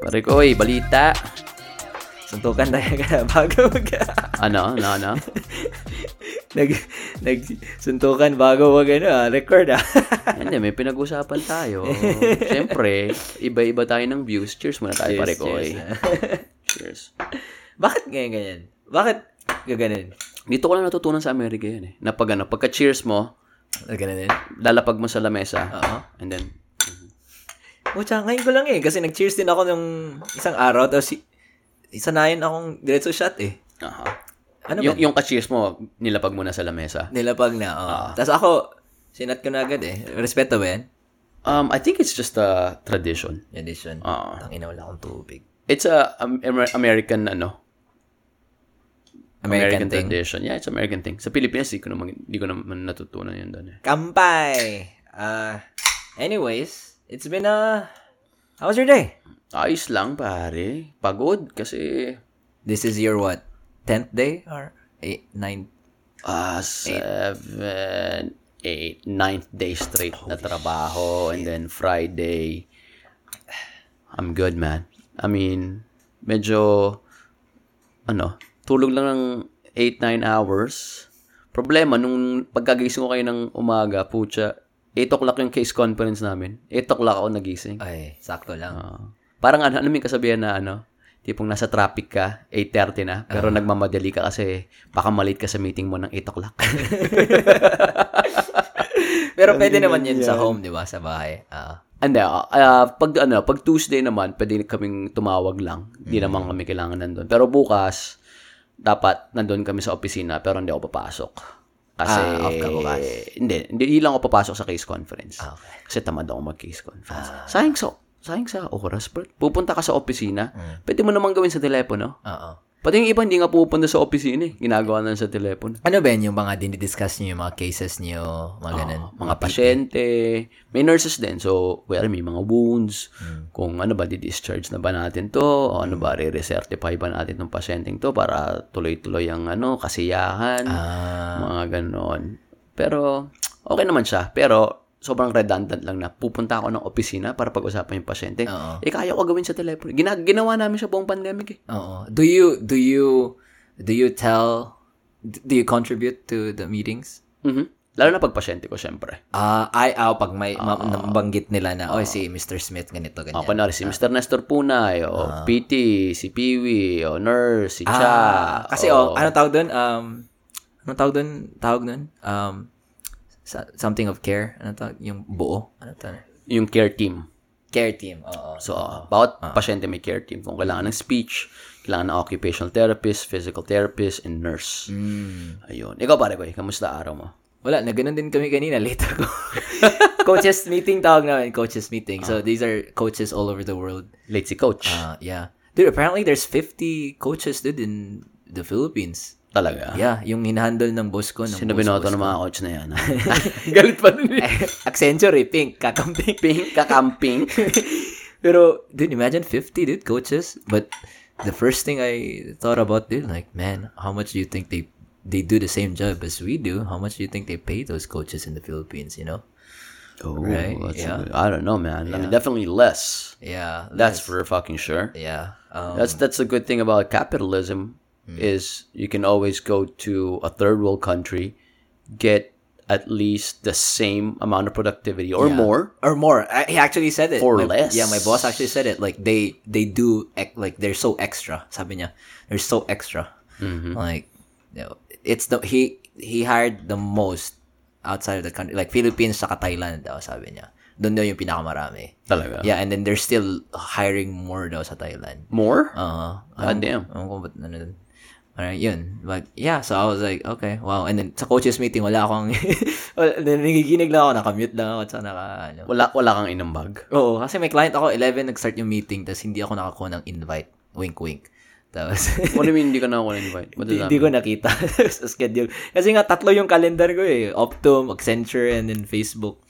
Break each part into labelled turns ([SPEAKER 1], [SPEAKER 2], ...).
[SPEAKER 1] Pare ko, oy, balita.
[SPEAKER 2] Suntukan tayo ka bago mag...
[SPEAKER 1] Ano, ano, ano?
[SPEAKER 2] nag, nag, suntukan bago mag ano, ah, record ah.
[SPEAKER 1] Hindi, may pinag-usapan tayo. Siyempre, iba-iba tayo ng views. Cheers muna tayo, pare ko, oy.
[SPEAKER 2] ah.
[SPEAKER 1] Cheers.
[SPEAKER 2] Bakit ganyan ganyan? Bakit gaganan?
[SPEAKER 1] Dito ko lang natutunan sa Amerika yan eh. Na pag ano, pagka-cheers mo,
[SPEAKER 2] Gaganan Ah, din?
[SPEAKER 1] lalapag mo sa lamesa.
[SPEAKER 2] Oo.
[SPEAKER 1] And then,
[SPEAKER 2] O, tsaka ngayon ko lang eh. Kasi nag-cheers din ako nung isang araw. Tapos si, sanayan akong diretso shot eh.
[SPEAKER 1] aha.
[SPEAKER 2] Ano
[SPEAKER 1] yung,
[SPEAKER 2] ba?
[SPEAKER 1] yung ka-cheers mo, nilapag mo na sa lamesa.
[SPEAKER 2] Nilapag na. Oh. Tapos ako, sinat ko na agad eh. Respeto ba yan?
[SPEAKER 1] Um, I think it's just a tradition.
[SPEAKER 2] Tradition.
[SPEAKER 1] Oo.
[SPEAKER 2] Ang inawala akong tubig.
[SPEAKER 1] It's a um, Amer- American ano,
[SPEAKER 2] American, thing.
[SPEAKER 1] tradition. Yeah, it's American thing. Sa Pilipinas, di ko naman, di ko naman natutunan yun doon eh.
[SPEAKER 2] Kampay! Uh, anyways, it's been a... How was your day?
[SPEAKER 1] Ayos lang, pare. Pagod kasi
[SPEAKER 2] This is your what? 10th day? Eh, Or 8, 9?
[SPEAKER 1] ah, seven, eight, ninth day straight na trabaho. And then Friday, I'm good, man. I mean, medyo, ano, tulog lang ng 8-9 hours. Problema, nung pagkagising ko kayo ng umaga, pucha, 8 o'clock yung case conference namin. 8 o'clock ako nagising.
[SPEAKER 2] Ay, sakto lang.
[SPEAKER 1] Oo. parang ano, ano may kasabihan na ano, tipong nasa traffic ka, 8.30 na, pero nagmamadali ka kasi baka malate ka sa meeting mo ng 8 o'clock.
[SPEAKER 2] Pero pwede naman yun sa home, di ba? Sa bahay. Ah.
[SPEAKER 1] And then, uh, uh, pag, ano, pag Tuesday naman, pwede kaming tumawag lang. Hindi naman
[SPEAKER 2] Mm.
[SPEAKER 1] kami kailangan nandun. Pero bukas, dapat nandun kami sa opisina, pero hindi ako papasok. Kasi,
[SPEAKER 2] Ah, off ka bukas. Ah,
[SPEAKER 1] Hindi, hindi, hindi lang ako papasok sa case conference.
[SPEAKER 2] Okay. Ah.
[SPEAKER 1] Kasi tamad ako mag-case conference. Sayang sa, sayang sa oras, bro. Pupunta ka sa opisina,
[SPEAKER 2] Mm.
[SPEAKER 1] pwede mo naman gawin sa telepono.
[SPEAKER 2] Oo.
[SPEAKER 1] Pati yung iba hindi nga pupunta sa opisina eh. Ginagawa na lang sa telepono.
[SPEAKER 2] Ano ba yun yung mga dinidiscuss nyo, yung mga cases nyo, mga ganun?
[SPEAKER 1] Oh, Mga, pasyente, may nurses din. So, well, may mga wounds.
[SPEAKER 2] Hmm.
[SPEAKER 1] Kung ano ba, di-discharge na ba natin to? O ano ba, re-recertify ba natin ng pasyenteng to para tuloy-tuloy ang ano, kasiyahan.
[SPEAKER 2] Ah,
[SPEAKER 1] Mga ganon. Pero, okay naman siya. Pero, sobrang redundant lang na pupunta ako ng opisina para pag-usapan yung pasyente.
[SPEAKER 2] Oo.
[SPEAKER 1] Eh, kaya ko gawin sa telepono. Gina- ginawa namin sa buong pandemic eh.
[SPEAKER 2] oo. Do you, do you, do you tell, do you contribute to the meetings?
[SPEAKER 1] Mhm. Lalo na pag pasyente ko, syempre.
[SPEAKER 2] Ah, ay, aw, pag may ma- nabanggit nila na, oh, si Mr. Smith, ganito,
[SPEAKER 1] O,
[SPEAKER 2] ganyan.
[SPEAKER 1] Ah, kunwari, si Mr. Nestor Punay, o PT, si Piwi, o Nurse, si Cha.
[SPEAKER 2] Ah, kasi
[SPEAKER 1] o-
[SPEAKER 2] oh, ano tawag doon? Um, ano tawag doon? Tawag doon? Um, so- something of care. Ano tawag? Yung buo. Ano tawag?
[SPEAKER 1] Yung care team.
[SPEAKER 2] Care team. Oo.
[SPEAKER 1] So, bawat
[SPEAKER 2] Ah.
[SPEAKER 1] pasyente may care team. Kung kailangan ng speech, kailangan ng occupational therapist, physical therapist, and nurse.
[SPEAKER 2] Hmm.
[SPEAKER 1] Ayun. Ikaw, pare ko, eh, kamusta araw mo?
[SPEAKER 2] Wala, na ganun din kami kanina. Late ako. coaches meeting tawag namin. Coaches meeting. So, these are coaches all over the world.
[SPEAKER 1] Late si coach.
[SPEAKER 2] Uh, yeah. Dude, apparently there's 50 coaches, dude, in the Philippines.
[SPEAKER 1] Talaga.
[SPEAKER 2] Yeah, yung hinahandle ng boss ko. Ng
[SPEAKER 1] Sino
[SPEAKER 2] boss-
[SPEAKER 1] binoto ng mga coach na yan? ah? Galit pa rin eh.
[SPEAKER 2] Accenture, eh, pink, kakamping.
[SPEAKER 1] Pink, kakamping.
[SPEAKER 2] Pero, dude, imagine 50, dude, coaches. But the first thing I thought about, dude, like, man, how much do you think they they do the same job as we do? How much do you think they pay those coaches in the Philippines, you know?
[SPEAKER 1] Oh,
[SPEAKER 2] Right,
[SPEAKER 1] that's
[SPEAKER 2] yeah.
[SPEAKER 1] good. I don't know, man. I mean, definitely less.
[SPEAKER 2] Yeah.
[SPEAKER 1] That's for fucking sure.
[SPEAKER 2] yeah. Um, Hmm.
[SPEAKER 1] That's that's the good thing about capitalism is you can always go to a third world country, get at least the same amount of productivity or more.
[SPEAKER 2] or more. I, he actually said it.
[SPEAKER 1] Or
[SPEAKER 2] My-
[SPEAKER 1] less.
[SPEAKER 2] Yeah, my boss actually said it. Like they they do ec- like they're so extra. Sabi niya, they're so extra.
[SPEAKER 1] Mm-hmm.
[SPEAKER 2] Like, you know, it's the he he hired the most outside of the country, like Philippines saka Thailand daw sabi niya. Doon daw yung pinakamarami.
[SPEAKER 1] Talaga.
[SPEAKER 2] Yeah, and then they're still hiring more daw sa Thailand.
[SPEAKER 1] More?
[SPEAKER 2] Uh,
[SPEAKER 1] God Ah, damn.
[SPEAKER 2] Ewan ko ba't ano dun. Alright, yun. But, yeah, so I was like, okay, wow. And then, sa coaches meeting, wala akong, wala, nangiginig lang ako, nakamute lang ako, at saka naka, ano.
[SPEAKER 1] Wala wala kang inambag.
[SPEAKER 2] Oo, kasi may client ako, 11, nag-start yung meeting, tapos hindi ako nakakuha ng invite. Wink, wink. Tapos,
[SPEAKER 1] What do you mean hindi ka na ako invite? What does that
[SPEAKER 2] hindi ko nakita sa schedule. Kasi nga, tatlo yung calendar ko eh. Optum, Accenture, and then Facebook.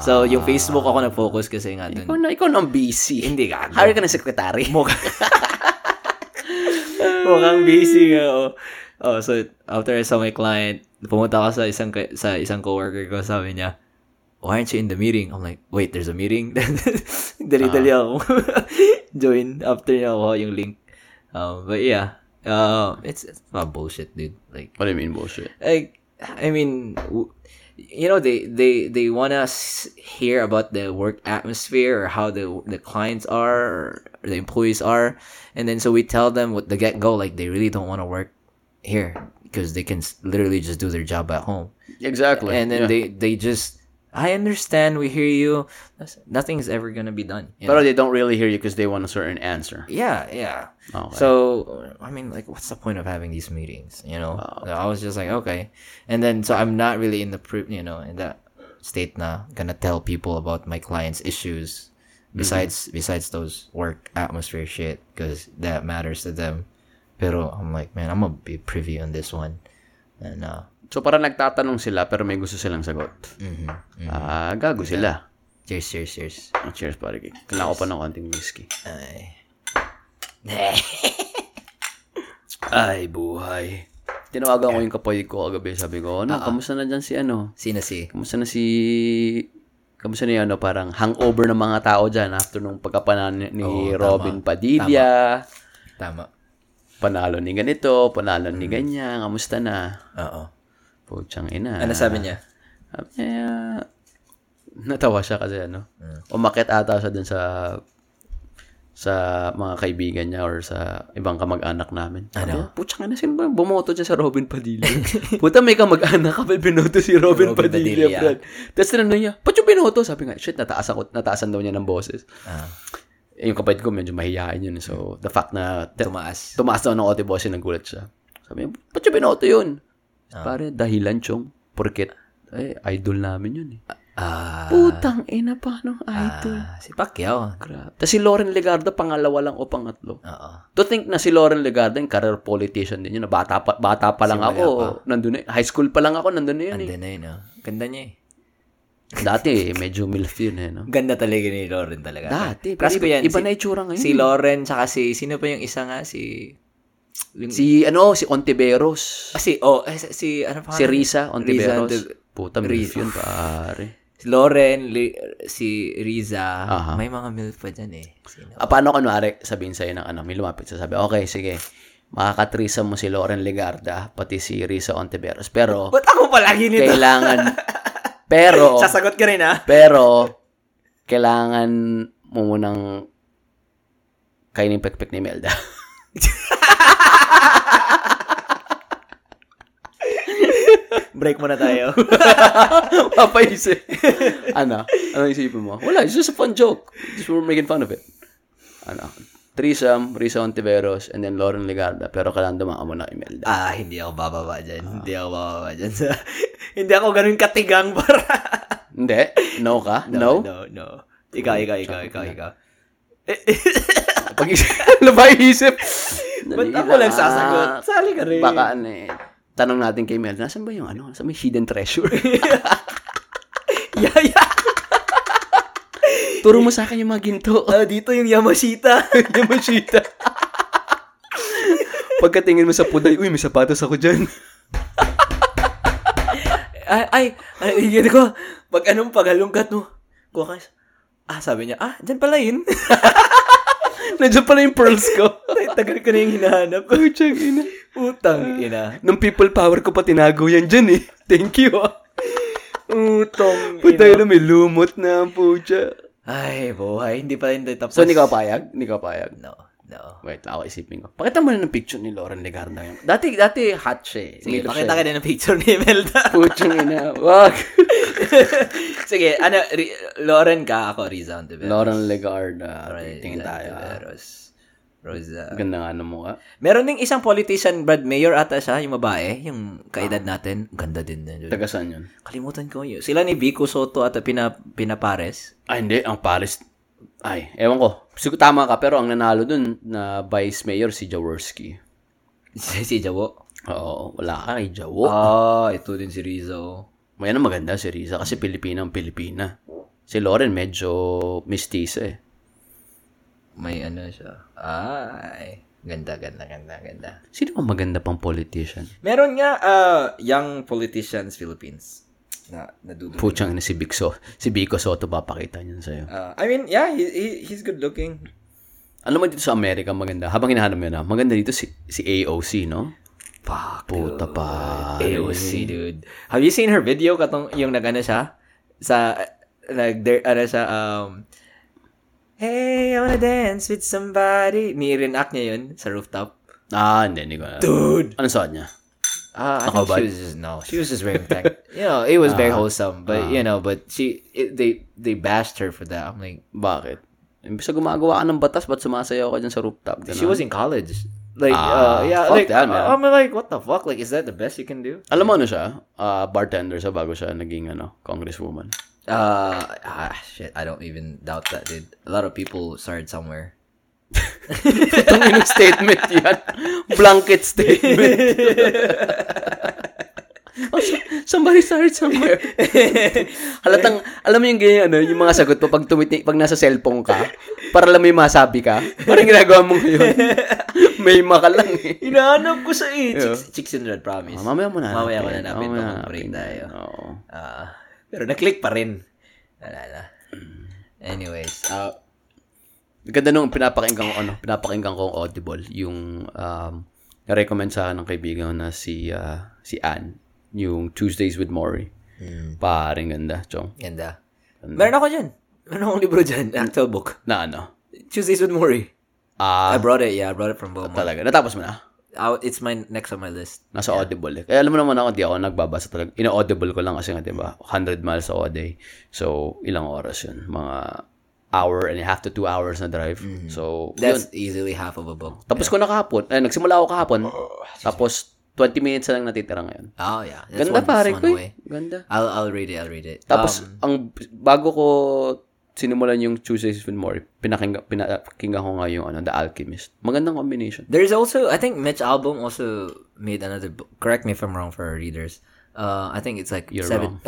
[SPEAKER 2] So, yung Facebook ako nag-focus kasi nga
[SPEAKER 1] Ikaw
[SPEAKER 2] dun.
[SPEAKER 1] na, ikaw na ang busy.
[SPEAKER 2] Hindi ka.
[SPEAKER 1] Hire ka ng sekretary.
[SPEAKER 2] Mukhang busy nga, oh. Oh, so after I saw my client, pumunta ako sa isang ka- sa isang coworker ko, sabi niya, why aren't you in the meeting? I'm like, wait, there's a meeting? Dali-dali ako. Join after niya ako yung link. Um, but yeah, uh, it's, it's not bullshit, dude. Like,
[SPEAKER 1] What do you mean bullshit?
[SPEAKER 2] like I mean, w- you know, they they they want us hear about the work atmosphere or how the the clients are or the employees are, and then so we tell them with the get go like they really don't want to work here because they can s- literally just do their job at home,
[SPEAKER 1] Exactly.
[SPEAKER 2] and
[SPEAKER 1] yeah.
[SPEAKER 2] then they they just. I understand. We hear you. That's- Nothing's ever gonna be done. you
[SPEAKER 1] Pero
[SPEAKER 2] know?
[SPEAKER 1] they don't really hear you because they want a certain answer.
[SPEAKER 2] yeah, yeah.
[SPEAKER 1] Okay.
[SPEAKER 2] So I mean, like, what's the point of having these meetings? You know, So I was just like, okay, and then so I'm not really in the pri- you know in that state na gonna tell people about my clients' issues besides besides those work atmosphere shit because that matters to them. Pero I'm like, man, I'm gonna be privy on this one, and uh,
[SPEAKER 1] So parang nagtatanong sila pero may gusto silang sagot.
[SPEAKER 2] Mm-hmm.
[SPEAKER 1] Ah, gago sila.
[SPEAKER 2] cheers, cheers, cheers.
[SPEAKER 1] Oh, cheers, pare. Kailangan ko pa ng konting whiskey.
[SPEAKER 2] Ay.
[SPEAKER 1] Ay, buhay. Tinawagan ko yung kapatid ko kagabi. Sabi ko,
[SPEAKER 2] Ah,
[SPEAKER 1] ano, kamusta na dyan si ano?
[SPEAKER 2] Sina si?
[SPEAKER 1] Kamusta na si... Kamusta na yung ano, parang hangover ng mga tao dyan after nung pagkapanan ni ni
[SPEAKER 2] Oo,
[SPEAKER 1] Robin Padilla.
[SPEAKER 2] Tama.
[SPEAKER 1] Panalo ni ganito, panalo
[SPEAKER 2] Mm.
[SPEAKER 1] ni ganyan. Kamusta na?
[SPEAKER 2] Oo.
[SPEAKER 1] Putsang ina.
[SPEAKER 2] Ano sabi niya?
[SPEAKER 1] Sabi niya, natawa siya kasi ano,
[SPEAKER 2] Hmm.
[SPEAKER 1] umakit ata siya dun sa sa mga kaibigan niya or sa ibang kamag-anak namin. Ano? Putsang ina, sino ba bumoto dyan sa Robin Padilla? Puta, may kamag-anak ka, may binoto si Robin,
[SPEAKER 2] Robin
[SPEAKER 1] Padilla,
[SPEAKER 2] Padilla.
[SPEAKER 1] Brad. Tapos tinanong niya, ba't yung binoto? Sabi nga, shit, nataasan, ko, nataasan daw niya ng boses.
[SPEAKER 2] Ah,
[SPEAKER 1] Eh, Yung kapatid ko, medyo mahihain yun. So, the fact na
[SPEAKER 2] tumaas.
[SPEAKER 1] Tumaas daw ng ote boss yun, nagulat siya. Sabi niya, ba't siya binoto yun?
[SPEAKER 2] Ah.
[SPEAKER 1] Pare, dahilan chong, porket, eh, idol namin yun eh.
[SPEAKER 2] Ah,
[SPEAKER 1] Putang ina, paano ang idol?
[SPEAKER 2] ah, si Pacquiao.
[SPEAKER 1] Grabe. Tapos si Lauren Legarda, pangalawa lang o pangatlo.
[SPEAKER 2] Oo.
[SPEAKER 1] To think na si Lauren Legarda, yung career politician din yun, na bata pa, bata pa lang ako, nandun na, high school pa lang ako, nandun na yun eh.
[SPEAKER 2] Ganda na yun, oh. Ganda niya eh.
[SPEAKER 1] Dati eh, medyo milf yun eh, no?
[SPEAKER 2] Ganda talaga ni Lauren talaga.
[SPEAKER 1] Dati, pero
[SPEAKER 2] Crush ko
[SPEAKER 1] iba,
[SPEAKER 2] yan.
[SPEAKER 1] iba
[SPEAKER 2] si,
[SPEAKER 1] na itsura ngayon.
[SPEAKER 2] si
[SPEAKER 1] eh.
[SPEAKER 2] Lauren, tsaka si, sino pa yung isa nga? Si, yung,
[SPEAKER 1] si,
[SPEAKER 2] si,
[SPEAKER 1] ano, si Ontiveros.
[SPEAKER 2] ah, si, oh, eh, si, ano pa?
[SPEAKER 1] Si Risa Ontiveros.
[SPEAKER 2] Ontiveros.
[SPEAKER 1] Puta, milf yun, pare.
[SPEAKER 2] Si Lauren, Li- si Riza.
[SPEAKER 1] Aha.
[SPEAKER 2] May mga milf pa dyan eh. Sino?
[SPEAKER 1] Ah, paano kunwari sabihin sa'yo ng ano, may lumapit sa sabi, okay, sige, makakatrisa mo si Lauren Legarda, pati si Risa Ontiveros. Pero,
[SPEAKER 2] Ba't ako palagi nito?
[SPEAKER 1] kailangan, pero,
[SPEAKER 2] Sasagot ka rin ah.
[SPEAKER 1] pero, kailangan mo munang kainin pekpek ni Melda.
[SPEAKER 2] Break muna tayo.
[SPEAKER 1] Papaisip. ano? Ano isipin mo? Wala, it's just a fun joke. Just we're making fun of it. Ano? Trisam, Risa Ontiveros, and then Lauren Legarda. Pero kailangan dumaka mo na kay Melda.
[SPEAKER 2] ah, hindi ako bababa dyan. Hindi ako bababa dyan. Ah. hindi ako ganun katigang para.
[SPEAKER 1] Hindi. No ka? No?
[SPEAKER 2] No, no. Ikaw, ikaw, ikaw, ikaw, ikaw.
[SPEAKER 1] Pag isip, ano ba isip?
[SPEAKER 2] Ba't ako lang sasagot? Sali ka rin.
[SPEAKER 1] Baka ano eh, tanong natin kay Mel, nasan ba yung ano? Nasaan ba yung hidden treasure?
[SPEAKER 2] yeah, yeah.
[SPEAKER 1] Turo mo sa akin yung mga ginto.
[SPEAKER 2] Ah, dito yung Yamashita.
[SPEAKER 1] Yamashita. Pagkatingin mo sa puday, uy, may sapatos ako dyan.
[SPEAKER 2] ay, ay, ay, yun ko. Pag anong paghalungkat mo, kuha ka. Ah, sabi niya, ah, dyan pala yun.
[SPEAKER 1] Nandiyan pala yung pearls ko.
[SPEAKER 2] Ay, Tagal ko na yung hinahanap.
[SPEAKER 1] Puchang ina. Ah.
[SPEAKER 2] Utang, ina.
[SPEAKER 1] Nung people power ko pa tinago yan dyan eh. Thank you ah.
[SPEAKER 2] Utang,
[SPEAKER 1] Puday na may lumot na ang pucha.
[SPEAKER 2] Ay, buhay. Hindi pala hindi tapos.
[SPEAKER 1] So, hindi ka payag? Hindi ka payag?
[SPEAKER 2] No, no.
[SPEAKER 1] Wait, ako isipin ko. Pakita mo na ng picture ni Lauren Legarda ngayon. Dati, dati hot siya eh.
[SPEAKER 2] Sige,
[SPEAKER 1] Milf
[SPEAKER 2] pakita
[SPEAKER 1] siya
[SPEAKER 2] ka din ng picture ni Imelda.
[SPEAKER 1] Puchang ina. Wag.
[SPEAKER 2] Sige, ano, Ri- Lauren ka ako, Riza Ontiveros.
[SPEAKER 1] Lauren Legarda.
[SPEAKER 2] Riza
[SPEAKER 1] Tingin tayo. ah.
[SPEAKER 2] Ontiveros. Rosa.
[SPEAKER 1] Ganda nga ng mukha.
[SPEAKER 2] Meron ding isang politician, Brad, mayor ata siya, yung babae, yung kaedad
[SPEAKER 1] Ah.
[SPEAKER 2] natin. Ganda din na yun.
[SPEAKER 1] Taga saan yun?
[SPEAKER 2] Kalimutan ko yun. Sila ni Vico Soto at pina, Pinapares.
[SPEAKER 1] Ay, Ah, hindi. Ang Paris. Ay, ewan ko. Siguro tama ka, pero ang nanalo dun na vice mayor si Jaworski.
[SPEAKER 2] Si, si Jawo.
[SPEAKER 1] Oo, wala ka kay Jawo.
[SPEAKER 2] Ah, ito din si Rizzo.
[SPEAKER 1] May ano maganda si Riza kasi Pilipina ang Pilipina. Si Lauren medyo mistisa eh.
[SPEAKER 2] May ano siya. Ay. Ganda, ganda, ganda, ganda.
[SPEAKER 1] Sino ang maganda pang politician?
[SPEAKER 2] Meron nga, uh, Young Politicians ah, Philippines. na nadudumi.
[SPEAKER 1] Puchang na si Big So. Si Bico Soto papakita niyan sa'yo.
[SPEAKER 2] Uh, I mean, yeah, he, he, he's good looking.
[SPEAKER 1] Alam mo dito sa Amerika, maganda. Habang hinahanap mo na, maganda dito si, si AOC, no?
[SPEAKER 2] Fuck,
[SPEAKER 1] Puta pa.
[SPEAKER 2] AOC, dude. Have you seen her video? Katong yung nagana siya? Sa, nag, there, ano siya, um, Hey, I wanna dance with somebody. Ni-reenact niya yun sa rooftop.
[SPEAKER 1] Ah, hindi, hindi ko alam. Ano
[SPEAKER 2] Dude!
[SPEAKER 1] Anong suot niya?
[SPEAKER 2] Uh, I Ako think ba? Ah, she was just, no, she was just wearing tech. you know, it was very wholesome, but, you know, but she, it, they, they bashed her for that. I'm like,
[SPEAKER 1] Bakit? Imbis na gumagawa ka ng batas, ba't sumasayaw ka dyan sa rooftop? Ganun.
[SPEAKER 2] she was in college. Like,
[SPEAKER 1] Ah,
[SPEAKER 2] uh, yeah,
[SPEAKER 1] fuck
[SPEAKER 2] like,
[SPEAKER 1] that, man.
[SPEAKER 2] I'm like, what the fuck? Like, is that the best you can do?
[SPEAKER 1] Alam mo ano siya? Ah, bartender siya bago siya naging ano, congresswoman.
[SPEAKER 2] Uh, ah, shit, I don't even doubt that, dude. A lot of people started somewhere.
[SPEAKER 1] Itong yung statement yan. Blanket statement. Oh, so- somebody started somewhere. Halatang, alam mo yung ganyan, ano, yung mga sagot mo pag tumiti, pag nasa cellphone ka, para alam mo yung masabi ka. Parang ginagawa mo ngayon. May makalang eh.
[SPEAKER 2] Hinahanap ko sa eh. Chicks, chicks in Red, promise.
[SPEAKER 1] Ah, mamaya mo na.
[SPEAKER 2] Mamaya ko na hanapin.
[SPEAKER 1] Mamaya
[SPEAKER 2] Mamaya break
[SPEAKER 1] hanapin.
[SPEAKER 2] tayo.
[SPEAKER 1] Oo.
[SPEAKER 2] Ah, pero na-click pa rin. Wala na. Anyways, uh,
[SPEAKER 1] Ganda nung pinapakinggan ko, ano, pinapakinggan ko ang Audible, yung um, na-recommend sa akin ng kaibigan ko na si, ah, si Ann, yung Tuesdays with Maury. Paring ganda, Chong.
[SPEAKER 2] ganda. Meron ako dyan. Meron akong libro dyan.
[SPEAKER 1] Hmm.
[SPEAKER 2] Actual book.
[SPEAKER 1] Na ano?
[SPEAKER 2] Tuesdays with Mori.
[SPEAKER 1] Ah,
[SPEAKER 2] I brought it. Yeah, I brought it from Beaumont.
[SPEAKER 1] talaga. Natapos mo na?
[SPEAKER 2] Uh, it's my next on my list.
[SPEAKER 1] Nasa Audible. Eh. Kaya alam mo naman ako, di ako nagbabasa talaga. Ina-audible ko lang kasi nga, di ba? 100 miles a day. So, ilang oras yun? Mga hour and a half to two hours na drive. So, yun.
[SPEAKER 2] That's easily half of a book.
[SPEAKER 1] Tapos ko na kahapon. Eh, nagsimula ako kahapon. tapos, 20 minutes na lang natitira ngayon.
[SPEAKER 2] Oh, yeah. That's
[SPEAKER 1] Ganda
[SPEAKER 2] one,
[SPEAKER 1] pare
[SPEAKER 2] that's
[SPEAKER 1] ko
[SPEAKER 2] one
[SPEAKER 1] eh.
[SPEAKER 2] way.
[SPEAKER 1] Ganda.
[SPEAKER 2] I'll, I'll read it. I'll read it. Uh,
[SPEAKER 1] Tapos, ang bago ko sinimulan yung Tuesdays with Maury, pinakinggan pinakinggan ko nga yung ano, The Alchemist. Magandang combination.
[SPEAKER 2] There's also I think Mitch Album also made another book. Correct me if I'm wrong for our readers. Uh, I think it's like
[SPEAKER 1] You're
[SPEAKER 2] seven.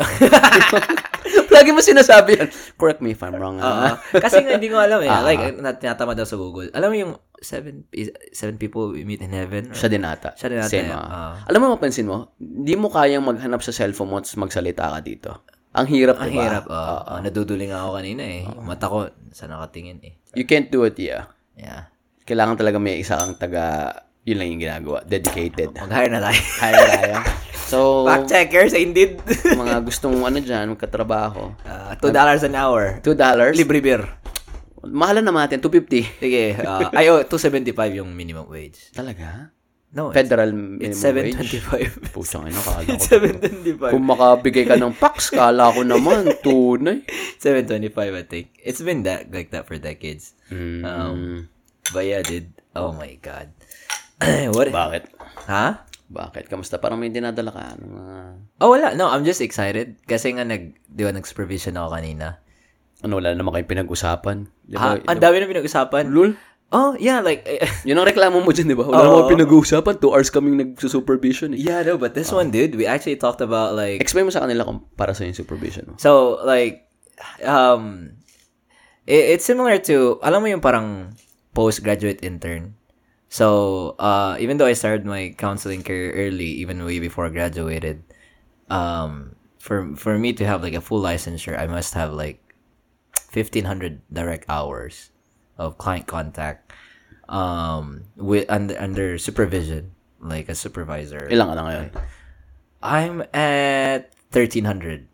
[SPEAKER 1] Lagi mo sinasabi yan. Correct me if I'm wrong. ah.
[SPEAKER 2] Uh, kasi nga, hindi ko alam eh. like, na, tinatamad daw sa Google. Alam mo yung seven, is- seven people we meet in heaven? Or-
[SPEAKER 1] siya din ata.
[SPEAKER 2] Siya din ata
[SPEAKER 1] Same,
[SPEAKER 2] yan.
[SPEAKER 1] ah.
[SPEAKER 2] Ah.
[SPEAKER 1] Alam mo, mapansin mo, hindi mo kayang maghanap sa cellphone mo at magsalita ka dito. Ang hirap,
[SPEAKER 2] Ang
[SPEAKER 1] diba?
[SPEAKER 2] hirap. ah. Ah, naduduling ako kanina eh.
[SPEAKER 1] Ah.
[SPEAKER 2] Yung Mata ko, sa nakatingin eh.
[SPEAKER 1] You can't do it, yeah.
[SPEAKER 2] Yeah.
[SPEAKER 1] Kailangan talaga may isa kang taga, yun lang yung ginagawa. Dedicated.
[SPEAKER 2] Mag-hire na tayo.
[SPEAKER 1] Kaya tayo. So,
[SPEAKER 2] Fact checker sa Indeed.
[SPEAKER 1] mga gustong ano dyan, magkatrabaho.
[SPEAKER 2] Ah, Two dollars an hour.
[SPEAKER 1] Two dollars.
[SPEAKER 2] Libre beer.
[SPEAKER 1] Mahalan naman natin, 250.
[SPEAKER 2] Sige. ah, ay, oh, 275 yung minimum wage.
[SPEAKER 1] Talaga?
[SPEAKER 2] No, it's,
[SPEAKER 1] Federal
[SPEAKER 2] it's
[SPEAKER 1] minimum wage?
[SPEAKER 2] 725.
[SPEAKER 1] Putsang ina, kala ko.
[SPEAKER 2] 725.
[SPEAKER 1] Kung makabigay ka ng packs, kala ko naman, tunay.
[SPEAKER 2] 725 I think. It's been that like that for decades.
[SPEAKER 1] Mm,
[SPEAKER 2] Um but yeah, dude. Oh my god. what?
[SPEAKER 1] bakit?
[SPEAKER 2] Huh?
[SPEAKER 1] Bakit? Kamusta? Parang may dinadala ka. Ano mga...
[SPEAKER 2] Oh wala, no, I'm just excited kasi nga nag di ba nag-supervision ako kanina.
[SPEAKER 1] Ano, wala naman kayong pinag-usapan. Di
[SPEAKER 2] Ha?
[SPEAKER 1] ba?
[SPEAKER 2] Ang dami na pinag-usapan.
[SPEAKER 1] Ah, Lul?
[SPEAKER 2] Oh, yeah, like eh,
[SPEAKER 1] Yun ang reklamo mo dyan, di ba? Wala naman kayong pinag-uusapan. Two hours kaming nag-supervision eh.
[SPEAKER 2] yeah, no, but this one dude, we actually talked about like
[SPEAKER 1] Explain mo sa kanila kung para sa yung supervision mo.
[SPEAKER 2] so like um it, it's similar to alam mo yung parang postgraduate intern. So, uh, even though I started my counseling career early, even way before I graduated, um, for for me to have like a full licensure, I must have like fifteen hundred direct hours of client contact, um, with under under supervision, like a supervisor.
[SPEAKER 1] Ilang ka na ngayon?
[SPEAKER 2] I'm at thirteen hundred.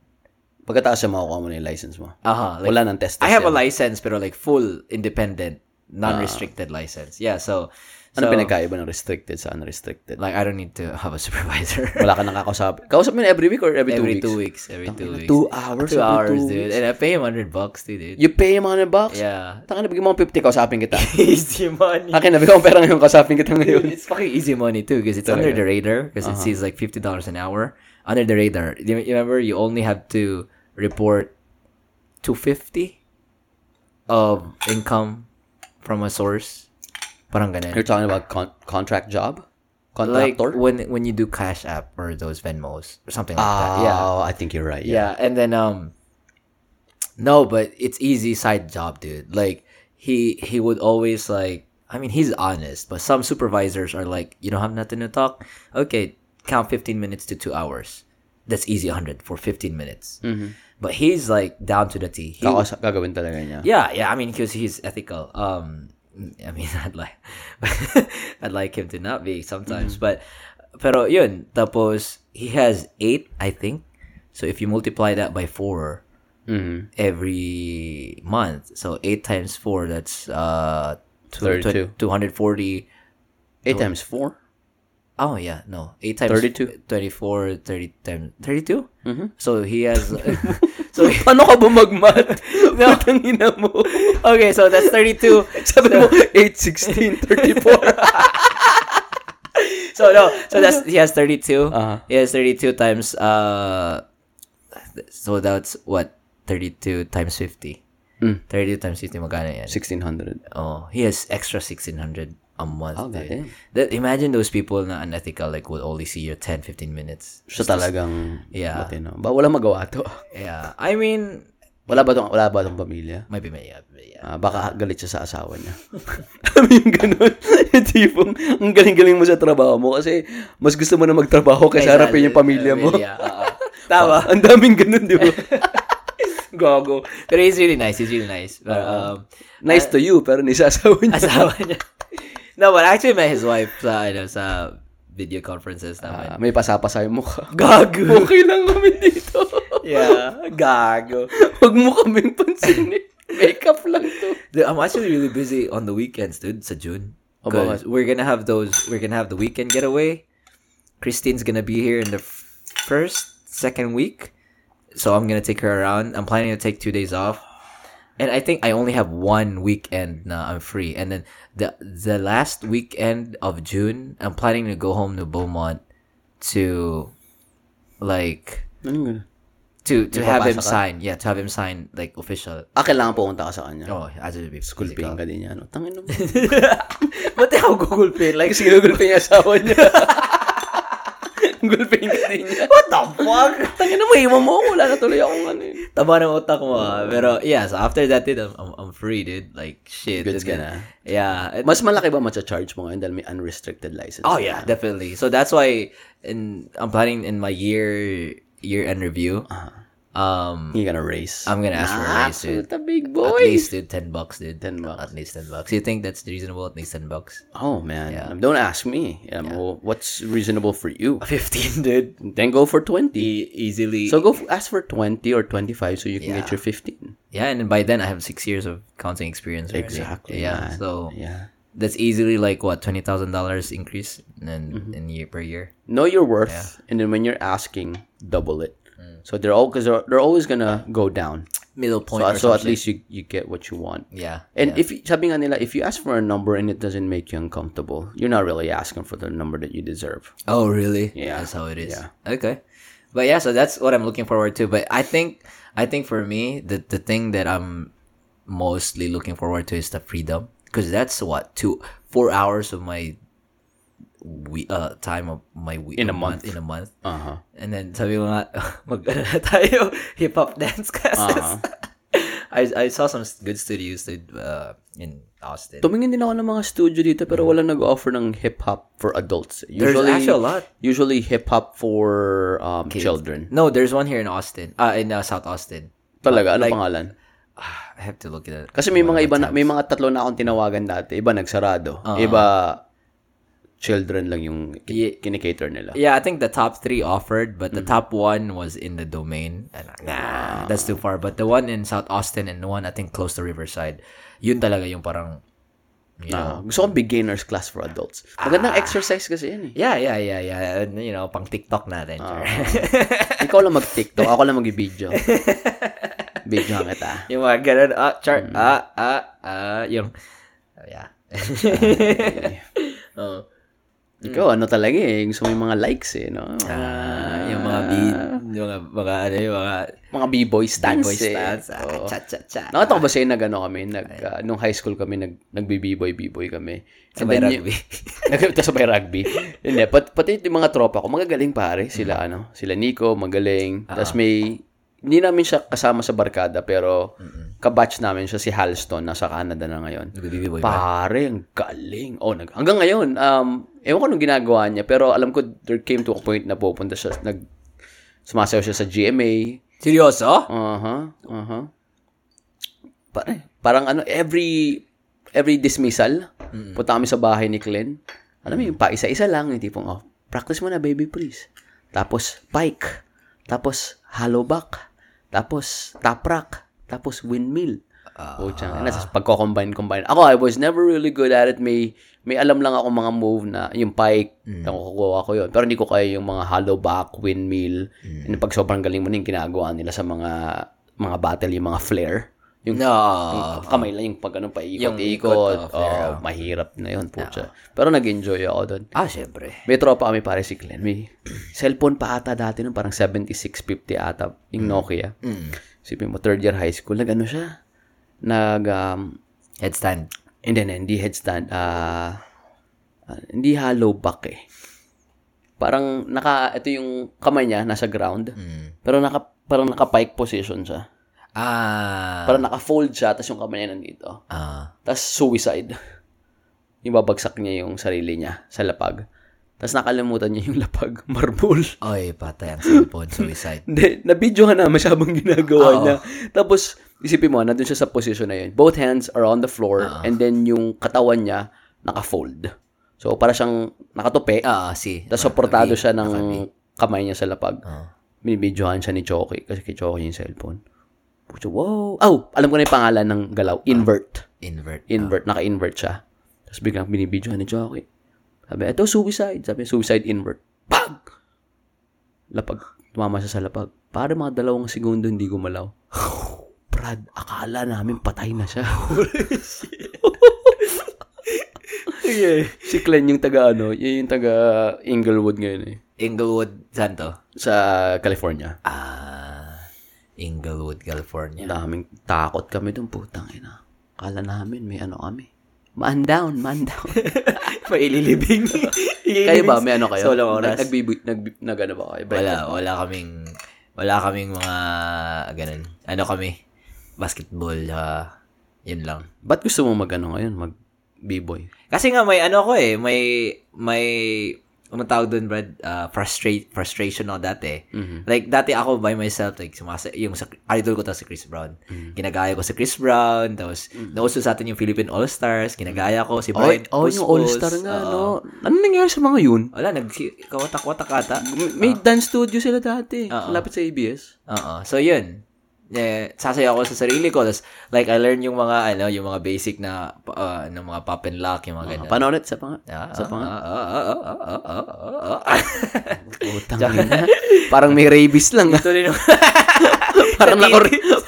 [SPEAKER 1] Pagkataas siya, makukuha mo na yung license mo.
[SPEAKER 2] Uh-huh, like-
[SPEAKER 1] Wala nang test.
[SPEAKER 2] I have a license, pero like full independent, non-restricted license. Yeah, so,
[SPEAKER 1] Ah. Ano
[SPEAKER 2] so
[SPEAKER 1] pinagkaiba ng restricted sa unrestricted?
[SPEAKER 2] like I don't need to have a supervisor
[SPEAKER 1] Wala ka nang kakausap. Kausap mo yun every week or every,
[SPEAKER 2] every
[SPEAKER 1] two weeks?
[SPEAKER 2] two weeks. Every two weeks.
[SPEAKER 1] Two hours?
[SPEAKER 2] Two
[SPEAKER 1] every
[SPEAKER 2] hours,
[SPEAKER 1] two
[SPEAKER 2] dude.
[SPEAKER 1] weeks?
[SPEAKER 2] And I pay him hundred bucks, dude. dude.
[SPEAKER 1] You pay him 100 bucks?
[SPEAKER 2] Yeah,
[SPEAKER 1] Taka na, bigyan mo ng 50, kausapin kita.
[SPEAKER 2] easy money.
[SPEAKER 1] Akin na, bigyan mo ng pera ngayon, kausapin kita ngayon.
[SPEAKER 2] It's fucking easy money too, because it's under the radar, because
[SPEAKER 1] Uh-huh.
[SPEAKER 2] it sees like fifty dollars an hour under the radar. You you remember, you only have to report two fifty of income from a source. Parang ganun.
[SPEAKER 1] You're talking about con- contract job?
[SPEAKER 2] like
[SPEAKER 1] Contractor?
[SPEAKER 2] when when you do Cash App or those Venmos or something like
[SPEAKER 1] Ah,
[SPEAKER 2] that. Yeah,
[SPEAKER 1] I think you're right. Yeah.
[SPEAKER 2] yeah, and then um, no, but it's easy side job, dude. Like he he would always like. I mean, he's honest, but some supervisors are like, you don't have nothing to talk. Okay, count fifteen minutes to two hours. that's easy 100 for 15 minutes. But he's like down to the T. He,
[SPEAKER 1] Kakaus- gagawin talaga niya.
[SPEAKER 2] yeah, yeah. I mean, because he's ethical. Um, I mean, I'd like, I'd like him to not be sometimes, but, pero yun. Tapos he has eight, I think. So if you multiply that by four
[SPEAKER 1] Mhm.
[SPEAKER 2] every month, so eight times four, that's uh, two,
[SPEAKER 1] 32.
[SPEAKER 2] two hundred forty.
[SPEAKER 1] 8 times 4?
[SPEAKER 2] Oh yeah, no. 8 times
[SPEAKER 1] 32.
[SPEAKER 2] 24 30 times 32? So he has So
[SPEAKER 1] Mm-hmm. Paano ka ba mag-math? Putang ina mo.
[SPEAKER 2] okay, so that's 32.
[SPEAKER 1] Sabi mo, 8, 16, 34.
[SPEAKER 2] So no, so that's he has 32.
[SPEAKER 1] Uh-huh.
[SPEAKER 2] He has 32 times uh so that's what 32 times 50.
[SPEAKER 1] Mm.
[SPEAKER 2] 32 times 50 magkano yan?
[SPEAKER 1] 1600.
[SPEAKER 2] Oh, he has extra 1600 a month.
[SPEAKER 1] Oh,
[SPEAKER 2] dude.
[SPEAKER 1] goddamn.
[SPEAKER 2] That, imagine those people na unethical like will only see your 10 15 minutes.
[SPEAKER 1] Siya talagang
[SPEAKER 2] Yeah.
[SPEAKER 1] Latino. Ba, wala magawa to.
[SPEAKER 2] Yeah. I mean,
[SPEAKER 1] Wala ba tong, wala ba tong pamilya?
[SPEAKER 2] maybe may yeah.
[SPEAKER 1] Ah, baka galit siya sa asawa niya. Alam mo yung ganun? Yung tipong, ang galing-galing mo sa trabaho mo kasi mas gusto mo na magtrabaho kaysa harapin yung pamilya mo.
[SPEAKER 2] Tama.
[SPEAKER 1] ang daming ganun, di ba? Gago.
[SPEAKER 2] Pero he's really nice. He's really nice. But,
[SPEAKER 1] Uh-huh.
[SPEAKER 2] um,
[SPEAKER 1] Nice to you, pero ni sa asawa niya.
[SPEAKER 2] asawa niya. No, but I actually met his wife sa, ano, sa video conferences namin.
[SPEAKER 1] Ah, may pasapasa yung mukha.
[SPEAKER 2] Gago.
[SPEAKER 1] Okay lang kami dito.
[SPEAKER 2] yeah. Gago.
[SPEAKER 1] Huwag mo kaming pansinin. Makeup lang to.
[SPEAKER 2] Dude, I'm actually really busy on the weekends, dude, sa June.
[SPEAKER 1] Oh,
[SPEAKER 2] 'Cause
[SPEAKER 1] bakit?
[SPEAKER 2] we're gonna have those, we're gonna have the weekend getaway. Christine's gonna be here in the f- first, second week. So I'm gonna take her around. I'm planning to take two days off. And I think I only have one weekend na I'm free. And then the the last weekend of June, I'm planning to go home to Beaumont to like
[SPEAKER 1] Anong ganun?
[SPEAKER 2] to to have him
[SPEAKER 1] papasa ka?
[SPEAKER 2] sign. Yeah, to have him sign like official.
[SPEAKER 1] Ah, kailangan pumunta ka sa kanya.
[SPEAKER 2] Oh, I should be
[SPEAKER 1] School paying ka din niya. Ano? Tangin mo.
[SPEAKER 2] Ba't ako Google Pay? Like,
[SPEAKER 1] Kasi ginugulping yung asawa niya. Gulping ka din niya.
[SPEAKER 2] what the fuck?
[SPEAKER 1] Tangin mo, ima mo. Wala na tuloy akong ano yun.
[SPEAKER 2] Taba ng utak mo ah. Pero, yeah, so after that, dude, I'm, I'm, I'm free, dude. Like, shit.
[SPEAKER 1] Goods
[SPEAKER 2] Good
[SPEAKER 1] ka na.
[SPEAKER 2] Yeah.
[SPEAKER 1] Mas malaki ba macha-charge mo ngayon dahil may unrestricted license?
[SPEAKER 2] Oh yeah, definitely. So that's why in I'm planning in my year year end review.
[SPEAKER 1] Uh-huh.
[SPEAKER 2] Um,
[SPEAKER 1] You gonna race.
[SPEAKER 2] I'm gonna ask for a raise, dude.
[SPEAKER 1] Absolute big boy.
[SPEAKER 2] At least dude, ten bucks, dude.
[SPEAKER 1] 10 bucks.
[SPEAKER 2] At least ten bucks. You think that's reasonable? At least ten bucks.
[SPEAKER 1] Oh man, don't ask me. Yeah, Well, what's reasonable for you?
[SPEAKER 2] Fifteen, dude.
[SPEAKER 1] Then go for 20.
[SPEAKER 2] E- easily.
[SPEAKER 1] So go f- ask for 20 or 25 so you can get
[SPEAKER 2] Yeah.
[SPEAKER 1] your 15.
[SPEAKER 2] yeah, and by then I have six years of counting experience. already.
[SPEAKER 1] Exactly.
[SPEAKER 2] Yeah.
[SPEAKER 1] man.
[SPEAKER 2] So
[SPEAKER 1] yeah.
[SPEAKER 2] that's easily like what twenty thousand dollars increase in
[SPEAKER 1] Mm-hmm.
[SPEAKER 2] in year per year.
[SPEAKER 1] know your worth and then when you're asking double it
[SPEAKER 2] Mm.
[SPEAKER 1] so they're all because they're, they're always gonna go down
[SPEAKER 2] Middle point.
[SPEAKER 1] so,
[SPEAKER 2] or
[SPEAKER 1] so at
[SPEAKER 2] some shit.
[SPEAKER 1] least you, you get what you want
[SPEAKER 2] Yeah.
[SPEAKER 1] and if sabi nga nila, if you ask for a number and it doesn't make you uncomfortable you're not really asking for the number that you deserve
[SPEAKER 2] Oh, really?
[SPEAKER 1] Yeah.
[SPEAKER 2] That's how it is.
[SPEAKER 1] Yeah.
[SPEAKER 2] Okay. But yeah, so that's what I'm looking forward to. But I think, I think for me, the the thing that I'm mostly looking forward to is the freedom, because that's what two four hours of my we uh time of my week
[SPEAKER 1] In a month.
[SPEAKER 2] in a month,
[SPEAKER 1] uh-huh
[SPEAKER 2] and then sabi ko nga mag ano na tayo hip hop dance classes.
[SPEAKER 1] Uh-huh.
[SPEAKER 2] I I saw some good studios that, uh, in Austin.
[SPEAKER 1] tumingin din ako ng mga studio dito pero wala nag-offer ng hip-hop for adults
[SPEAKER 2] Mm. There's actually a lot.
[SPEAKER 1] usually hip-hop for um, children
[SPEAKER 2] No, there's one here in Austin. Uh, in uh, South Austin.
[SPEAKER 1] talaga ano pangalan
[SPEAKER 2] Ah, I have to look at it.
[SPEAKER 1] Kasi may mga iba na, may mga tatlo na akong tinawagan dati. Iba nagsarado. Iba children lang yung
[SPEAKER 2] Ah.
[SPEAKER 1] ki-
[SPEAKER 2] Ye-
[SPEAKER 1] kinikater nila.
[SPEAKER 2] Yeah, I think the top three offered, but the
[SPEAKER 1] Mm.
[SPEAKER 2] top one was in the domain. And, nah, that's too far. But the one in South Austin and the one I think close to Riverside, yun talaga yung parang, you
[SPEAKER 1] Ah,
[SPEAKER 2] know.
[SPEAKER 1] gusto kong beginner's class for adults. Magandang
[SPEAKER 2] Ah.
[SPEAKER 1] exercise kasi yan eh.
[SPEAKER 2] Yeah, yeah, yeah, yeah. And, you know, pang TikTok natin.
[SPEAKER 1] Ah. Ikaw lang mag-tiktok, ako lang mag-video. Video ang kita.
[SPEAKER 2] yung mga ganun, ah,
[SPEAKER 1] Mm.
[SPEAKER 2] chart, ah, ah, ah, yung, yeah. oh.
[SPEAKER 1] Ikaw, ano talaga eh. Gusto mo yung mga likes eh. No?
[SPEAKER 2] Ah, yung mga beat, yung mga, mga ano, yung mga
[SPEAKER 1] mga b-boy stance
[SPEAKER 2] boy
[SPEAKER 1] eh.
[SPEAKER 2] stats, ah,
[SPEAKER 1] Oo.
[SPEAKER 2] cha, cha, cha.
[SPEAKER 1] Nakatawa ba sa'yo nag ano kami, nag, ah, nung high school kami, nag, nagbe-b-boy, b-boy kami. And
[SPEAKER 2] Sabay
[SPEAKER 1] then y-
[SPEAKER 2] rugby.
[SPEAKER 1] Nagkita sa may rugby. Hindi, pat, pati yung mga tropa ko, magagaling pare. Sila, ano, sila Nico, magaling. Tapos may, hindi namin siya kasama sa barkada, pero kabatch namin siya si Halston, nasa Canada na ngayon.
[SPEAKER 2] Nagbibiboy ba?
[SPEAKER 1] Pare, ang galing. Oh, nag, hanggang ngayon, um, ewan ko nung ginagawa niya, pero alam ko, there came to a point na pupunta siya, nag, Sumasayaw siya sa GMA.
[SPEAKER 2] Seryoso?
[SPEAKER 1] Uh-huh. Uh-huh. Pare, parang ano, every every dismissal, punta kami sa bahay ni Glenn. Alam mo yung paisa-isa lang, yung tipong, oh, practice mo na, baby, please. Tapos, pike. Tapos, hollow back. Tapos, top rack. Tapos, windmill. Uh, Puchang, ina, tapos pagko-combine-combine. Ako, I was never really good at it. May, may alam lang ako mga move na, yung pike, nakukuha ko yun. Pero hindi ko kaya yung mga hollow back, windmill. And pag sobrang galing mo na yung ginagawa nila sa mga, mga battle, yung mga flare. Yung
[SPEAKER 2] No.
[SPEAKER 1] kamay lang yung pag ano,
[SPEAKER 2] Yung
[SPEAKER 1] paikot-ikot.
[SPEAKER 2] ikot,
[SPEAKER 1] Oh,
[SPEAKER 2] oh, fair,
[SPEAKER 1] mahirap na yun, putya. Pero nag-enjoy ako doon.
[SPEAKER 2] Ah, syempre.
[SPEAKER 1] May tropa kami pare si Glenn. May cellphone pa ata dati nun, parang 7650 ata, yung Nokia.
[SPEAKER 2] Mm.
[SPEAKER 1] Sipin mo, third year high school, nag-ano siya? Nag, um,
[SPEAKER 2] Headstand.
[SPEAKER 1] and then, hindi headstand, ah, ah, hindi hollow back eh. Parang, naka, ito yung kamay niya, nasa ground,
[SPEAKER 2] Mm.
[SPEAKER 1] pero naka, parang naka-pike position siya.
[SPEAKER 2] Ah.
[SPEAKER 1] Parang naka-fold siya, tapos yung kamay niya nandito.
[SPEAKER 2] Ah.
[SPEAKER 1] Tapos suicide. Ibabagsak niya yung sarili niya sa lapag. Tapos nakalimutan niya yung lapag. Marbul.
[SPEAKER 2] Oy, patay ang cellphone. Suicide.
[SPEAKER 1] Hindi, na-videohan na masyabang ginagawa
[SPEAKER 2] Oo.
[SPEAKER 1] niya. Tapos, isipin mo, nandun siya sa position na yun. Both hands are on the floor and then yung katawan niya naka-fold. So, para siyang nakatupi.
[SPEAKER 2] Ah, si.
[SPEAKER 1] Tapos, supportado siya ng kamay niya sa lapag.
[SPEAKER 2] Ah.
[SPEAKER 1] Binibidyohan siya ni Choki kasi kay Choki yung cellphone. Puto, wow. Oh, alam ko na yung pangalan ng galaw. Invert.
[SPEAKER 2] Invert.
[SPEAKER 1] invert, naka-invert siya. Tapos biglang binibidyohan ni Jockey. Sabi, ito suicide. Sabi, suicide invert. Bang! Lapag. Tumama siya sa lapag. Para mga dalawang segundo hindi gumalaw. Brad, akala namin patay na siya.
[SPEAKER 2] Yeah.
[SPEAKER 1] si Glenn yung taga ano, yun yung taga Inglewood ngayon eh.
[SPEAKER 2] Ah. Inglewood, saan to?
[SPEAKER 1] Sa California.
[SPEAKER 2] Ah. Inglewood, California.
[SPEAKER 1] Daming takot kami dun, putang ina. Akala namin may ano kami. Man down, man down.
[SPEAKER 2] Maililibing.
[SPEAKER 1] kayo ba? May ano kayo?
[SPEAKER 2] Solong oras.
[SPEAKER 1] Nag, nagbibi- nag, nag, ano ba kayo? Break
[SPEAKER 2] Wala, wala kaming, wala kaming mga, ganun. Ano kami? Basketball, ah, yun lang.
[SPEAKER 1] Ba't gusto mo mag ano ngayon? Mag b-boy?
[SPEAKER 2] Kasi nga may ano ko eh, may, may, anong tawag doon, Brad? Ah, frustrate, frustration ako dati. Like, dati ako by myself, like, sumasa, yung sa, idol ko tapos si Chris Brown.
[SPEAKER 1] Mm-hmm.
[SPEAKER 2] Ginagaya ko si Chris Brown, tapos, nauso sa atin yung Philippine All-Stars, ginagaya ko si
[SPEAKER 1] Oh,
[SPEAKER 2] Brian
[SPEAKER 1] Mm. oh, yung
[SPEAKER 2] Puspos,
[SPEAKER 1] all-star nga,
[SPEAKER 2] oo.
[SPEAKER 1] no? Ano nangyari sa mga yun?
[SPEAKER 2] Wala, nag-kawatak-watak ata.
[SPEAKER 1] May
[SPEAKER 2] Ah.
[SPEAKER 1] dance studio sila dati.
[SPEAKER 2] Oo.
[SPEAKER 1] Lapit sa ABS.
[SPEAKER 2] Oo. So, yun. Eh, sasaya ako sa sarili ko. Tapos, like, I learned yung mga, ano, yung mga basic na, uh, ng mga pop and lock, yung mga ganun.
[SPEAKER 1] Paano ulit? Sa pang...
[SPEAKER 2] Ah,
[SPEAKER 1] sa pang...
[SPEAKER 2] ah, ah, ah, ah, ah, ah, ah, ah.
[SPEAKER 1] Utang ina. Parang may rabies lang. ah.
[SPEAKER 2] Tuloy nung
[SPEAKER 1] parang, na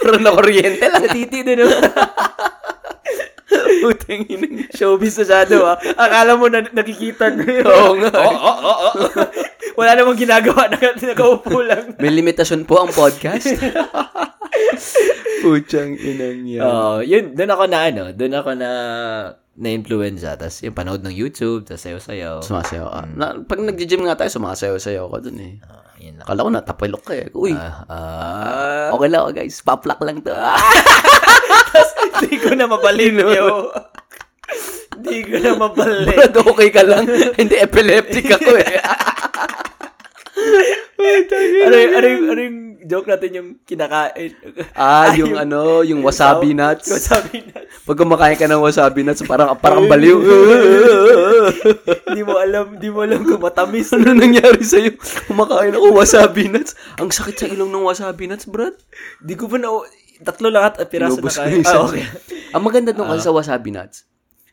[SPEAKER 1] parang nakuryente lang.
[SPEAKER 2] titi din. no?
[SPEAKER 1] Utang ina.
[SPEAKER 2] Showbiz na shadow, ah. Akala mo na nakikita na yun.
[SPEAKER 1] Oo nga.
[SPEAKER 2] Wala namang ginagawa na nakaupo lang.
[SPEAKER 1] May limitasyon po ang podcast. Puchang inang yan.
[SPEAKER 2] Oo, yun, doon ako na, ano, doon ako na na-influence ah. Tapos, yung panood ng YouTube, tapos
[SPEAKER 1] Oh,
[SPEAKER 2] sayo-sayo.
[SPEAKER 1] Sumasayaw ka. Na, pag nag-gym nga tayo, sumasayaw-sayaw ka dun eh.
[SPEAKER 2] Ah, yun lang.
[SPEAKER 1] Akala ko na, tapilok ka eh. Uy,
[SPEAKER 2] Ah, ah.
[SPEAKER 1] okay lang ako, guys. Paplak lang to.
[SPEAKER 2] Hindi ko na mabalik yo. Hindi ko na mabalik.
[SPEAKER 1] Brad, okay ka lang. Hindi, epileptic ako eh.
[SPEAKER 2] ano, yung, ano, yung, ano yung joke natin yung kinakain?
[SPEAKER 1] ah, yung ano, yung wasabi nuts.
[SPEAKER 2] Wasabi nuts.
[SPEAKER 1] Pag kumakain ka ng wasabi nuts, parang, parang baliw.
[SPEAKER 2] Hindi mo alam, hindi mo alam kung matamis.
[SPEAKER 1] ano nangyari sa'yo? Kumakain ako wasabi nuts. Ang sakit sa ilong ng wasabi nuts, Brad.
[SPEAKER 2] Hindi ko ba na... Tatlo lang at piraso na
[SPEAKER 1] Inubos ko yung
[SPEAKER 2] kain.
[SPEAKER 1] isa.
[SPEAKER 2] Ah, okay.
[SPEAKER 1] Ang maganda nung kasi sa wasabi nuts,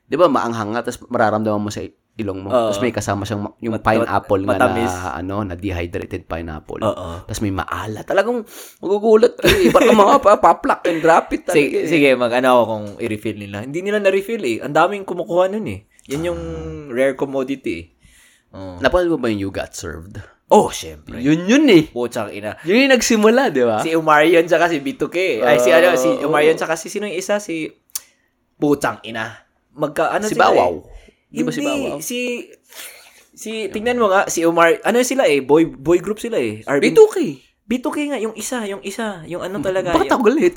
[SPEAKER 1] di ba maanghang nga, tapos mararamdaman mo sa ilong mo.
[SPEAKER 2] Oo.
[SPEAKER 1] Tapos may kasama siyang ma- yung
[SPEAKER 2] Mat-
[SPEAKER 1] pineapple nga
[SPEAKER 2] matamis.
[SPEAKER 1] na, ano, na dehydrated pineapple.
[SPEAKER 2] Oo.
[SPEAKER 1] Tapos may maala. Talagang magugulat. ka Eh. Iba ka mga pa, paplak and drop it talaga.
[SPEAKER 2] Sige,
[SPEAKER 1] eh.
[SPEAKER 2] sige, mag ano ako kung i-refill nila. Hindi nila na-refill eh. Ang daming kumukuha nun eh. Yan yung rare commodity eh. Oh,
[SPEAKER 1] Napanood mo ba yung You Got Served?
[SPEAKER 2] oh syempre.
[SPEAKER 1] Yun yun eh.
[SPEAKER 2] Putsang ina.
[SPEAKER 1] Yun yung nagsimula, di ba?
[SPEAKER 2] Si Umarion tsaka si B2K. Ay, si ano, si
[SPEAKER 1] Ah, oh.
[SPEAKER 2] Umarion tsaka si sino yung isa? Si Putang Ina. Magka, ano
[SPEAKER 1] Si
[SPEAKER 2] sila
[SPEAKER 1] Bawaw.
[SPEAKER 2] Eh?
[SPEAKER 1] Di ba si
[SPEAKER 2] Hindi,
[SPEAKER 1] Bawaw?
[SPEAKER 2] Si, si, tingnan mo nga, si Umar, ano sila eh, boy boy group sila eh. RB.
[SPEAKER 1] B2K.
[SPEAKER 2] B2K nga, yung isa, yung isa, yung ano talaga.
[SPEAKER 1] Bakit
[SPEAKER 2] yung-
[SPEAKER 1] ako galit?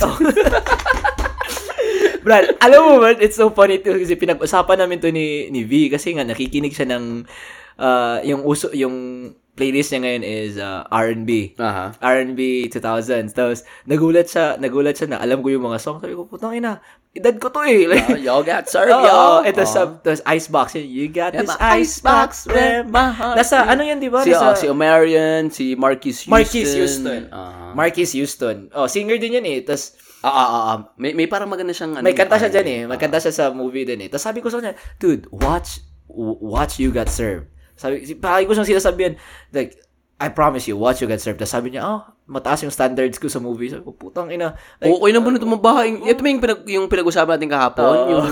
[SPEAKER 2] Brad, alam mo ba, it's so funny to, kasi pinag-usapan namin to ni, ni V, kasi nga, nakikinig siya ng, uh, yung uso, yung playlist niya ngayon is uh, R&B.
[SPEAKER 1] Aha.
[SPEAKER 2] R&B 2000s. Tapos, nagulat siya, nagulat siya na alam ko yung mga songs. Sabi ko, putang ina, edad ko to eh. Like,
[SPEAKER 1] Y'all got served,
[SPEAKER 2] Oo,
[SPEAKER 1] y'all.
[SPEAKER 2] oh, ito
[SPEAKER 1] Oo.
[SPEAKER 2] sa tapos Icebox. yun, You got
[SPEAKER 1] Yeah,
[SPEAKER 2] this
[SPEAKER 1] my icebox
[SPEAKER 2] Icebox,
[SPEAKER 1] where
[SPEAKER 2] where my heart Nasa, ano yan, di ba?
[SPEAKER 1] Si,
[SPEAKER 2] Nasa,
[SPEAKER 1] oh, si Omarion, si Marquis Houston.
[SPEAKER 2] Marquis Houston.
[SPEAKER 1] Ah.
[SPEAKER 2] Marquis Houston. Oh, singer din yan eh. Tapos,
[SPEAKER 1] Ah, ah, ah, ah. May, may parang maganda siyang... ano,
[SPEAKER 2] may kanta siya
[SPEAKER 1] R&B.
[SPEAKER 2] dyan eh. May kanta siya sa movie din eh. Tapos sabi ko sa kanya, dude, watch, w- watch You Got Served. Sabi, si- palagi ko siyang sinasabihan, like, I promise you, watch You Got Served. Tapos sabi niya, oh, mataas yung standards ko sa movie. Sabi ko, putang ina. Like,
[SPEAKER 1] Oo, okay naman ito mabahay. Ito may yung, pinag, yung pinag-usapan natin kahapon,
[SPEAKER 2] Oo.
[SPEAKER 1] yung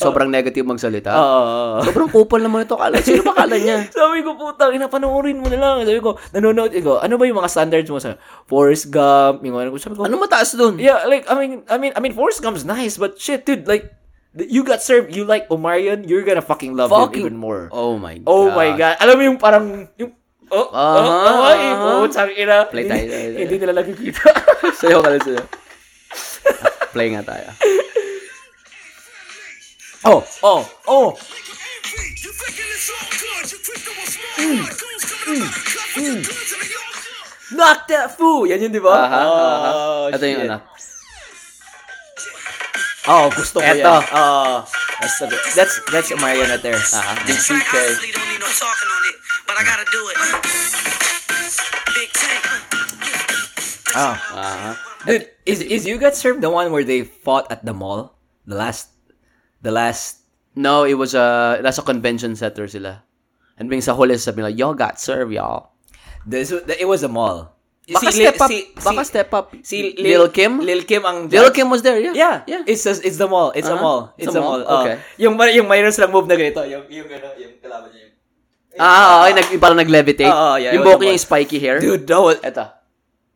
[SPEAKER 1] sobrang negative magsalita.
[SPEAKER 2] ah.
[SPEAKER 1] Sobrang kupal naman ito. Kala, Oh. sino ba kala niya?
[SPEAKER 2] Sabi ko, putang ina, panoorin mo na lang. Sabi ko, nanonood ko, ano ba yung mga standards mo sa Forrest Gump? Yung ano ko, sabi ko,
[SPEAKER 1] Ano mataas dun?
[SPEAKER 2] yeah, like, I mean, I mean, I mean, Forrest Gump's nice, but shit, dude, like, th- you got served, you like Omarion, you're gonna fucking love
[SPEAKER 1] Fucking-
[SPEAKER 2] him even more.
[SPEAKER 1] Oh my God.
[SPEAKER 2] Oh my God. Alam mo yung parang, yung, oh, oh,
[SPEAKER 1] Aha,
[SPEAKER 2] oh, ay,
[SPEAKER 1] aha.
[SPEAKER 2] oh, tsang ina.
[SPEAKER 1] Play tayo,
[SPEAKER 2] Hindi-
[SPEAKER 1] tayo, tayo.
[SPEAKER 2] Hindi nila nakikita.
[SPEAKER 1] Sayo ka lang sayo. Play nga tayo.
[SPEAKER 2] oh, oh, oh. Knock that fool! Yan yun, di ba?
[SPEAKER 1] Aha, aha.
[SPEAKER 2] Oh,
[SPEAKER 1] Ito yung
[SPEAKER 2] shit.
[SPEAKER 1] ano.
[SPEAKER 2] Oh, gusto ko
[SPEAKER 1] Eto.
[SPEAKER 2] yan. Oh, that's, so good. that's, that's Omarion
[SPEAKER 1] ano,
[SPEAKER 2] right there.
[SPEAKER 1] Aha.
[SPEAKER 3] This track honestly don't need no talking on it, but I gotta do it. Big tank.
[SPEAKER 2] Oh.
[SPEAKER 4] Uh-huh.
[SPEAKER 1] Aha.
[SPEAKER 2] Dude, is is you got served the one where they fought at the mall? The last, the last.
[SPEAKER 1] No, it was a, nasa convention center sila. And being sa huli, sabi nila, y'all got served, y'all.
[SPEAKER 2] This, it was a mall.
[SPEAKER 1] Baka
[SPEAKER 2] Si Lil-
[SPEAKER 1] step up.
[SPEAKER 2] si-
[SPEAKER 1] baka
[SPEAKER 2] si-
[SPEAKER 1] step up.
[SPEAKER 2] Si
[SPEAKER 1] Lil Kim?
[SPEAKER 2] Lil Kim ang
[SPEAKER 1] Lil Kim was there, yeah.
[SPEAKER 2] Yeah,
[SPEAKER 1] Yeah.
[SPEAKER 2] It's a, it's the mall. It's a
[SPEAKER 1] Uh-huh.
[SPEAKER 2] mall. It's, a mall. Oh,
[SPEAKER 1] Okay.
[SPEAKER 2] Yung mar- yung minors lang move na ganito. Yung yung ano, yung kalaban niya. yung-
[SPEAKER 1] Ah, okay. Nag, parang nag-levitate.
[SPEAKER 2] Oo, Ah, yeah,
[SPEAKER 1] yung
[SPEAKER 2] it was
[SPEAKER 1] buhok
[SPEAKER 2] the
[SPEAKER 1] niya yung spiky hair.
[SPEAKER 2] Dude, that was
[SPEAKER 1] Eto.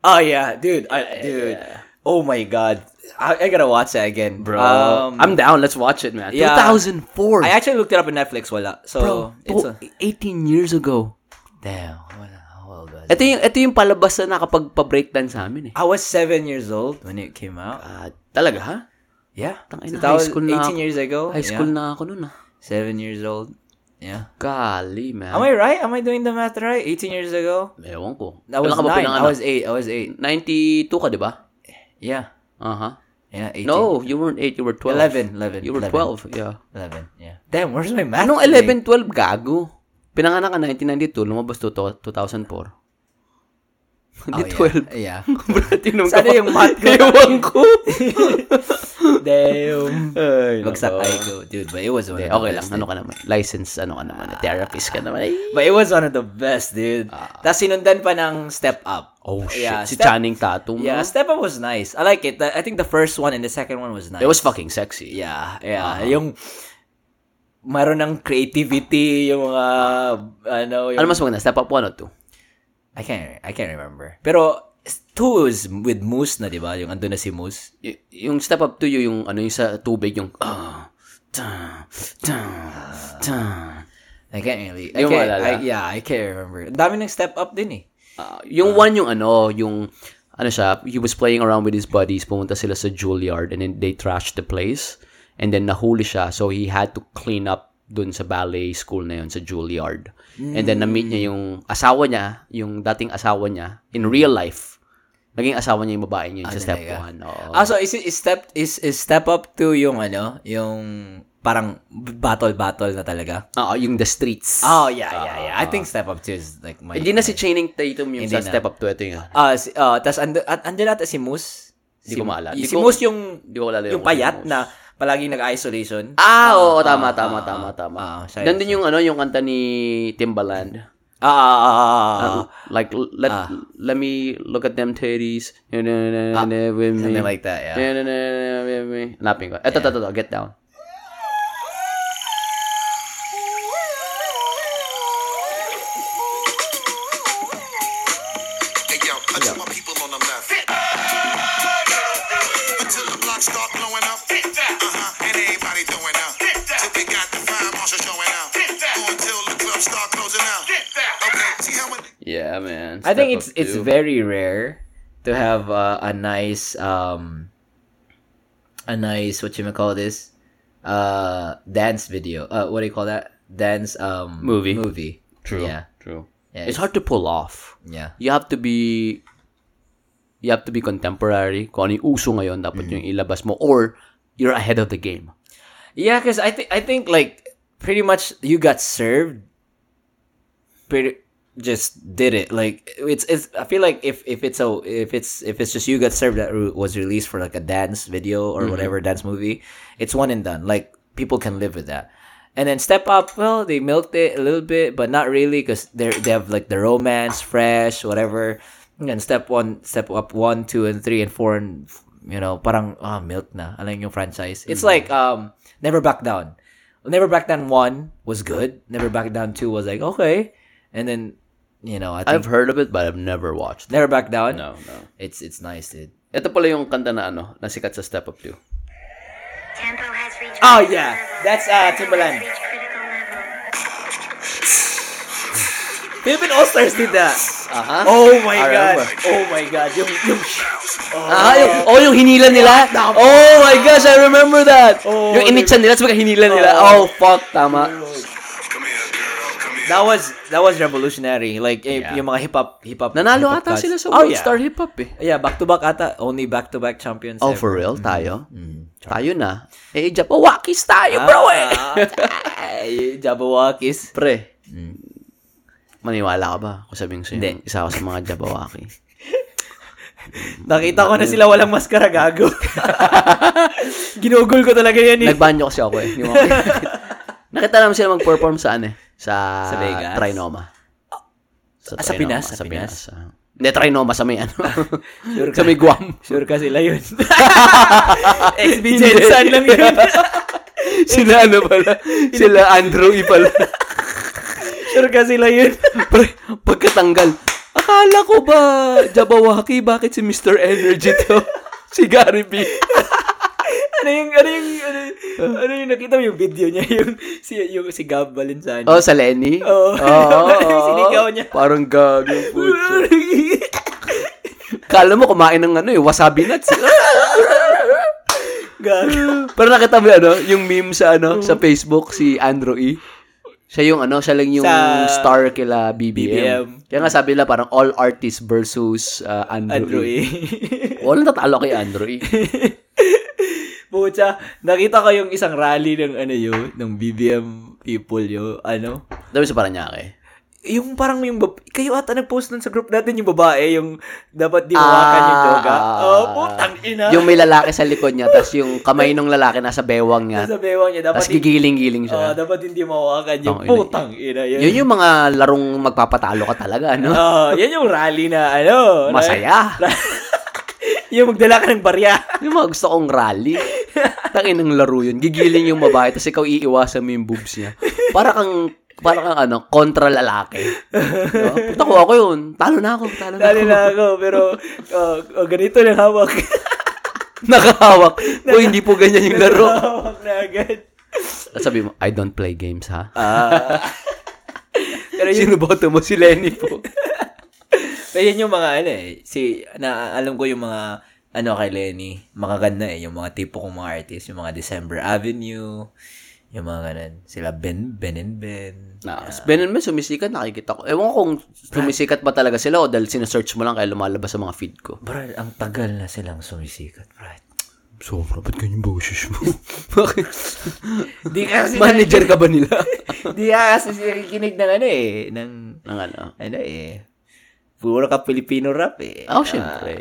[SPEAKER 2] Oh yeah, dude. I, dude. Oh my god. I, I gotta watch that again, bro. Um,
[SPEAKER 1] I'm down. Let's watch it, man.
[SPEAKER 2] Yeah.
[SPEAKER 1] 2004.
[SPEAKER 2] I actually looked it up on Netflix wala. So,
[SPEAKER 1] Bro, oh.
[SPEAKER 2] it's
[SPEAKER 1] to-
[SPEAKER 2] a,
[SPEAKER 1] 18 years ago.
[SPEAKER 2] damn. What the hell was
[SPEAKER 1] Ito yung, ito yung palabas na nakapagpa-breakdance sa amin eh.
[SPEAKER 2] I was seven years old when it came out.
[SPEAKER 1] Ah, talaga ha?
[SPEAKER 2] Yeah.
[SPEAKER 1] Tangina,
[SPEAKER 2] So that
[SPEAKER 1] high
[SPEAKER 2] was
[SPEAKER 1] school na
[SPEAKER 2] 18
[SPEAKER 1] ako.
[SPEAKER 2] years ago.
[SPEAKER 1] High school
[SPEAKER 2] yeah.
[SPEAKER 1] na ako nun ah.
[SPEAKER 2] Seven years old. Yeah.
[SPEAKER 1] Golly, man.
[SPEAKER 2] Am I right? Am I doing the math right? 18 years ago?
[SPEAKER 1] Ewan ko.
[SPEAKER 2] I
[SPEAKER 1] Kailan
[SPEAKER 2] was
[SPEAKER 1] ka ba
[SPEAKER 2] nine. I
[SPEAKER 1] pinanganak?
[SPEAKER 2] was eight. I was eight.
[SPEAKER 1] 92 ka, di ba?
[SPEAKER 2] Yeah.
[SPEAKER 1] Uh-huh.
[SPEAKER 2] Yeah, 18.
[SPEAKER 1] No, you weren't 8, you were 12.
[SPEAKER 2] 11, 11.
[SPEAKER 1] You were 12, yeah.
[SPEAKER 2] 11, yeah. Damn, where's my math?
[SPEAKER 1] Anong
[SPEAKER 2] today?
[SPEAKER 1] 11, 12, gago? Pinanganak ka 1992, lumabas to, to 2004. Hindi
[SPEAKER 2] Oh,
[SPEAKER 1] 12.
[SPEAKER 2] Yeah. yeah.
[SPEAKER 1] Bro, tinong
[SPEAKER 2] Sana yung math ko.
[SPEAKER 1] Ewan ko.
[SPEAKER 2] Damn. Ano
[SPEAKER 1] Ay,
[SPEAKER 2] Bagsak
[SPEAKER 1] nako.
[SPEAKER 2] I go. Dude, but it was one
[SPEAKER 1] Hindi,
[SPEAKER 2] of the
[SPEAKER 1] okay lang.
[SPEAKER 2] best.
[SPEAKER 1] Ano ka naman? License, ano ka naman? Therapist ka naman. Ay.
[SPEAKER 2] But it was one of the best, dude. Tapos sinundan pa ng Step Up.
[SPEAKER 1] Oh, shit.
[SPEAKER 2] Yeah,
[SPEAKER 1] si
[SPEAKER 2] step-
[SPEAKER 1] Channing Tatum.
[SPEAKER 2] Yeah,
[SPEAKER 1] no?
[SPEAKER 2] Step Up was nice. I like it. The- I think the first one and the second one was Ah. nice.
[SPEAKER 1] It was fucking sexy.
[SPEAKER 2] Yeah, yeah. Yung mayroon ng creativity, yung mga ano, yung,
[SPEAKER 1] Ano mas maganda? Step up 1 or 2?
[SPEAKER 2] I can't I can't remember. Pero two was with Moose na, 'di ba? Yung andun na si Moose.
[SPEAKER 1] yung step up to you, yung ano yung sa tubig, yung ah, ta, ta, ta.
[SPEAKER 2] I can't really. I
[SPEAKER 1] Yung
[SPEAKER 2] can't,
[SPEAKER 1] wala
[SPEAKER 2] I,
[SPEAKER 1] lang.
[SPEAKER 2] yeah, I can't remember. Ang dami ng step up din eh.
[SPEAKER 1] Ah, yung one yung ano, yung ano siya, he was playing around with his buddies, pumunta sila sa Juilliard and then they trashed the place. And then nahuli siya, so he had to clean up dun sa ballet school na yun, sa Juilliard. And then na-meet niya yung asawa niya, yung dating asawa niya, in real life. Naging asawa niya yung babae niya yun sa step
[SPEAKER 2] Ah, talaga?
[SPEAKER 1] 1. Oo.
[SPEAKER 2] Ah, so is, it- is step is, is step up to yung ano, yung parang battle battle na talaga.
[SPEAKER 1] Oo, Ah, yung The Streets. Ah.
[SPEAKER 2] Oh, yeah, yeah, yeah. I think step up to is like my
[SPEAKER 1] Hindi na si Channing Tatum yung
[SPEAKER 2] Hindi
[SPEAKER 1] sa
[SPEAKER 2] na.
[SPEAKER 1] Step Up to. Ito yung,
[SPEAKER 2] Ah, si, ah, tas ando, at andyan ata si Moose.
[SPEAKER 1] Di ko maalala. Di
[SPEAKER 2] Si
[SPEAKER 1] ko-
[SPEAKER 2] Moose yung
[SPEAKER 1] di ko ano alala
[SPEAKER 2] yung payat na palaging nag-isolation.
[SPEAKER 1] Ah, oo, tama, tama, tama, tama.
[SPEAKER 2] ah, sorry.
[SPEAKER 1] Nandun yung, ano, yung kanta ni Timbaland.
[SPEAKER 2] Ah, ah, ah, ah, ah.
[SPEAKER 1] like, let, let me look at them titties. Na, na, na, na, na, with me.
[SPEAKER 2] something like that, yeah.
[SPEAKER 1] Na, na, na, na, na, with me. Hanapin ko. Eto, eto, eto, eto, get down.
[SPEAKER 4] Hey yo, I tell my people on the left. Until the block start blowing up. Uh-huh, and everybody throwing up. Till we got the fire marshal showing up. Or until the club start closing out. Okay, see how it.
[SPEAKER 1] Yeah, man.
[SPEAKER 2] I think it's
[SPEAKER 1] Step Up
[SPEAKER 2] it's
[SPEAKER 1] to.
[SPEAKER 2] very rare to have uh, a nice um a nice what you may call this uh dance video. Uh what do you call that? Dance um
[SPEAKER 1] Movie.
[SPEAKER 2] movie.
[SPEAKER 1] True.
[SPEAKER 2] Yeah.
[SPEAKER 1] True.
[SPEAKER 2] Yeah,
[SPEAKER 1] it's,
[SPEAKER 2] it's-
[SPEAKER 1] hard to pull off.
[SPEAKER 2] Yeah.
[SPEAKER 1] You have to be you have to be contemporary. Kung ano yung uso ngayon, dapat yung ilabas mo or you're ahead of the game.
[SPEAKER 2] Yeah, because I think I think like pretty much you got served. Pretty just did it like it's it's I feel like if if it's a if it's if it's just you got served that re- was released for like a dance video or whatever dance movie, it's one and done. Like people can live with that. And then step up, well, they milked it a little bit, but not really because they they have like the romance, fresh, whatever. And step one, step up one, two, and three, and four, and you know, parang ah milk na. Alam niyo yung franchise. It's like um Never Back Down. Never Back Down one was good. Never Back Down two was like okay, and then you know I think
[SPEAKER 1] I've heard of it but I've never watched. it.
[SPEAKER 2] Never Back Down.
[SPEAKER 1] No, no.
[SPEAKER 2] It's it's nice, dude.
[SPEAKER 1] Ito pala yung kanta na ano, na sikat sa Step Up 2.
[SPEAKER 5] Tempo has reached
[SPEAKER 2] Oh,
[SPEAKER 5] critical
[SPEAKER 2] yeah.
[SPEAKER 5] level.
[SPEAKER 2] That's, uh,
[SPEAKER 5] Tempo has
[SPEAKER 2] Timbaland.
[SPEAKER 5] reached critical level.
[SPEAKER 2] Philippine All Stars did that.
[SPEAKER 1] Aha.
[SPEAKER 2] Oh my
[SPEAKER 1] I
[SPEAKER 2] god.
[SPEAKER 1] remember.
[SPEAKER 2] Oh my god. Yung, yung,
[SPEAKER 1] Ah, yung, oh, yung hinila nila? Oh my gosh, I remember that! yung initsan nila, sabagay hinila nila. Oh, fuck, tama.
[SPEAKER 4] Come here, girl. Come here.
[SPEAKER 2] that was that was revolutionary. Like eh,
[SPEAKER 1] Yeah.
[SPEAKER 2] yung mga hip hop hip hop.
[SPEAKER 1] Nanalo
[SPEAKER 2] hip-hop
[SPEAKER 1] ata
[SPEAKER 2] gods.
[SPEAKER 1] sila sa
[SPEAKER 2] Oh,
[SPEAKER 1] World
[SPEAKER 2] yeah.
[SPEAKER 1] Star Hip Hop eh.
[SPEAKER 2] Yeah, back to back ata only back to back champions.
[SPEAKER 1] Oh,
[SPEAKER 2] ever.
[SPEAKER 1] for real? Tayo? Tayo na. Eh, Japan, wakis tayo, bro eh!
[SPEAKER 2] Ah. Ay, Jabberwockies.
[SPEAKER 1] Pre, Mm. maniwala ka ba kung sabihin ko sa'yo,
[SPEAKER 2] Hindi.
[SPEAKER 1] isa ako sa mga Jabawaki?
[SPEAKER 2] Nakita ko na sila walang maskara gago. Ginugol ko talaga yan eh.
[SPEAKER 1] Nagbanyo kasi ako eh. Hindi mo ako- Nakita naman sila mag-perform saan eh? Sa,
[SPEAKER 2] Sa Vegas?
[SPEAKER 1] Trinoma.
[SPEAKER 2] Ah, sa Pinas? Sa
[SPEAKER 1] ah. Hindi, Trinoma sa may ano.
[SPEAKER 2] Sure
[SPEAKER 1] sa may Guam.
[SPEAKER 2] Sure ka sila yun. SB Jensen lang yun.
[SPEAKER 1] sila ano pala? Sila Andrew E pala.
[SPEAKER 2] sure ka sila yun.
[SPEAKER 1] Pre, pagkatanggal, akala ko ba Jabawaki, bakit si Mr. Energy to? si Gary B.
[SPEAKER 2] ano yung, ano yung, ano, yung- ano yung nakita mo yung video niya? Yung, si, yung, si Gab Valenciano.
[SPEAKER 1] Oh, sa Lenny? Oo,
[SPEAKER 2] Oo.
[SPEAKER 1] oo,
[SPEAKER 2] Sinigaw
[SPEAKER 1] oo.
[SPEAKER 2] niya.
[SPEAKER 1] Parang gago. puto. Kala mo kumain ng ano eh, wasabi nuts.
[SPEAKER 2] Gago.
[SPEAKER 1] Pero nakita mo yung ano, yung meme sa ano,
[SPEAKER 2] Mm.
[SPEAKER 1] sa Facebook, si Andrew E. Siya yung ano, siya lang yung
[SPEAKER 2] Sa-
[SPEAKER 1] star kila BBM.
[SPEAKER 2] BBM.
[SPEAKER 1] Kaya nga sabi nila parang all artists versus uh, Andrew,
[SPEAKER 2] Andrew eh.
[SPEAKER 1] E. Walang tatalo kay Andrew E.
[SPEAKER 2] Pucha, nakita ko yung isang rally ng ano yun, ng BBM people yun, ano?
[SPEAKER 1] Dami sa Paranaque.
[SPEAKER 2] Yung parang yung, bab- kayo ata nag-post nun sa group natin yung babae, yung dapat di mawakan yung yoga. oh, putang ina.
[SPEAKER 1] Ah, Yung may lalaki sa likod niya, tapos yung kamay ng lalaki nasa bewang niya.
[SPEAKER 2] Sa bewang niya, dapat
[SPEAKER 1] Tapos gigiling-giling
[SPEAKER 2] Oh,
[SPEAKER 1] siya.
[SPEAKER 2] dapat hindi mawakan yung
[SPEAKER 1] Tang ina.
[SPEAKER 2] putang ina yun.
[SPEAKER 1] Yun yung mga larong magpapatalo ka talaga, ano?
[SPEAKER 2] Oh, yan yung rally na ano.
[SPEAKER 1] Masaya. Ano?
[SPEAKER 2] yung magdala ka ng barya.
[SPEAKER 1] Yung mga gusto kong rally. Tangin ng laro yun. Gigiling yung babae, tapos ikaw iiwasan mo yung boobs niya. Para kang, para kang ano, kontra lalaki. No? Puta ko ako yun. Talo na ako, talo na
[SPEAKER 2] Dali
[SPEAKER 1] ako.
[SPEAKER 2] na ako, pero oh, oh, ganito lang hawak.
[SPEAKER 1] Nakahawak. O, hindi po ganyan yung laro.
[SPEAKER 2] hawak na agad.
[SPEAKER 1] At sabi mo, I don't play games, ha?
[SPEAKER 2] Pero yun,
[SPEAKER 1] Sino ba mo? Ah. Si Lenny po.
[SPEAKER 2] pero yun yung mga ano eh. Si, na, alam ko yung mga ano kay Lenny, makaganda eh. Yung mga tipo kong mga artist, yung mga December Avenue, yung mga ganun. Sila Ben, Ben and Ben.
[SPEAKER 1] Na, Ben and Mel, sumisikat, nakikita ko. Ewan ko kung sumisikat ba talaga sila o dahil sinesearch mo lang kaya lumalabas sa mga feed ko.
[SPEAKER 2] Brad, ang tagal na silang sumisikat, Brad.
[SPEAKER 1] Sobra, ba't ganyan boses mo? Bakit?
[SPEAKER 2] Di kasi
[SPEAKER 1] Manager ka ba nila?
[SPEAKER 2] Di ka kasi nakikinig ng ano eh, ng,
[SPEAKER 1] Nang ano?
[SPEAKER 2] ano eh, puro ka Filipino rap eh. Ah,
[SPEAKER 1] Oh, syempre.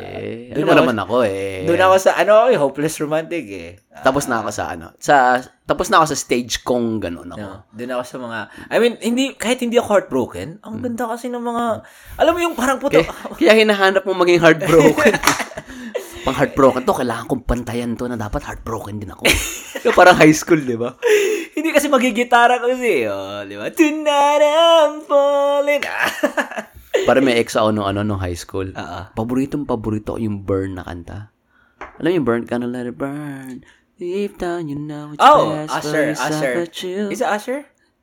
[SPEAKER 1] Alam mo
[SPEAKER 2] ako-
[SPEAKER 1] naman ako eh.
[SPEAKER 2] Doon ako sa, ano ako eh, hopeless romantic eh.
[SPEAKER 1] Tapos na ako sa ano. Sa, tapos na ako sa stage kong gano'n ako.
[SPEAKER 2] No, doon ako sa mga, I mean, hindi, kahit hindi ako heartbroken,
[SPEAKER 1] Hmm.
[SPEAKER 2] ang ganda kasi ng mga, alam mo yung parang puto,
[SPEAKER 1] Kaya, kaya hinahanap mo maging heartbroken. Pang heartbroken to, kailangan kong pantayan to na dapat heartbroken din ako. Kaya parang high school, di ba?
[SPEAKER 2] hindi kasi magigitara ko kasi, oh, di ba? Tonight I'm falling.
[SPEAKER 1] Parang may ex ako nung ano, nung high school.
[SPEAKER 2] Oo.
[SPEAKER 1] Paboritong paborito ko yung burn na kanta. Alam mo yung burn, gonna let it burn. Deep down, you know it's
[SPEAKER 2] oh,
[SPEAKER 1] best, but
[SPEAKER 2] Usher,
[SPEAKER 1] it's
[SPEAKER 2] Usher.
[SPEAKER 1] not you.
[SPEAKER 2] Is it Usher?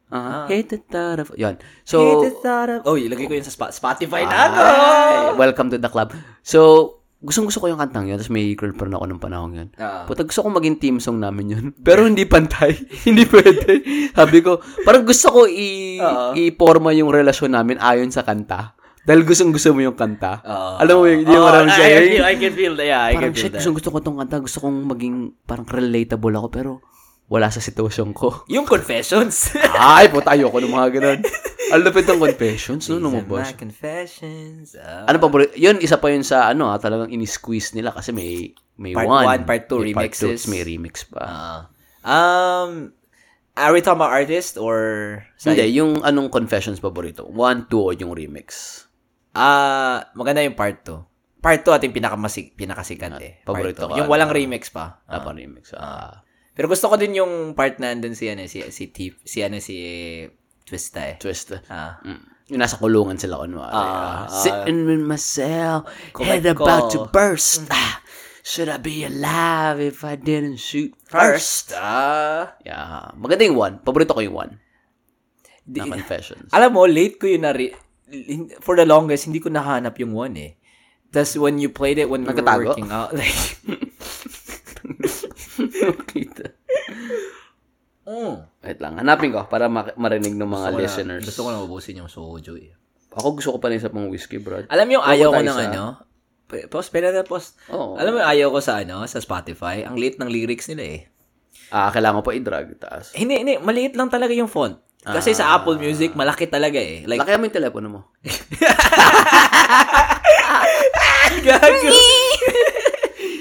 [SPEAKER 1] Uh-huh. Hate the thought of... Yun. So, Ah.
[SPEAKER 2] Hate the thought of- Oh, ilagay ko yun sa Spo- Spotify na ako.
[SPEAKER 1] Ay, welcome to the club. So, Gustong gusto ko yung kantang yun. Tapos may girlfriend ako nung panahon yun.
[SPEAKER 2] Ah.
[SPEAKER 1] Puta, gusto ko maging team song namin yun. Pero hindi pantay. hindi pwede. Sabi ko, parang gusto ko i-
[SPEAKER 2] Ah.
[SPEAKER 1] i-forma yung relasyon namin ayon sa kanta. Dahil gustong gusto mo yung kanta.
[SPEAKER 2] Ah.
[SPEAKER 1] Alam mo yun, yung
[SPEAKER 2] Oh,
[SPEAKER 1] maraming
[SPEAKER 2] I- I-
[SPEAKER 1] saying.
[SPEAKER 2] I, I can feel that. Yeah, I
[SPEAKER 1] parang
[SPEAKER 2] can feel
[SPEAKER 1] shit,
[SPEAKER 2] that.
[SPEAKER 1] gusto, gusto ko tong kanta. Gusto kong maging parang relatable ako pero wala sa sitwasyon ko.
[SPEAKER 2] Yung confessions.
[SPEAKER 1] Ay, puta, ayoko ng mga ganun. Ang lupit ng confessions, no, no,
[SPEAKER 2] These
[SPEAKER 1] mga
[SPEAKER 2] are
[SPEAKER 1] boss.
[SPEAKER 2] my confessions. Ah.
[SPEAKER 1] Ano paborito? Yun, isa pa yun sa ano, ah, talagang ini-squeeze nila kasi may may
[SPEAKER 2] Part
[SPEAKER 1] one,
[SPEAKER 2] one, part two,
[SPEAKER 1] may
[SPEAKER 2] remixes.
[SPEAKER 1] may remix pa.
[SPEAKER 2] Ah. um, are we talking about artist or...
[SPEAKER 1] Hindi, yung anong confessions paborito? One, two, o yung remix?
[SPEAKER 2] Ah, maganda yung part 2. Part 2 ating pinakamasik, pinakasikat eh. Part
[SPEAKER 1] paborito ko,
[SPEAKER 2] two. Yung
[SPEAKER 1] ano?
[SPEAKER 2] walang remix pa.
[SPEAKER 1] Ah,
[SPEAKER 2] Ah.
[SPEAKER 1] pa remix. Ah,
[SPEAKER 2] Pero gusto ko din yung part na andun si ano si si Tip, si ano si Twista eh.
[SPEAKER 1] twist.
[SPEAKER 2] Ah.
[SPEAKER 1] Mm. Yung nasa kulungan sila kunwari.
[SPEAKER 2] Ah,
[SPEAKER 1] Ah,
[SPEAKER 2] ah.
[SPEAKER 1] Sitting with myself,
[SPEAKER 2] Correct Oh.
[SPEAKER 1] head about to
[SPEAKER 2] call.
[SPEAKER 1] burst. Ah, should I be alive if I didn't shoot first?
[SPEAKER 2] First. Ah.
[SPEAKER 1] Yeah. Maganda yung one. Paborito ko yung one.
[SPEAKER 2] Di-
[SPEAKER 1] Na confessions.
[SPEAKER 2] alam mo, late ko yun na re- for the longest hindi ko nahanap yung one eh. Tapos when you played it when we were
[SPEAKER 1] Nagkatago?
[SPEAKER 2] working out like
[SPEAKER 1] Kita.
[SPEAKER 2] oh,
[SPEAKER 1] Wait lang. Hanapin ko para ma- marinig ng mga Hmm. listeners.
[SPEAKER 2] gusto ko na ubusin yung soju eh.
[SPEAKER 1] Ako gusto ko pa na isa pang whiskey, bro.
[SPEAKER 2] Alam mo yung ayaw ko
[SPEAKER 1] tayo
[SPEAKER 2] ng
[SPEAKER 1] sa-
[SPEAKER 2] ano? P- Post, pwede na post.
[SPEAKER 1] Oo.
[SPEAKER 2] Alam mo yung ayaw ko sa ano, sa Spotify. Ang liit ng lyrics nila eh.
[SPEAKER 1] Ah, kailangan ko pa i-drag taas.
[SPEAKER 2] Hindi, hindi. Maliit lang talaga yung font.
[SPEAKER 1] Ah.
[SPEAKER 2] Kasi sa Apple Music, malaki talaga eh. Like,
[SPEAKER 1] Lakihan mo yung telepono mo.
[SPEAKER 2] gago.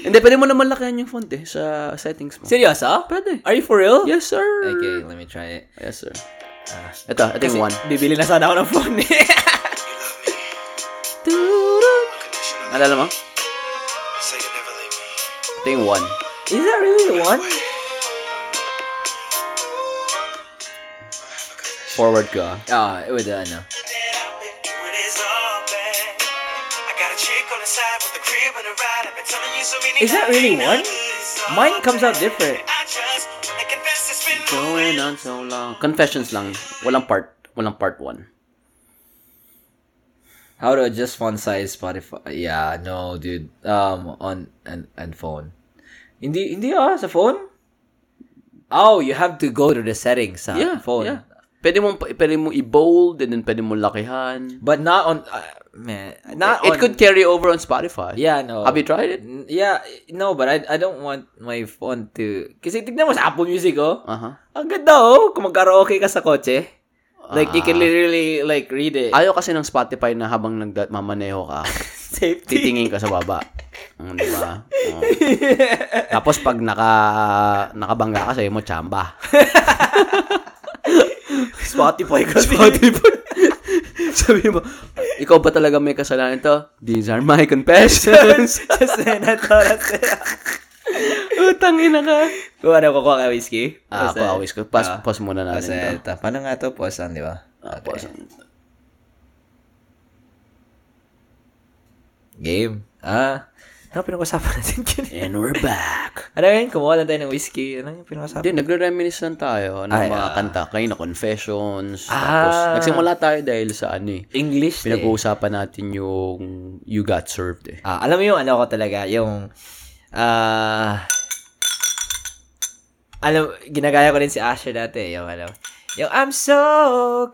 [SPEAKER 1] Hindi, pwede mo naman lakihan yung font eh sa settings mo.
[SPEAKER 2] Seryoso?
[SPEAKER 1] Pwede.
[SPEAKER 2] Are you for real?
[SPEAKER 1] Yes, sir.
[SPEAKER 2] Okay, let me try it.
[SPEAKER 1] Yes, sir.
[SPEAKER 2] Ah.
[SPEAKER 1] Ito, ito yung one.
[SPEAKER 2] Bibili na sana ako ng phone eh.
[SPEAKER 1] Alala mo?
[SPEAKER 4] Say you never leave me.
[SPEAKER 1] Ito yung one.
[SPEAKER 2] Is that really the one?
[SPEAKER 1] Forward ka.
[SPEAKER 2] Ah, with the ano.
[SPEAKER 4] When it's all bad. I got a chick on the side with the crib and a ride. I've been telling you so many
[SPEAKER 2] Is that
[SPEAKER 4] times,
[SPEAKER 2] really
[SPEAKER 4] you know
[SPEAKER 2] one?
[SPEAKER 4] it's all
[SPEAKER 2] Mine comes out
[SPEAKER 4] bad.
[SPEAKER 2] different.
[SPEAKER 4] I just wanna confess it's been
[SPEAKER 1] Going on so long. Confessions lang. Walang part. Walang part one.
[SPEAKER 2] How to adjust font size Spotify. Yeah, no, dude. Um, on and and phone. Hindi hindi ah sa phone. Oh, you have to go to the settings sa
[SPEAKER 1] Yeah,
[SPEAKER 2] phone.
[SPEAKER 1] yeah. Ah, Pwede mo, pwede mo i-bold and then pwede mo lakihan.
[SPEAKER 2] But not on uh, man, not
[SPEAKER 1] it
[SPEAKER 2] on-
[SPEAKER 1] could carry over on Spotify.
[SPEAKER 2] Yeah, no.
[SPEAKER 1] Have you tried it?
[SPEAKER 2] N- Yeah, no, but I I don't want my phone to Kasi tignan mo sa Apple Music oh.
[SPEAKER 1] Aha.
[SPEAKER 2] Ang ganda oh, kung magkaraoke ka sa kotse. Like you can
[SPEAKER 1] Ah.
[SPEAKER 2] literally like read it.
[SPEAKER 1] Ayaw kasi ng Spotify na habang nagmamaneho ka,
[SPEAKER 2] Safety.
[SPEAKER 1] titingin ka sa baba. Mm, di ba? Oo. Tapos pag naka, nakabangga ka, sa'yo mo, tsamba.
[SPEAKER 2] Spotify kasi.
[SPEAKER 1] Sabi mo, ikaw ba talaga may kasalanan to? These are my confessions.
[SPEAKER 2] Sa senator.
[SPEAKER 1] Utang ina ka.
[SPEAKER 2] Kuha na ko kuha ka whiskey.
[SPEAKER 1] Ah,
[SPEAKER 2] Pause na.
[SPEAKER 1] ako, always ko. Pause,
[SPEAKER 2] Ah.
[SPEAKER 1] pause muna
[SPEAKER 2] Pause
[SPEAKER 1] natin to.
[SPEAKER 2] na. Paano nga to? Pause lang, di ba?
[SPEAKER 1] Ah,
[SPEAKER 2] Okay.
[SPEAKER 1] pause.
[SPEAKER 2] Game. Ah. Ano pinag-usapan natin yun?
[SPEAKER 1] And we're back.
[SPEAKER 2] Ano yun? Kumuha lang tayo ng whiskey. Ano yung pinag-usapan?
[SPEAKER 1] Hindi, nagre-reminis lang tayo ng
[SPEAKER 2] Ay,
[SPEAKER 1] mga
[SPEAKER 2] ah.
[SPEAKER 1] kanta. Kanina, confessions. Tapos,
[SPEAKER 2] Ah.
[SPEAKER 1] nagsimula tayo dahil sa ano eh.
[SPEAKER 2] English. eh.
[SPEAKER 1] Pinag-uusapan natin yung You Got Served eh.
[SPEAKER 2] Ah, alam mo yung ano ko talaga, yung ah alam, ginagaya ko rin si Asher dati, yung ano. Yung I'm so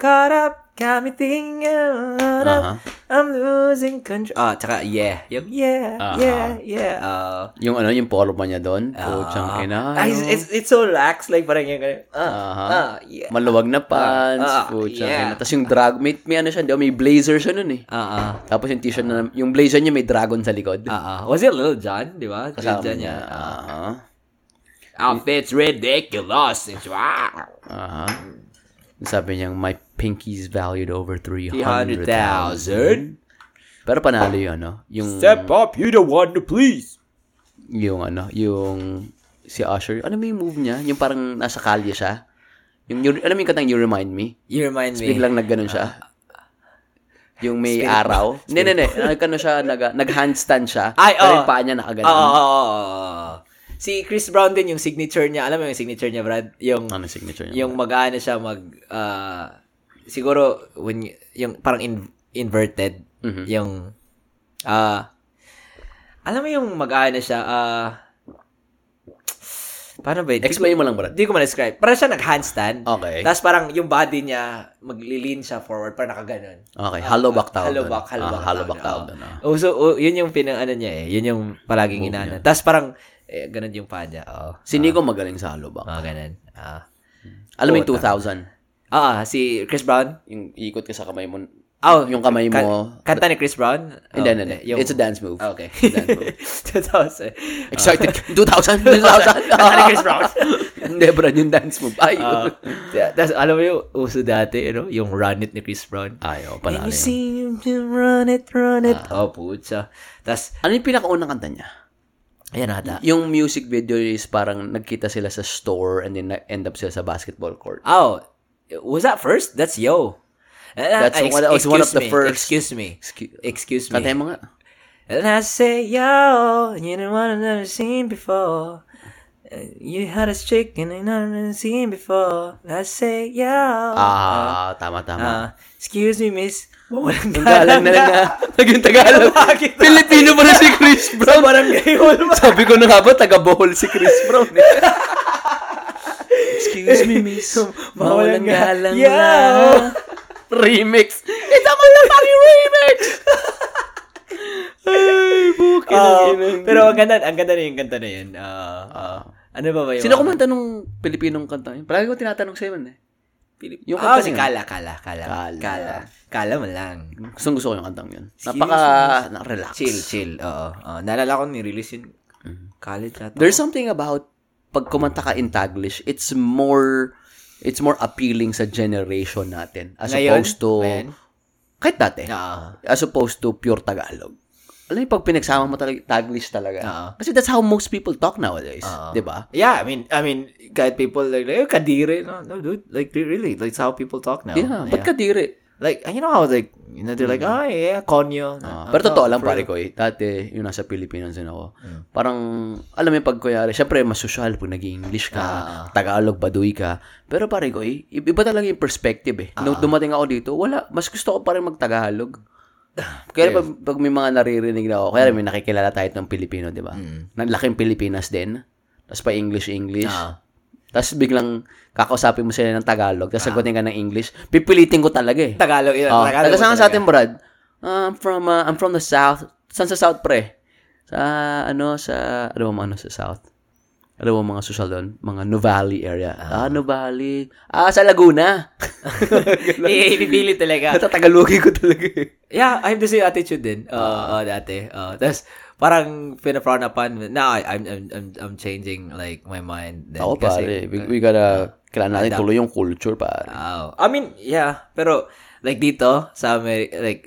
[SPEAKER 2] caught up, got me thinking out of,
[SPEAKER 1] Aha.
[SPEAKER 2] I'm losing control. Ah, tsaka yeah. Yung yeah,
[SPEAKER 1] Aha.
[SPEAKER 2] yeah, yeah. ah
[SPEAKER 1] Yung ano, yung forma niya doon. Puchang ina.
[SPEAKER 2] Ah, it's, it's, it's so lax, like parang yung ganun. Ah,
[SPEAKER 1] Aha.
[SPEAKER 2] ah, yeah.
[SPEAKER 1] Maluwag na pants.
[SPEAKER 2] Ah, ah,
[SPEAKER 1] puchang
[SPEAKER 2] yeah.
[SPEAKER 1] ina. Tapos yung drag, may, may ano siya, di ba? may blazer siya nun eh.
[SPEAKER 2] Ah, ah,
[SPEAKER 1] Tapos yung t-shirt na, yung blazer niya may dragon sa likod.
[SPEAKER 2] ah, ah. Was it Lil Jon, di ba? Lil
[SPEAKER 1] Kasama
[SPEAKER 2] Jon
[SPEAKER 1] niya.
[SPEAKER 2] yan.
[SPEAKER 1] Aha.
[SPEAKER 2] Outfit's ridiculous. It's wow.
[SPEAKER 1] Aha. Ah, Sabi niyang, my pinky's valued over 300,000.
[SPEAKER 2] 300,000.
[SPEAKER 1] Pero panalo yun, ano? Yung,
[SPEAKER 2] up, you the one to please.
[SPEAKER 1] yung ano, yung si Usher, ano may move niya? Yung parang nasa kalye siya. Yung, yung alam mo yung katang You Remind Me?
[SPEAKER 2] You remind me.
[SPEAKER 1] Biglang nagganon siya. Yung may araw. Hindi, hindi, hindi. Nagkano siya, nag, nag-handstand siya.
[SPEAKER 2] Ay,
[SPEAKER 1] Pero
[SPEAKER 2] oo.
[SPEAKER 1] yung paa niya
[SPEAKER 2] Oo, oo,
[SPEAKER 1] nakaganon.
[SPEAKER 2] oo, oo. ah, Si Chris Brown din, yung signature niya, alam mo yung signature niya, Brad? Yung,
[SPEAKER 1] Ano signature niya?
[SPEAKER 2] yung mag-ano siya, mag, ah, siguro, when,
[SPEAKER 1] Mm-hmm.
[SPEAKER 2] y- yung parang in- inverted, yung, ah, Alam mo yung mag-ano siya, ah... paano ba? yun? Di ko-
[SPEAKER 1] Explain mo lang, brad.
[SPEAKER 2] Di ko ma-describe. Parang siya nag-handstand.
[SPEAKER 1] Okay.
[SPEAKER 2] Tapos parang yung body niya, magli-lean siya forward, parang nakaganon.
[SPEAKER 1] Okay, hollow back tawag
[SPEAKER 2] Hollow
[SPEAKER 1] doon.
[SPEAKER 2] back, hollow
[SPEAKER 1] Ah,
[SPEAKER 2] back.
[SPEAKER 1] hollow back Ah, tawag doon, ah. Oh,
[SPEAKER 2] Oh. so, oh, yun yung pinaano niya eh. Yun yung palaging inaano. Tapos parang, eh, ganon yung paa niya. Oo.
[SPEAKER 1] Si Nico magaling sa hollow back.
[SPEAKER 2] Mga ganon. Ah.
[SPEAKER 1] Alam mo yung 2000?
[SPEAKER 2] Ah, si Chris Brown?
[SPEAKER 1] Yung ikot ka sa kamay mo.
[SPEAKER 2] Oh,
[SPEAKER 1] Ah, yung kamay
[SPEAKER 2] kan-
[SPEAKER 1] mo.
[SPEAKER 2] kanta ni Chris Brown? Oh,
[SPEAKER 1] Hindi, hindi, hindi.
[SPEAKER 2] yung-
[SPEAKER 1] It's a dance move.
[SPEAKER 2] Ah, okay.
[SPEAKER 1] It's a dance move.
[SPEAKER 2] 2000.
[SPEAKER 1] Excited. 2000? 2000?
[SPEAKER 2] Kanta ni Chris Brown.
[SPEAKER 1] Hindi, brad, yung dance move. Ay,
[SPEAKER 2] Ah, yeah, Tapos alam mo yung uso dati, you know, yung Run It ni Chris Brown.
[SPEAKER 1] Ayo,
[SPEAKER 2] And
[SPEAKER 1] panalo ano yun.
[SPEAKER 2] you
[SPEAKER 1] Ah.
[SPEAKER 2] see him run it, run it. Oh, putya. Tapos,
[SPEAKER 1] Ano yung pinakaunang kanta niya?
[SPEAKER 2] ayan ata.
[SPEAKER 1] Yung music video is parang nagkita sila sa store and then end up sila sa basketball court.
[SPEAKER 2] Oh, was that first? That's Yo. uh,
[SPEAKER 1] That's one- that was one of the first.
[SPEAKER 2] Excuse me.
[SPEAKER 1] Excuse-
[SPEAKER 2] Excuse me.
[SPEAKER 1] Kantahin mo nga.
[SPEAKER 2] And I say, yo, you know what I've never seen before. Uh, You had a chick and I've never seen before. And I say, yo.
[SPEAKER 1] Ah, tama, tama.
[SPEAKER 2] Uh, excuse me, miss. Mawalang
[SPEAKER 1] Ang galang na lang na. Naging Tagalog.
[SPEAKER 2] Bakit?
[SPEAKER 1] Pilipino pa na si Chris Brown.
[SPEAKER 2] barangay hall ba?
[SPEAKER 1] Sabi ko na nga ba, taga-bohol si Chris Brown. eh. Excuse me, miss.
[SPEAKER 2] Mawalang galang
[SPEAKER 1] Yo! oh.
[SPEAKER 2] na.
[SPEAKER 1] Remix. It's a malamang remix! Ay, bukin
[SPEAKER 2] Oh, pero ang ganda, ang ganda na yung kanta na yun. Ah, ah, ano ba ba yung...
[SPEAKER 1] Sino kumanta nung Pilipinong kanta yun? Palagi ko tinatanong sa'yo man eh.
[SPEAKER 2] Pilip-
[SPEAKER 1] Yung
[SPEAKER 2] Ah,
[SPEAKER 1] kanta
[SPEAKER 2] si
[SPEAKER 1] niya.
[SPEAKER 2] Kala, Kala, Kala.
[SPEAKER 1] Kala.
[SPEAKER 2] Kala. Kala mo lang.
[SPEAKER 1] Gustong gusto ko yung kantang yun.
[SPEAKER 2] Excuse
[SPEAKER 1] Napaka
[SPEAKER 2] me,
[SPEAKER 1] na, relax.
[SPEAKER 2] Chill, chill. Oo. oo. naalala ko ni-release yun. College ata.
[SPEAKER 1] There's something about pag kumanta ka in Taglish, it's more it's more appealing sa generation natin as
[SPEAKER 2] Ngayon?
[SPEAKER 1] opposed to
[SPEAKER 2] Ngayon? Ah.
[SPEAKER 1] kahit dati.
[SPEAKER 2] Oo.
[SPEAKER 1] As opposed to pure Tagalog. Alam mo, pag pinagsama mo talaga, Taglish talaga.
[SPEAKER 2] Oo.
[SPEAKER 1] Kasi that's how most people talk nowadays.
[SPEAKER 2] Oo.
[SPEAKER 1] 'Di ba?
[SPEAKER 2] ah. Yeah, I mean, I mean, kahit people like, eh, kadiri, no, no, dude, like, they really, like, it's how people talk now.
[SPEAKER 1] Yeah. Ba't kadiri?
[SPEAKER 2] Like, you know how, like, you know, they're like, ah, yeah, konyo.
[SPEAKER 1] Ah,
[SPEAKER 2] Ah,
[SPEAKER 1] pero
[SPEAKER 2] no,
[SPEAKER 1] totoo lang
[SPEAKER 2] for
[SPEAKER 1] pare
[SPEAKER 2] real.
[SPEAKER 1] ko eh. Dati, yung nasa Pilipinas din ako.
[SPEAKER 2] Hmm.
[SPEAKER 1] Parang, alam mo yung pag kuyari, syempre mas social pag nag-English ka,
[SPEAKER 2] Ah.
[SPEAKER 1] Tagalog, Baduy ka. Pero pare ko eh, i- iba talaga yung perspective eh.
[SPEAKER 2] Ah.
[SPEAKER 1] Nung dumating ako dito, wala, mas gusto ko pa rin mag-Tagalog. Kaya pag, pag may mga naririnig na ako, kaya
[SPEAKER 2] Hmm.
[SPEAKER 1] may nakikilala tayo ng Pilipino, di ba? Nang laking Pilipinas din. Tapos pa English-English.
[SPEAKER 2] Ah.
[SPEAKER 1] Tapos biglang kakausapin mo sila ng Tagalog,
[SPEAKER 2] Ah.
[SPEAKER 1] tapos sagutin ka ng English. Pipilitin ko talaga eh.
[SPEAKER 2] Tagalog, yun.
[SPEAKER 1] Oh, taga
[SPEAKER 2] Tagalog
[SPEAKER 1] saan
[SPEAKER 2] mo
[SPEAKER 1] ka sa atin,
[SPEAKER 2] talaga.
[SPEAKER 1] Brad? Ah, I'm from ah, I'm from the south. Saan sa south, pre? Sa ano sa ano mga ano sa south. Alam mo mga social doon, mga Novali area. Ah, Novali. Ah, sa Laguna.
[SPEAKER 2] Eh, bibili talaga.
[SPEAKER 1] Natatagalogin ko talaga eh.
[SPEAKER 2] Yeah, I have the same attitude din. Oo,
[SPEAKER 1] Ah.
[SPEAKER 2] oo, dati. Uh, Tapos, parang pinaproud upon, now I, I'm, I'm, I'm, I'm changing, like, my mind. Then,
[SPEAKER 1] Ako pare, we, we gotta kailangan natin tuloy yung culture pare.
[SPEAKER 2] Oh. I mean, yeah, pero like dito sa Ameri- like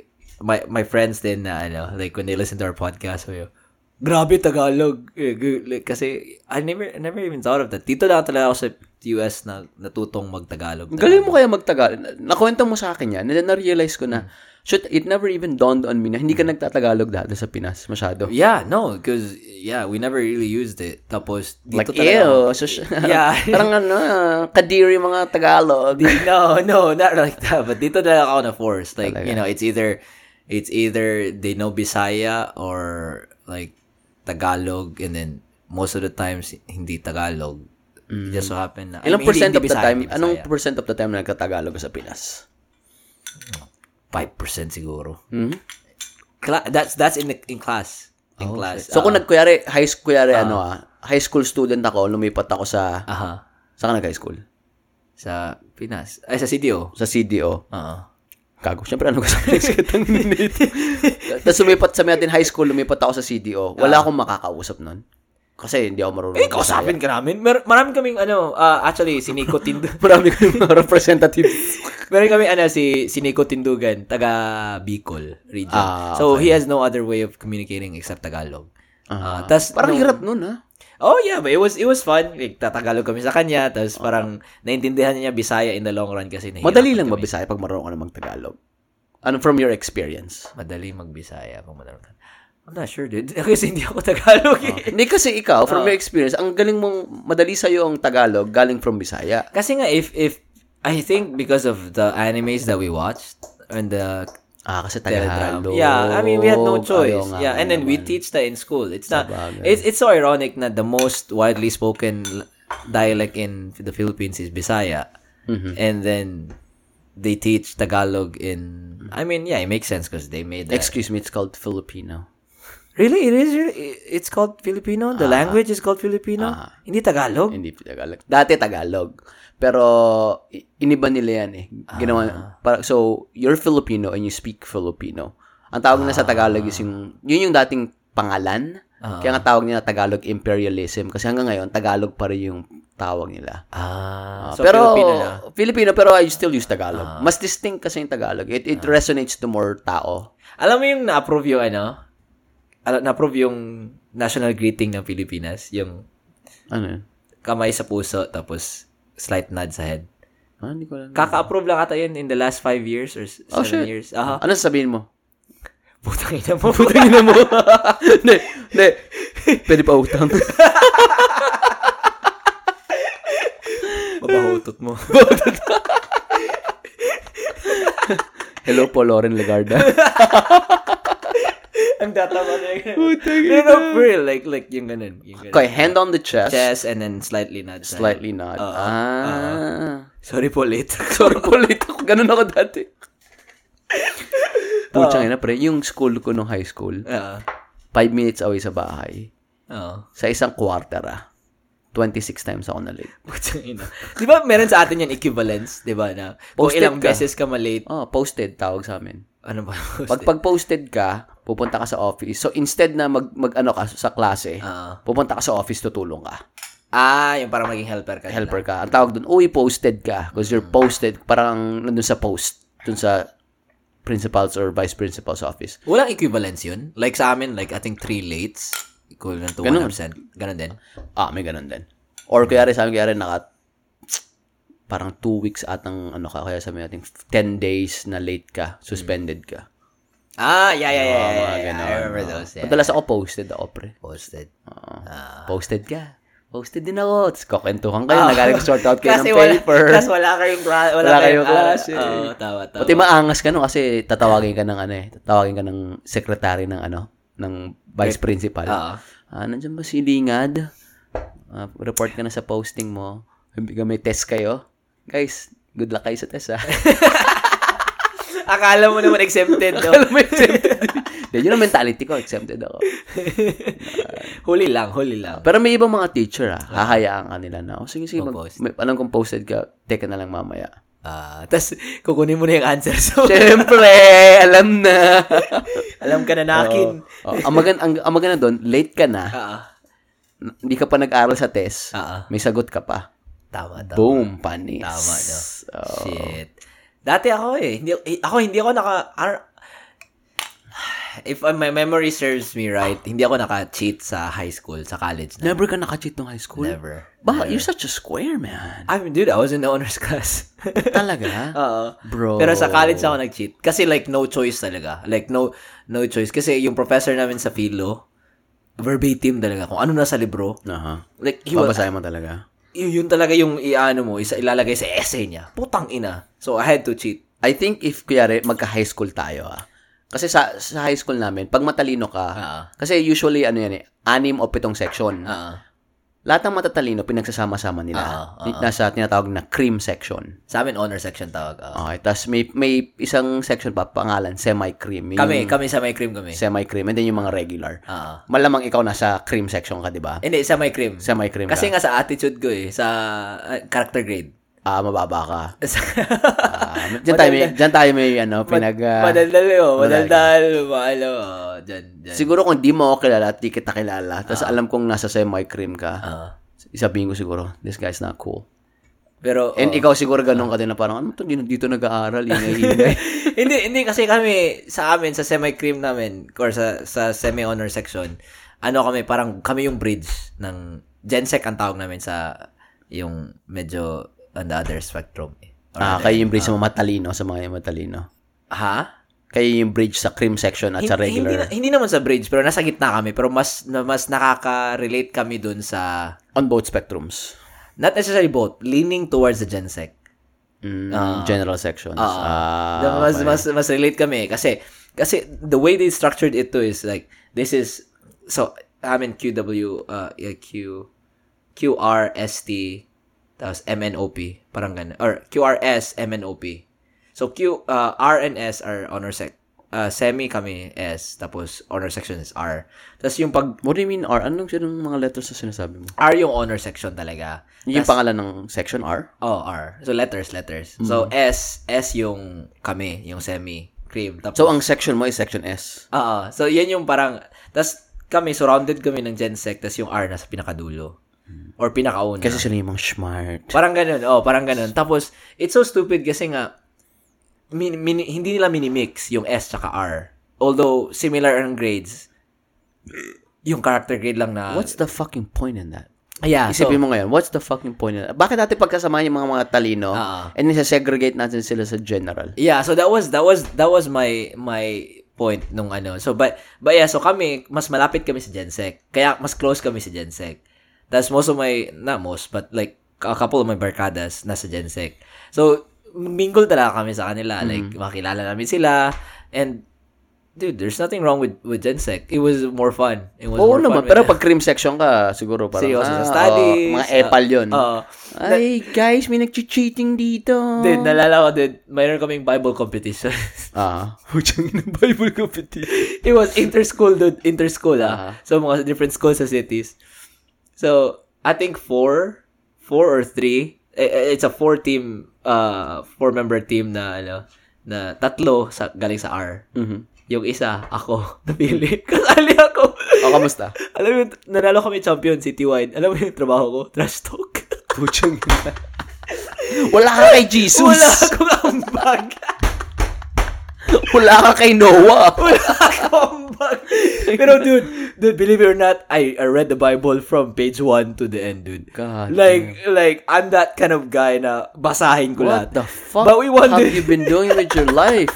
[SPEAKER 2] my my friends din na ano, like when they listen to our podcast, sabi, grabe Tagalog. Eh, gu- like, kasi I never I never even thought of that. Dito lang talaga ako sa US na natutong magtagalog.
[SPEAKER 1] Galing mo kaya magtagal. Nakwento mo sa akin yan, na- na-realize ko na, shit, it never even dawned on me na hindi ka nagtatagalog dati sa Pinas masyado.
[SPEAKER 2] Yeah, no, because yeah, we never really used it. Tapos
[SPEAKER 1] Like,
[SPEAKER 2] dito talaga
[SPEAKER 1] ew.
[SPEAKER 2] ako-
[SPEAKER 1] So, sh-
[SPEAKER 2] Yeah.
[SPEAKER 1] parang ano, ah, kadiri mga Tagalog.
[SPEAKER 2] no, no, not like that. But dito talaga ako na force. Like,
[SPEAKER 1] Talaga.
[SPEAKER 2] you know, it's either it's either they know Bisaya or like Tagalog and then most of the times hindi Tagalog. It Just so happen na.
[SPEAKER 1] Mm-hmm.
[SPEAKER 2] I
[SPEAKER 1] Ilang
[SPEAKER 2] mean,
[SPEAKER 1] percent
[SPEAKER 2] hindi-
[SPEAKER 1] of
[SPEAKER 2] hindi
[SPEAKER 1] the
[SPEAKER 2] Bisaya,
[SPEAKER 1] time,
[SPEAKER 2] hindi
[SPEAKER 1] anong
[SPEAKER 2] Bisaya.
[SPEAKER 1] percent of the time na nagtatagalog sa Pinas?
[SPEAKER 2] 5% siguro.
[SPEAKER 1] Mm-hmm.
[SPEAKER 2] Cla- that's that's in the, in class. In class.
[SPEAKER 1] Oh, So, kung
[SPEAKER 2] Ah,
[SPEAKER 1] nagkuyari, high school, kuyari, ano ah, high school student ako, lumipat ako sa,
[SPEAKER 2] aha.
[SPEAKER 1] saan ka nag-high school?
[SPEAKER 2] Ah, uh-huh. Sa Pinas. Ay, sa CDO.
[SPEAKER 1] Sa CDO.
[SPEAKER 2] Oo.
[SPEAKER 1] Kago. Siyempre, ano ko sa Pinas ka Tapos lumipat sa Mayatin High School, lumipat ako sa CDO. Wala akong makakausap nun. Kasi hindi ako marunong.
[SPEAKER 2] Ah. Eh, kausapin ka namin. Mer- marami kaming ano, ah, actually, si Nico Tindo.
[SPEAKER 1] Marami ko yung mga representatives.
[SPEAKER 2] Meron kami ano si si Nico Tindugan, taga Bicol region.
[SPEAKER 1] Ah,
[SPEAKER 2] So he has no other way of communicating except Tagalog. Ah, tas
[SPEAKER 1] Parang
[SPEAKER 2] nung-
[SPEAKER 1] hirap nun, ah. ha?
[SPEAKER 2] Oh yeah, but it was it was fun. Like, tatagalog kami sa kanya, tapos parang naintindihan niya Bisaya in the long run kasi nahirapan
[SPEAKER 1] Ah. Madali lang
[SPEAKER 2] kami.
[SPEAKER 1] mabisaya pag marunong ka na magtagalog. Ano from your experience?
[SPEAKER 2] Madali magbisaya kung madali ka. I'm not sure, dude. Kasi hindi ako Tagalog. eh.
[SPEAKER 1] Hindi kasi ikaw, from your experience, ang galing mong, madali sa'yo ang Tagalog galing from Bisaya.
[SPEAKER 2] Kasi nga if if I think because of the animes that we watched and the
[SPEAKER 1] Ah, kasi
[SPEAKER 2] Teledrama.
[SPEAKER 1] Tagalog.
[SPEAKER 2] Yeah, I mean we had no
[SPEAKER 1] Ayaw
[SPEAKER 2] choice.
[SPEAKER 1] nga
[SPEAKER 2] Yeah, and then we
[SPEAKER 1] naman.
[SPEAKER 2] teach that in school. It's not
[SPEAKER 1] Sabagay.
[SPEAKER 2] it's it's so ironic that the most widely spoken l- dialect in the Philippines is Bisaya.
[SPEAKER 1] Mm-hmm.
[SPEAKER 2] And then they teach Tagalog in I mean, yeah, it makes sense because they made that.
[SPEAKER 1] Excuse me, it's called Filipino.
[SPEAKER 2] really? It is really- it's called Filipino? The language is called Filipino? Hindi
[SPEAKER 1] Ah.
[SPEAKER 2] Tagalog?
[SPEAKER 1] Hindi Tagalog. Dati Tagalog. Pero i- iniba nila yan eh. Ginawa, para, so, you're Filipino and you speak Filipino. Ang tawag na sa Tagalog is yung, yun yung dating pangalan. Kaya nga tawag nila Tagalog imperialism. Kasi hanggang ngayon, Tagalog pa rin yung tawag nila.
[SPEAKER 2] Ah,
[SPEAKER 1] Ah,
[SPEAKER 2] so
[SPEAKER 1] pero,
[SPEAKER 2] Filipino na.
[SPEAKER 1] Filipino, pero I still use Tagalog. Mas distinct kasi yung Tagalog. It, it resonates to more tao.
[SPEAKER 2] Alam mo yung na-approve yung ano? Alam, na-approve yung national greeting ng Pilipinas? Yung
[SPEAKER 1] Ano yun?
[SPEAKER 2] kamay sa puso, tapos slight nod sa head.
[SPEAKER 1] Ah, hindi ko alam.
[SPEAKER 2] Kaka-approve lang ata yun in the last five years or s-
[SPEAKER 1] Oh,
[SPEAKER 2] seven
[SPEAKER 1] shit.
[SPEAKER 2] years. Aha.
[SPEAKER 1] Ano sasabihin mo?
[SPEAKER 2] Putang ina mo. Putang ina mo.
[SPEAKER 1] Hindi, hindi. Pwede pa utang.
[SPEAKER 2] Mabahutot mo.
[SPEAKER 1] Hello po, Lauren Legarda.
[SPEAKER 2] Ang datawa na yun. Putang ina. No, no, for real. Like, like, yung ganun. Yung ganun.
[SPEAKER 1] Okay, hand on the chest.
[SPEAKER 2] Chest and then slightly nod sa head.
[SPEAKER 1] Slightly nod.
[SPEAKER 2] Oo.
[SPEAKER 1] ah.
[SPEAKER 2] Sorry po, late.
[SPEAKER 1] Sorry po, late ako. Ganun ako dati. Puchang ina, pre. Yung school ko nung high school,
[SPEAKER 2] Oo.
[SPEAKER 1] five minutes away sa bahay,
[SPEAKER 2] Oo.
[SPEAKER 1] sa isang quarter ah, 26 times ako na late.
[SPEAKER 2] Putang ina. Di ba meron sa atin yung equivalence? Di ba na? Kung
[SPEAKER 1] Posted
[SPEAKER 2] ilang
[SPEAKER 1] ka.
[SPEAKER 2] beses ka malate,
[SPEAKER 1] Oh, posted tawag sa amin.
[SPEAKER 2] ano ba?
[SPEAKER 1] Pag pag-posted ka, pupunta ka sa office. So instead na mag mag-ano ka sa klase,
[SPEAKER 2] Oo.
[SPEAKER 1] pupunta ka sa office tutulong ka.
[SPEAKER 2] ah, yung para maging helper ka.
[SPEAKER 1] helper ka. Ang tawag doon, uy, posted ka. Because you're posted, parang nandun sa post. Dun sa principal's or vice principal's office.
[SPEAKER 2] Walang equivalence yun. Like sa amin, like I think three lates equivalent to
[SPEAKER 1] Ganun.
[SPEAKER 2] 1%. Ganun din.
[SPEAKER 1] Ah, may ganun din. Or kaya rin, sabi kaya rin, naka, parang two weeks atang, ano ka, kaya sabi natin, 10 days na late ka, suspended ka.
[SPEAKER 2] Ah, yeah, yeah, yeah. yeah,
[SPEAKER 1] mga
[SPEAKER 2] yeah,
[SPEAKER 1] ganun,
[SPEAKER 2] I remember
[SPEAKER 1] no?
[SPEAKER 2] those. Yeah.
[SPEAKER 1] Madalas ako posted ako, pre.
[SPEAKER 2] Posted.
[SPEAKER 1] Oo. posted ka. Posted din ako. Tapos kakentuhan kayo,
[SPEAKER 2] Ah.
[SPEAKER 1] nagaling sort out kayo ng
[SPEAKER 2] wala,
[SPEAKER 1] paper.
[SPEAKER 2] Kasi wala kayong, kla- wala
[SPEAKER 1] Wala kayong
[SPEAKER 2] kayong class.
[SPEAKER 1] klase.
[SPEAKER 2] Oo, tama, tama.
[SPEAKER 1] Pati maangas ka no kasi tatawagin ka ng ano eh, tatawagin ka ng secretary ng ano, ng vice principal.
[SPEAKER 2] Oo.
[SPEAKER 1] Ah, nandiyan ba si Lingad? Ah, report ka na sa posting mo. Sabi ka, may test kayo. Guys, good luck kayo sa test ah.
[SPEAKER 2] Akala mo naman exempted, no?
[SPEAKER 1] Then yun ang mentality ko, exempted ako.
[SPEAKER 2] huli lang, huli lang.
[SPEAKER 1] Pero may ibang mga teacher ah, hahayaan ka nila na, oh, sige, sige, mag,
[SPEAKER 2] Mag-post.
[SPEAKER 1] may, alam kong posted ka, teka na lang mamaya.
[SPEAKER 2] Ah, tas kukunin mo na yung answer. So,
[SPEAKER 1] Siyempre, alam na.
[SPEAKER 2] alam ka na na akin.
[SPEAKER 1] Oh, ang, maganda, ang, ang maganda doon, late ka na.
[SPEAKER 2] Ah,
[SPEAKER 1] n- hindi ka pa nag-aral sa test,
[SPEAKER 2] Ah, ah.
[SPEAKER 1] may sagot ka pa.
[SPEAKER 2] tama, tama.
[SPEAKER 1] Boom, panis.
[SPEAKER 2] Tama, no?
[SPEAKER 1] Oh.
[SPEAKER 2] Shit. Dati ako eh. Hindi, eh, ako hindi ako naka... ar- if uh, my memory serves me right, hindi ako naka-cheat sa high school, sa college na.
[SPEAKER 1] Never ka nakacheat ng high school?
[SPEAKER 2] Never.
[SPEAKER 1] Ba, you're such a square, man.
[SPEAKER 2] I mean, dude, I was in the honors class.
[SPEAKER 1] Talaga? Ah.
[SPEAKER 2] Oo.
[SPEAKER 1] Bro.
[SPEAKER 2] Pero sa college ako nag-cheat. Kasi like, no choice talaga. Like, no no choice. Kasi yung professor namin sa philo, verbatim talaga. Kung ano nasa libro,
[SPEAKER 1] Aha.
[SPEAKER 2] like, he was,
[SPEAKER 1] Uh-huh. Babasahin mo talaga.
[SPEAKER 2] yun, yun talaga yung iano mo, isa ilalagay sa essay niya. Putang ina. So, I had to cheat.
[SPEAKER 1] I think if, kuyari, magka-high school tayo, ah. Kasi sa, sa high school namin, pag matalino ka,
[SPEAKER 2] Ah.
[SPEAKER 1] kasi usually, ano yan eh, anim o pitong section.
[SPEAKER 2] Oo.
[SPEAKER 1] Lahat ng matatalino, pinagsasama-sama nila.
[SPEAKER 2] Ah, ah,
[SPEAKER 1] Nasa tinatawag na cream section.
[SPEAKER 2] Sa amin, honor section tawag. oo.
[SPEAKER 1] Okay, tas may, may isang section pa, pangalan, semi-cream. Yun yung
[SPEAKER 2] Kami, kami sa may cream
[SPEAKER 1] Eh.
[SPEAKER 2] kami.
[SPEAKER 1] Semi-cream, and then yung mga regular.
[SPEAKER 2] Oo.
[SPEAKER 1] Malamang ikaw nasa cream section ka, di ba?
[SPEAKER 2] Hindi, sa may cream.
[SPEAKER 1] Semi-cream
[SPEAKER 2] Kasi
[SPEAKER 1] ka.
[SPEAKER 2] nga sa attitude ko eh, sa ah, character grade.
[SPEAKER 1] Ah, mababa ka.
[SPEAKER 2] Sa-
[SPEAKER 1] Ah, diyan tayo may, diyan tayo may, ano, pinag... ah,
[SPEAKER 2] madaldal yun,
[SPEAKER 1] madaldal.
[SPEAKER 2] madaldal, maalo, oh, dyan, dyan.
[SPEAKER 1] siguro kung di mo ako kilala at di kita kilala, tapos
[SPEAKER 2] Ah.
[SPEAKER 1] alam kong nasa semi-cream ka,
[SPEAKER 2] Oo.
[SPEAKER 1] isabihin ko siguro, this guy's not cool.
[SPEAKER 2] pero, oh,
[SPEAKER 1] And
[SPEAKER 2] oo.
[SPEAKER 1] ikaw siguro ganun ka din na parang, ano to, di- dito nag-aaral, ingay-ingay.
[SPEAKER 2] hindi, hindi kasi kami, sa amin, sa semi-cream namin, or sa, sa semi-honor section, ano kami, parang kami yung bridge ng, gensec ang tawag namin sa, yung medyo on the other spectrum. eh. Or
[SPEAKER 1] ah,
[SPEAKER 2] other
[SPEAKER 1] kayo yung
[SPEAKER 2] end.
[SPEAKER 1] bridge sa mga matalino, sa mga matalino.
[SPEAKER 2] Ha?
[SPEAKER 1] Kayo yung bridge sa cream section at sa
[SPEAKER 2] Hin- Hindi,
[SPEAKER 1] regular.
[SPEAKER 2] na- hindi naman sa bridge, pero nasa gitna kami. Pero mas na- mas nakaka-relate kami dun sa,
[SPEAKER 1] On both spectrums.
[SPEAKER 2] not necessarily both, leaning towards the GenSec.
[SPEAKER 1] Mm, general sections. Ah,
[SPEAKER 2] Na mas,
[SPEAKER 1] okay.
[SPEAKER 2] mas, mas relate kami eh. kasi kasi the way they structured it too is like this is so I'm in QW uh yeah, Q QRST tapos MNOP parang ganun or QRS MNOP so Q uh, R and S are honor sec uh, semi kami S tapos honor section is R tapos yung pag
[SPEAKER 1] What do you mean R? Anong anong mga letters na sinasabi mo?
[SPEAKER 2] R yung honor section talaga
[SPEAKER 1] Yung
[SPEAKER 2] Tas-
[SPEAKER 1] pangalan ng section R?
[SPEAKER 2] Oh, R. So, letters, letters. So,
[SPEAKER 1] Mm-hmm.
[SPEAKER 2] S, S yung kami, yung semi, cream. Tapos,
[SPEAKER 1] So, ang section mo is section S.
[SPEAKER 2] Oo. So, yan yung parang, tas kami, surrounded kami ng GenSec, tas yung R nasa pinakadulo. Or
[SPEAKER 1] Mm.
[SPEAKER 2] pinakauna.
[SPEAKER 1] Kasi sila yung mga smart.
[SPEAKER 2] Parang ganun, oh, parang ganun. Tapos, it's so stupid kasi nga, min, min, hindi nila minimix yung S tsaka R. Although, similar ang grades, yung character grade lang na...
[SPEAKER 1] What's the fucking point in that?
[SPEAKER 2] Yeah, so,
[SPEAKER 1] Isipin mo ngayon, what's the fucking point in that? Bakit natin pagkasamahan yung mga mga talino
[SPEAKER 2] Ah.
[SPEAKER 1] and then segregate natin sila sa general?
[SPEAKER 2] Yeah, so that was that was that was my my point nung ano. So but but yeah, so kami mas malapit kami sa Gensec. Kaya mas close kami sa Gensec. That's most of my not most but like a couple of my barkadas nasa Gensec. So mingle talaga kami sa kanila.
[SPEAKER 1] Mm-hmm.
[SPEAKER 2] Like makilala namin sila and dude, there's nothing wrong with with Gensec. It was more fun. It was
[SPEAKER 1] Oo
[SPEAKER 2] more
[SPEAKER 1] naman,
[SPEAKER 2] fun.
[SPEAKER 1] pero pag cream section ka, siguro parang,
[SPEAKER 2] Seryoso
[SPEAKER 1] ah,
[SPEAKER 2] sa studies. ah.
[SPEAKER 1] oo, mga epal yun.
[SPEAKER 2] Oo.
[SPEAKER 1] Ay, guys, may nag-cheating dito.
[SPEAKER 2] Dude, nalala ko, dude, mayroon kaming Bible competition.
[SPEAKER 1] Ah. Huwag na Bible competition.
[SPEAKER 2] It was inter-school, dude. Inter-school,
[SPEAKER 1] Ah.
[SPEAKER 2] ah. So, mga different schools sa cities. So, I think four, four or three. Eh, eh, It's a four-team, uh, four-member team na, ano, na tatlo sa, galing sa R. Yung isa, ako, napili. Kasali ako.
[SPEAKER 1] O, Oh, kamusta?
[SPEAKER 2] Alam mo, yung- nanalo kami champion citywide. Alam mo yung trabaho ko? Trash talk.
[SPEAKER 1] Puchang ina. Wala ka kay Jesus.
[SPEAKER 2] Wala akong ambag.
[SPEAKER 1] Wala ka kay Noah.
[SPEAKER 2] Wala akong ambag. Pero dude, dude, believe it or not, I, I read the Bible from page 1 to the end, dude.
[SPEAKER 1] God
[SPEAKER 2] Like, like, I'm that kind of guy na basahin ko lahat.
[SPEAKER 1] What the fuck
[SPEAKER 2] But we won
[SPEAKER 1] have
[SPEAKER 2] the-
[SPEAKER 1] you been doing with your life?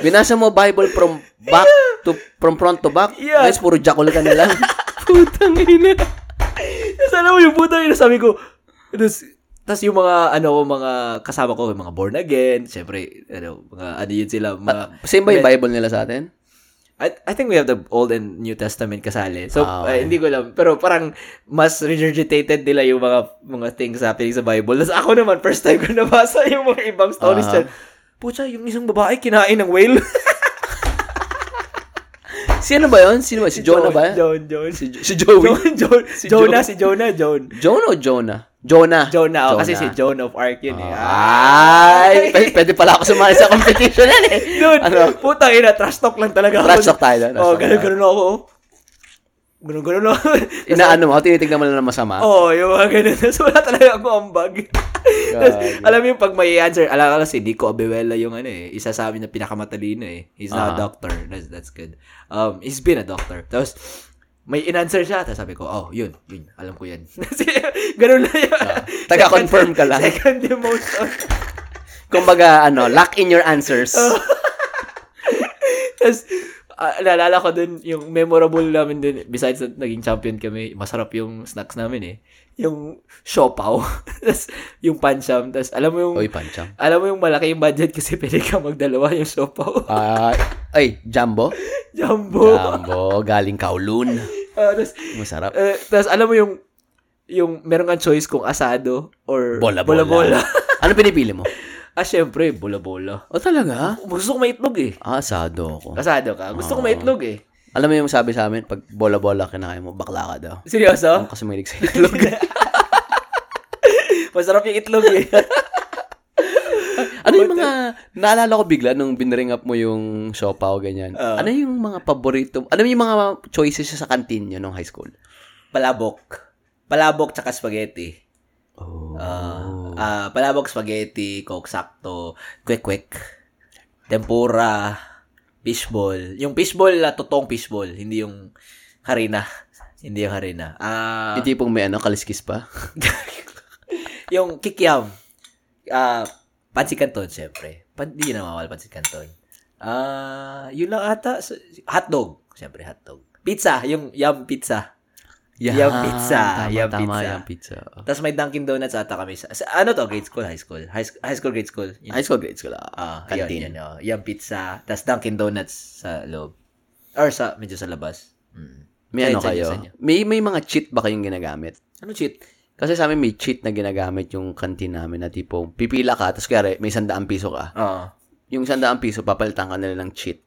[SPEAKER 1] Binasa mo Bible from back to from front to back.
[SPEAKER 2] Yeah.
[SPEAKER 1] Guys, puro jackal ka na lang.
[SPEAKER 2] Putang ina. Tapos alam mo yung putang ina, sabi ko, tapos, tapos yung mga, ano, ko, mga kasama ko, yung mga born again, syempre, ano, mga, ano yun sila, mga,
[SPEAKER 1] Same ba yung
[SPEAKER 2] med-
[SPEAKER 1] Bible nila sa atin?
[SPEAKER 2] I, I think we have the Old and New Testament kasali. So,
[SPEAKER 1] Ah,
[SPEAKER 2] eh,
[SPEAKER 1] okay.
[SPEAKER 2] hindi ko alam. Pero parang mas regurgitated nila yung mga mga things happening sa Bible. Tapos ako naman, first time ko nabasa yung mga ibang stories.
[SPEAKER 1] Ah.
[SPEAKER 2] dyan. Pucha, yung isang babae kinain ng whale.
[SPEAKER 1] Sino ba yun? Sino ba? Si Jonah ba?
[SPEAKER 2] John, John.
[SPEAKER 1] Si, Jo- si Joey?
[SPEAKER 2] John, John. Jonah, si Jonah, John.
[SPEAKER 1] Jonah o Jonah? Jonah. Ah.
[SPEAKER 2] Jonah, oh, kasi si Joan of Arc yun eh.
[SPEAKER 1] Ay! Pwede, pwede pala ako sumali sa competition yan eh.
[SPEAKER 2] Dude,
[SPEAKER 1] Ano?
[SPEAKER 2] putang ina, trash talk lang talaga ako.
[SPEAKER 1] Trash talk tayo, trash
[SPEAKER 2] Oh,
[SPEAKER 1] talk
[SPEAKER 2] ganun-ganun ako. oh. Ganun-ganun ako.
[SPEAKER 1] Inaano mo? Tinitignan mo lang ng masama?
[SPEAKER 2] Oo, oh, yung mga ganun. So, wala talaga ako ambag. Tas, alam mo yung pag may answer, alam ko si Dico Abuela yung ano eh, isa sa amin na pinakamatalino eh. He's
[SPEAKER 1] Ah.
[SPEAKER 2] now a doctor. That's, that's good. Um, he's been a doctor. Tapos, may in-answer siya. Tapos sabi ko, oh, yun, yun. Alam ko yan. ganun na yun.
[SPEAKER 1] Ah. Taga-confirm ka lang.
[SPEAKER 2] Second emotion.
[SPEAKER 1] Kumbaga, ano, lock in your answers.
[SPEAKER 2] Oh. Tapos, ah, naalala ko dun, yung memorable namin dun, besides na naging champion kami, masarap yung snacks namin eh. Yung siopaw. Tapos, yung pancham. Tapos, alam mo yung...
[SPEAKER 1] Uy, pancham.
[SPEAKER 2] Alam mo yung malaki yung budget kasi pwede ka magdalawa yung siopaw.
[SPEAKER 1] Ah, ay, Jumbo?
[SPEAKER 2] Jumbo.
[SPEAKER 1] Jumbo, galing Kowloon.
[SPEAKER 2] Ah, Tapos,
[SPEAKER 1] Masarap.
[SPEAKER 2] eh, tapos alam mo yung yung meron kang choice kung asado or
[SPEAKER 1] Bola-bola.
[SPEAKER 2] bola-bola.
[SPEAKER 1] ano pinipili mo?
[SPEAKER 2] ah, syempre, bola-bola.
[SPEAKER 1] O Oh, talaga?
[SPEAKER 2] Gusto ko may itlog eh.
[SPEAKER 1] Ah, asado ako.
[SPEAKER 2] Asado ka. Gusto ko may
[SPEAKER 1] Oh.
[SPEAKER 2] itlog eh.
[SPEAKER 1] Alam mo yung sabi sa amin, pag bola-bola kinakain mo, bakla ka daw.
[SPEAKER 2] Seryoso?
[SPEAKER 1] Kasi may sa itlog.
[SPEAKER 2] Masarap yung itlog eh.
[SPEAKER 1] ano yung mga, naalala ko bigla nung binring up mo yung sopa o ganyan.
[SPEAKER 2] Ah.
[SPEAKER 1] ano yung mga paborito, ano yung mga choices sa kantin nyo nung high school?
[SPEAKER 2] Palabok. Palabok tsaka spaghetti.
[SPEAKER 1] Oh.
[SPEAKER 2] Ah, ah, palabok, spaghetti, coke sakto, kwek-kwek, tempura, fishball. Yung fishball, na totoong fishball, hindi yung harina. Hindi yung harina. Ah,
[SPEAKER 1] yung tipong may ano, kaliskis pa.
[SPEAKER 2] yung kikiam. Ah, pansit canton, syempre. Pan, hindi na mawawala pansit canton. Ah, yun lang ata. S- Hotdog. Syempre, hotdog. Pizza. Yung yum pizza.
[SPEAKER 1] Yan,
[SPEAKER 2] Yung pizza.
[SPEAKER 1] Tama,
[SPEAKER 2] yung
[SPEAKER 1] tama,
[SPEAKER 2] pizza.
[SPEAKER 1] yung pizza.
[SPEAKER 2] Tapos may Dunkin' Donuts ata kami. Sa, sa- ano to? Grade school? High school? High, sc- high school, grade school? Yun.
[SPEAKER 1] High school grades ko lang.
[SPEAKER 2] Ah,
[SPEAKER 1] Canteen.
[SPEAKER 2] Yun, yun, oh. Yung pizza. Tapos Dunkin' Donuts sa loob. Or sa, medyo sa labas. Mm.
[SPEAKER 1] May ano
[SPEAKER 2] Sa- sa inyo,
[SPEAKER 1] kayo?
[SPEAKER 2] sa inyo.
[SPEAKER 1] May, may mga cheat ba kayong ginagamit?
[SPEAKER 2] Ano cheat?
[SPEAKER 1] Kasi sa amin may cheat na ginagamit yung canteen namin na tipong pipila ka, tapos kaya may sandaang piso ka.
[SPEAKER 2] Oo.
[SPEAKER 1] Yung sandaang piso, papalitan ka nila ng cheat.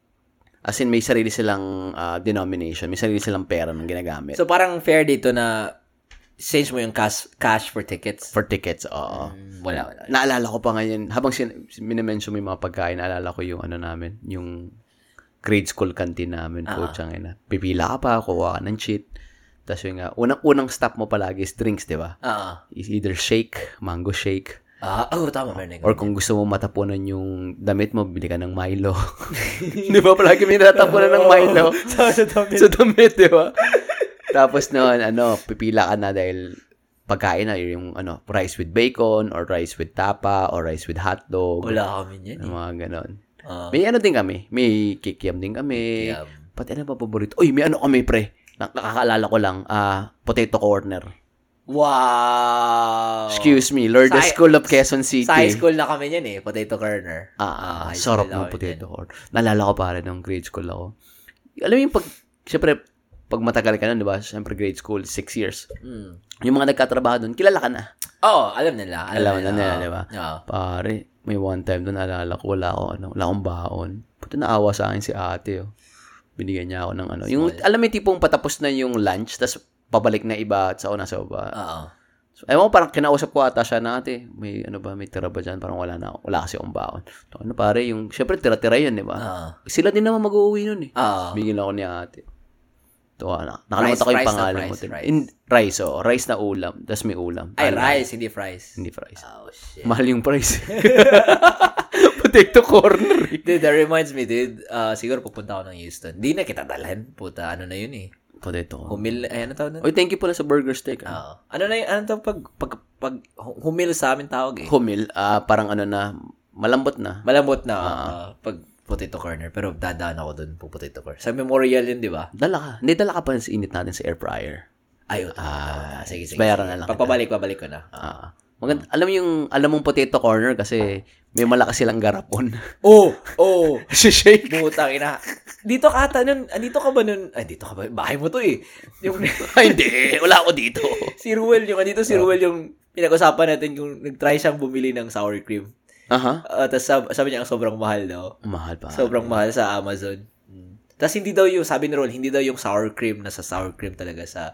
[SPEAKER 1] As in, may sarili silang ah, denomination, may sarili silang pera ng ginagamit.
[SPEAKER 2] So parang fair dito na exchange mo yung cash cash for tickets.
[SPEAKER 1] for tickets, oo.
[SPEAKER 2] Mm, wala, wala.
[SPEAKER 1] Naalala ko pa ngayon, habang sin- minimension mo yung mga pagkain, naalala ko yung ano namin, yung grade school canteen namin,
[SPEAKER 2] Ah.
[SPEAKER 1] coach, ang ina. Pipila ka pa, kuha ka ng cheat. Tapos yung nga, unang-unang stop mo palagi is drinks, di ba?
[SPEAKER 2] Oo.
[SPEAKER 1] Is either shake, mango shake,
[SPEAKER 2] Ah, oh, tama meron
[SPEAKER 1] Or kung gusto mo matapunan yung damit mo, bili ka ng Milo. di ba? Palagi may natatapunan ng Milo.
[SPEAKER 2] sa sa dami.
[SPEAKER 1] sa damit, di ba? Tapos noon, ano, pipila ka na dahil pagkain na yung ano, rice with bacon or rice with tapa or rice with hotdog.
[SPEAKER 2] Wala kami niyan. eh.
[SPEAKER 1] Yung mga ganon.
[SPEAKER 2] Ah.
[SPEAKER 1] May ano din kami. May kikiam din kami.
[SPEAKER 2] Kikiam.
[SPEAKER 1] Pati ano pa paborito? Uy, may ano kami, pre. Nak- Nakakaalala ko lang, ah, potato corner.
[SPEAKER 2] Wow.
[SPEAKER 1] Excuse me, Lord
[SPEAKER 2] Sa-
[SPEAKER 1] School of Quezon City.
[SPEAKER 2] Sa high school na kami niyan eh, potato corner.
[SPEAKER 1] Ah, ah,
[SPEAKER 2] high
[SPEAKER 1] sarap
[SPEAKER 2] school
[SPEAKER 1] ng
[SPEAKER 2] ako
[SPEAKER 1] potato corn. Naalala ko pare nung grade school ako. Alam mo yung pag, syempre, pag matagal ka nun, di ba? Syempre grade school, six years.
[SPEAKER 2] Mm.
[SPEAKER 1] Yung mga nagkatrabaho dun, kilala ka na.
[SPEAKER 2] Oo, alam nila.
[SPEAKER 1] Alam na nila, di ba?
[SPEAKER 2] Oo.
[SPEAKER 1] Pare, may one time dun, naalala ko, wala ako, ano, wala akong baon. Puta, naawa sa akin si ate, oh. Binigyan niya ako ng ano. Yung, alam mo yung tipong patapos na yung lunch, tas pabalik na iba at sa una sa baba.
[SPEAKER 2] Oo.
[SPEAKER 1] So, ewan ko, parang kinausap ko ata siya na ate, may ano ba, may tira ba dyan? Parang wala na, ako. wala kasi akong baon. Ano pare, yung, syempre tira-tira yun, di ba?
[SPEAKER 2] Oo.
[SPEAKER 1] Sila din naman mag-uwi nun eh.
[SPEAKER 2] Oo.
[SPEAKER 1] Bigyan ako ni ate. Tuwa na. Nakalimutan
[SPEAKER 2] Rice-
[SPEAKER 1] ko yung
[SPEAKER 2] rice na
[SPEAKER 1] pangalan
[SPEAKER 2] fries,
[SPEAKER 1] mo. Rice.
[SPEAKER 2] rice.
[SPEAKER 1] In, rice, oh. Rice na ulam. Tapos may ulam.
[SPEAKER 2] Ay,
[SPEAKER 1] Alam.
[SPEAKER 2] rice, hindi fries.
[SPEAKER 1] Hindi fries.
[SPEAKER 2] Oh, shit.
[SPEAKER 1] Mahal yung price. Potato corner eh.
[SPEAKER 2] Dude, that reminds me, dude. Ah, siguro pupunta ako ng Houston. Di na kita dalhin. Puta, ano na yun eh.
[SPEAKER 1] Potato corner.
[SPEAKER 2] Humil, ay, ano tawag nun?
[SPEAKER 1] Oy, thank you pala sa burger steak. ah.
[SPEAKER 2] Oo. Ano na yun, ano tawag pag, pag, pag, hu- humil sa amin tawag eh.
[SPEAKER 1] Humil, ah, parang ano na, malambot na.
[SPEAKER 2] Malambot na, ah, pag potato corner. Pero dadaan ako dun po potato corner. Sa memorial yun, di ba?
[SPEAKER 1] Dala ka. Hindi, dala ka pa sa init natin sa air fryer.
[SPEAKER 2] Ayaw, tama, tama, tama. Sige, sige.
[SPEAKER 1] Ah, bayaran na lang kita.
[SPEAKER 2] Pagpabalik, babalik ko na. Ah.
[SPEAKER 1] Ah. Maganda. Alam mo yung, alam mong potato corner kasi may malakas silang garapon.
[SPEAKER 2] Oh! Oh!
[SPEAKER 1] shake.
[SPEAKER 2] Butang ina. Dito ka ata nun, andito ka ba nun? Ay, dito ka ba? Bahay mo to eh. Yung,
[SPEAKER 1] Ay, hindi. Wala ako dito.
[SPEAKER 2] si Ruel, yung andito
[SPEAKER 1] Ah.
[SPEAKER 2] si Ruel yung pinag-usapan natin yung nag-try siyang bumili ng sour cream.
[SPEAKER 1] Aha.
[SPEAKER 2] Ah, Tapos sab- sabi niya, ang sobrang mahal daw.
[SPEAKER 1] Mahal pa.
[SPEAKER 2] Sobrang mahal sa Amazon. Tapos hindi daw yung, sabi ni Ruel, hindi daw yung sour cream na sa sour cream talaga sa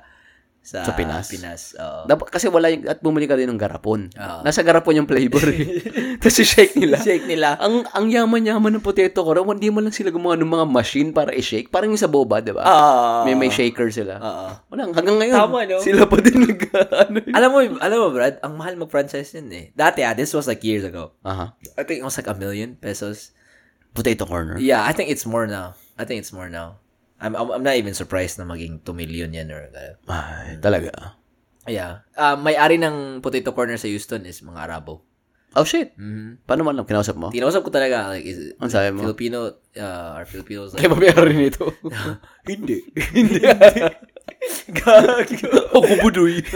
[SPEAKER 2] sa,
[SPEAKER 1] Sa Pinas?
[SPEAKER 2] Pinas. oo.
[SPEAKER 1] Dapat, kasi wala yung, at bumili ka rin ng garapon.
[SPEAKER 2] Oo.
[SPEAKER 1] Nasa garapon yung flavor eh. Tapos shake nila.
[SPEAKER 2] Shake nila.
[SPEAKER 1] Ang ang yaman-yaman ng potato ko, hindi mo lang sila gumawa ng mga machine para i-shake. Parang yung sa boba, di ba?
[SPEAKER 2] Ah.
[SPEAKER 1] may may shaker sila.
[SPEAKER 2] Oo.
[SPEAKER 1] Wala, hanggang ngayon.
[SPEAKER 2] Tama, no?
[SPEAKER 1] Sila pa din nag, ano yun.
[SPEAKER 2] Alam mo, alam mo, Brad, ang mahal mag-franchise yun eh. Dati ah, this was like years ago.
[SPEAKER 1] Aha.
[SPEAKER 2] I think it was like a million pesos.
[SPEAKER 1] Potato corner.
[SPEAKER 2] Yeah, I think it's more now. I think it's more now. I'm I'm, I'm not even surprised na maging 2 million yan or gano'n.
[SPEAKER 1] Ay, talaga.
[SPEAKER 2] Yeah. Ah, may-ari ng Potato Corner sa Houston is mga Arabo.
[SPEAKER 1] Oh, shit.
[SPEAKER 2] Mhm.
[SPEAKER 1] Paano man lang kinausap mo?
[SPEAKER 2] Tinausap ko talaga like is
[SPEAKER 1] Ano sabi mo?
[SPEAKER 2] Filipino uh, are Filipinos
[SPEAKER 1] Kaya
[SPEAKER 2] like,
[SPEAKER 1] mamayari nito.
[SPEAKER 2] hindi.
[SPEAKER 1] o kubudoy.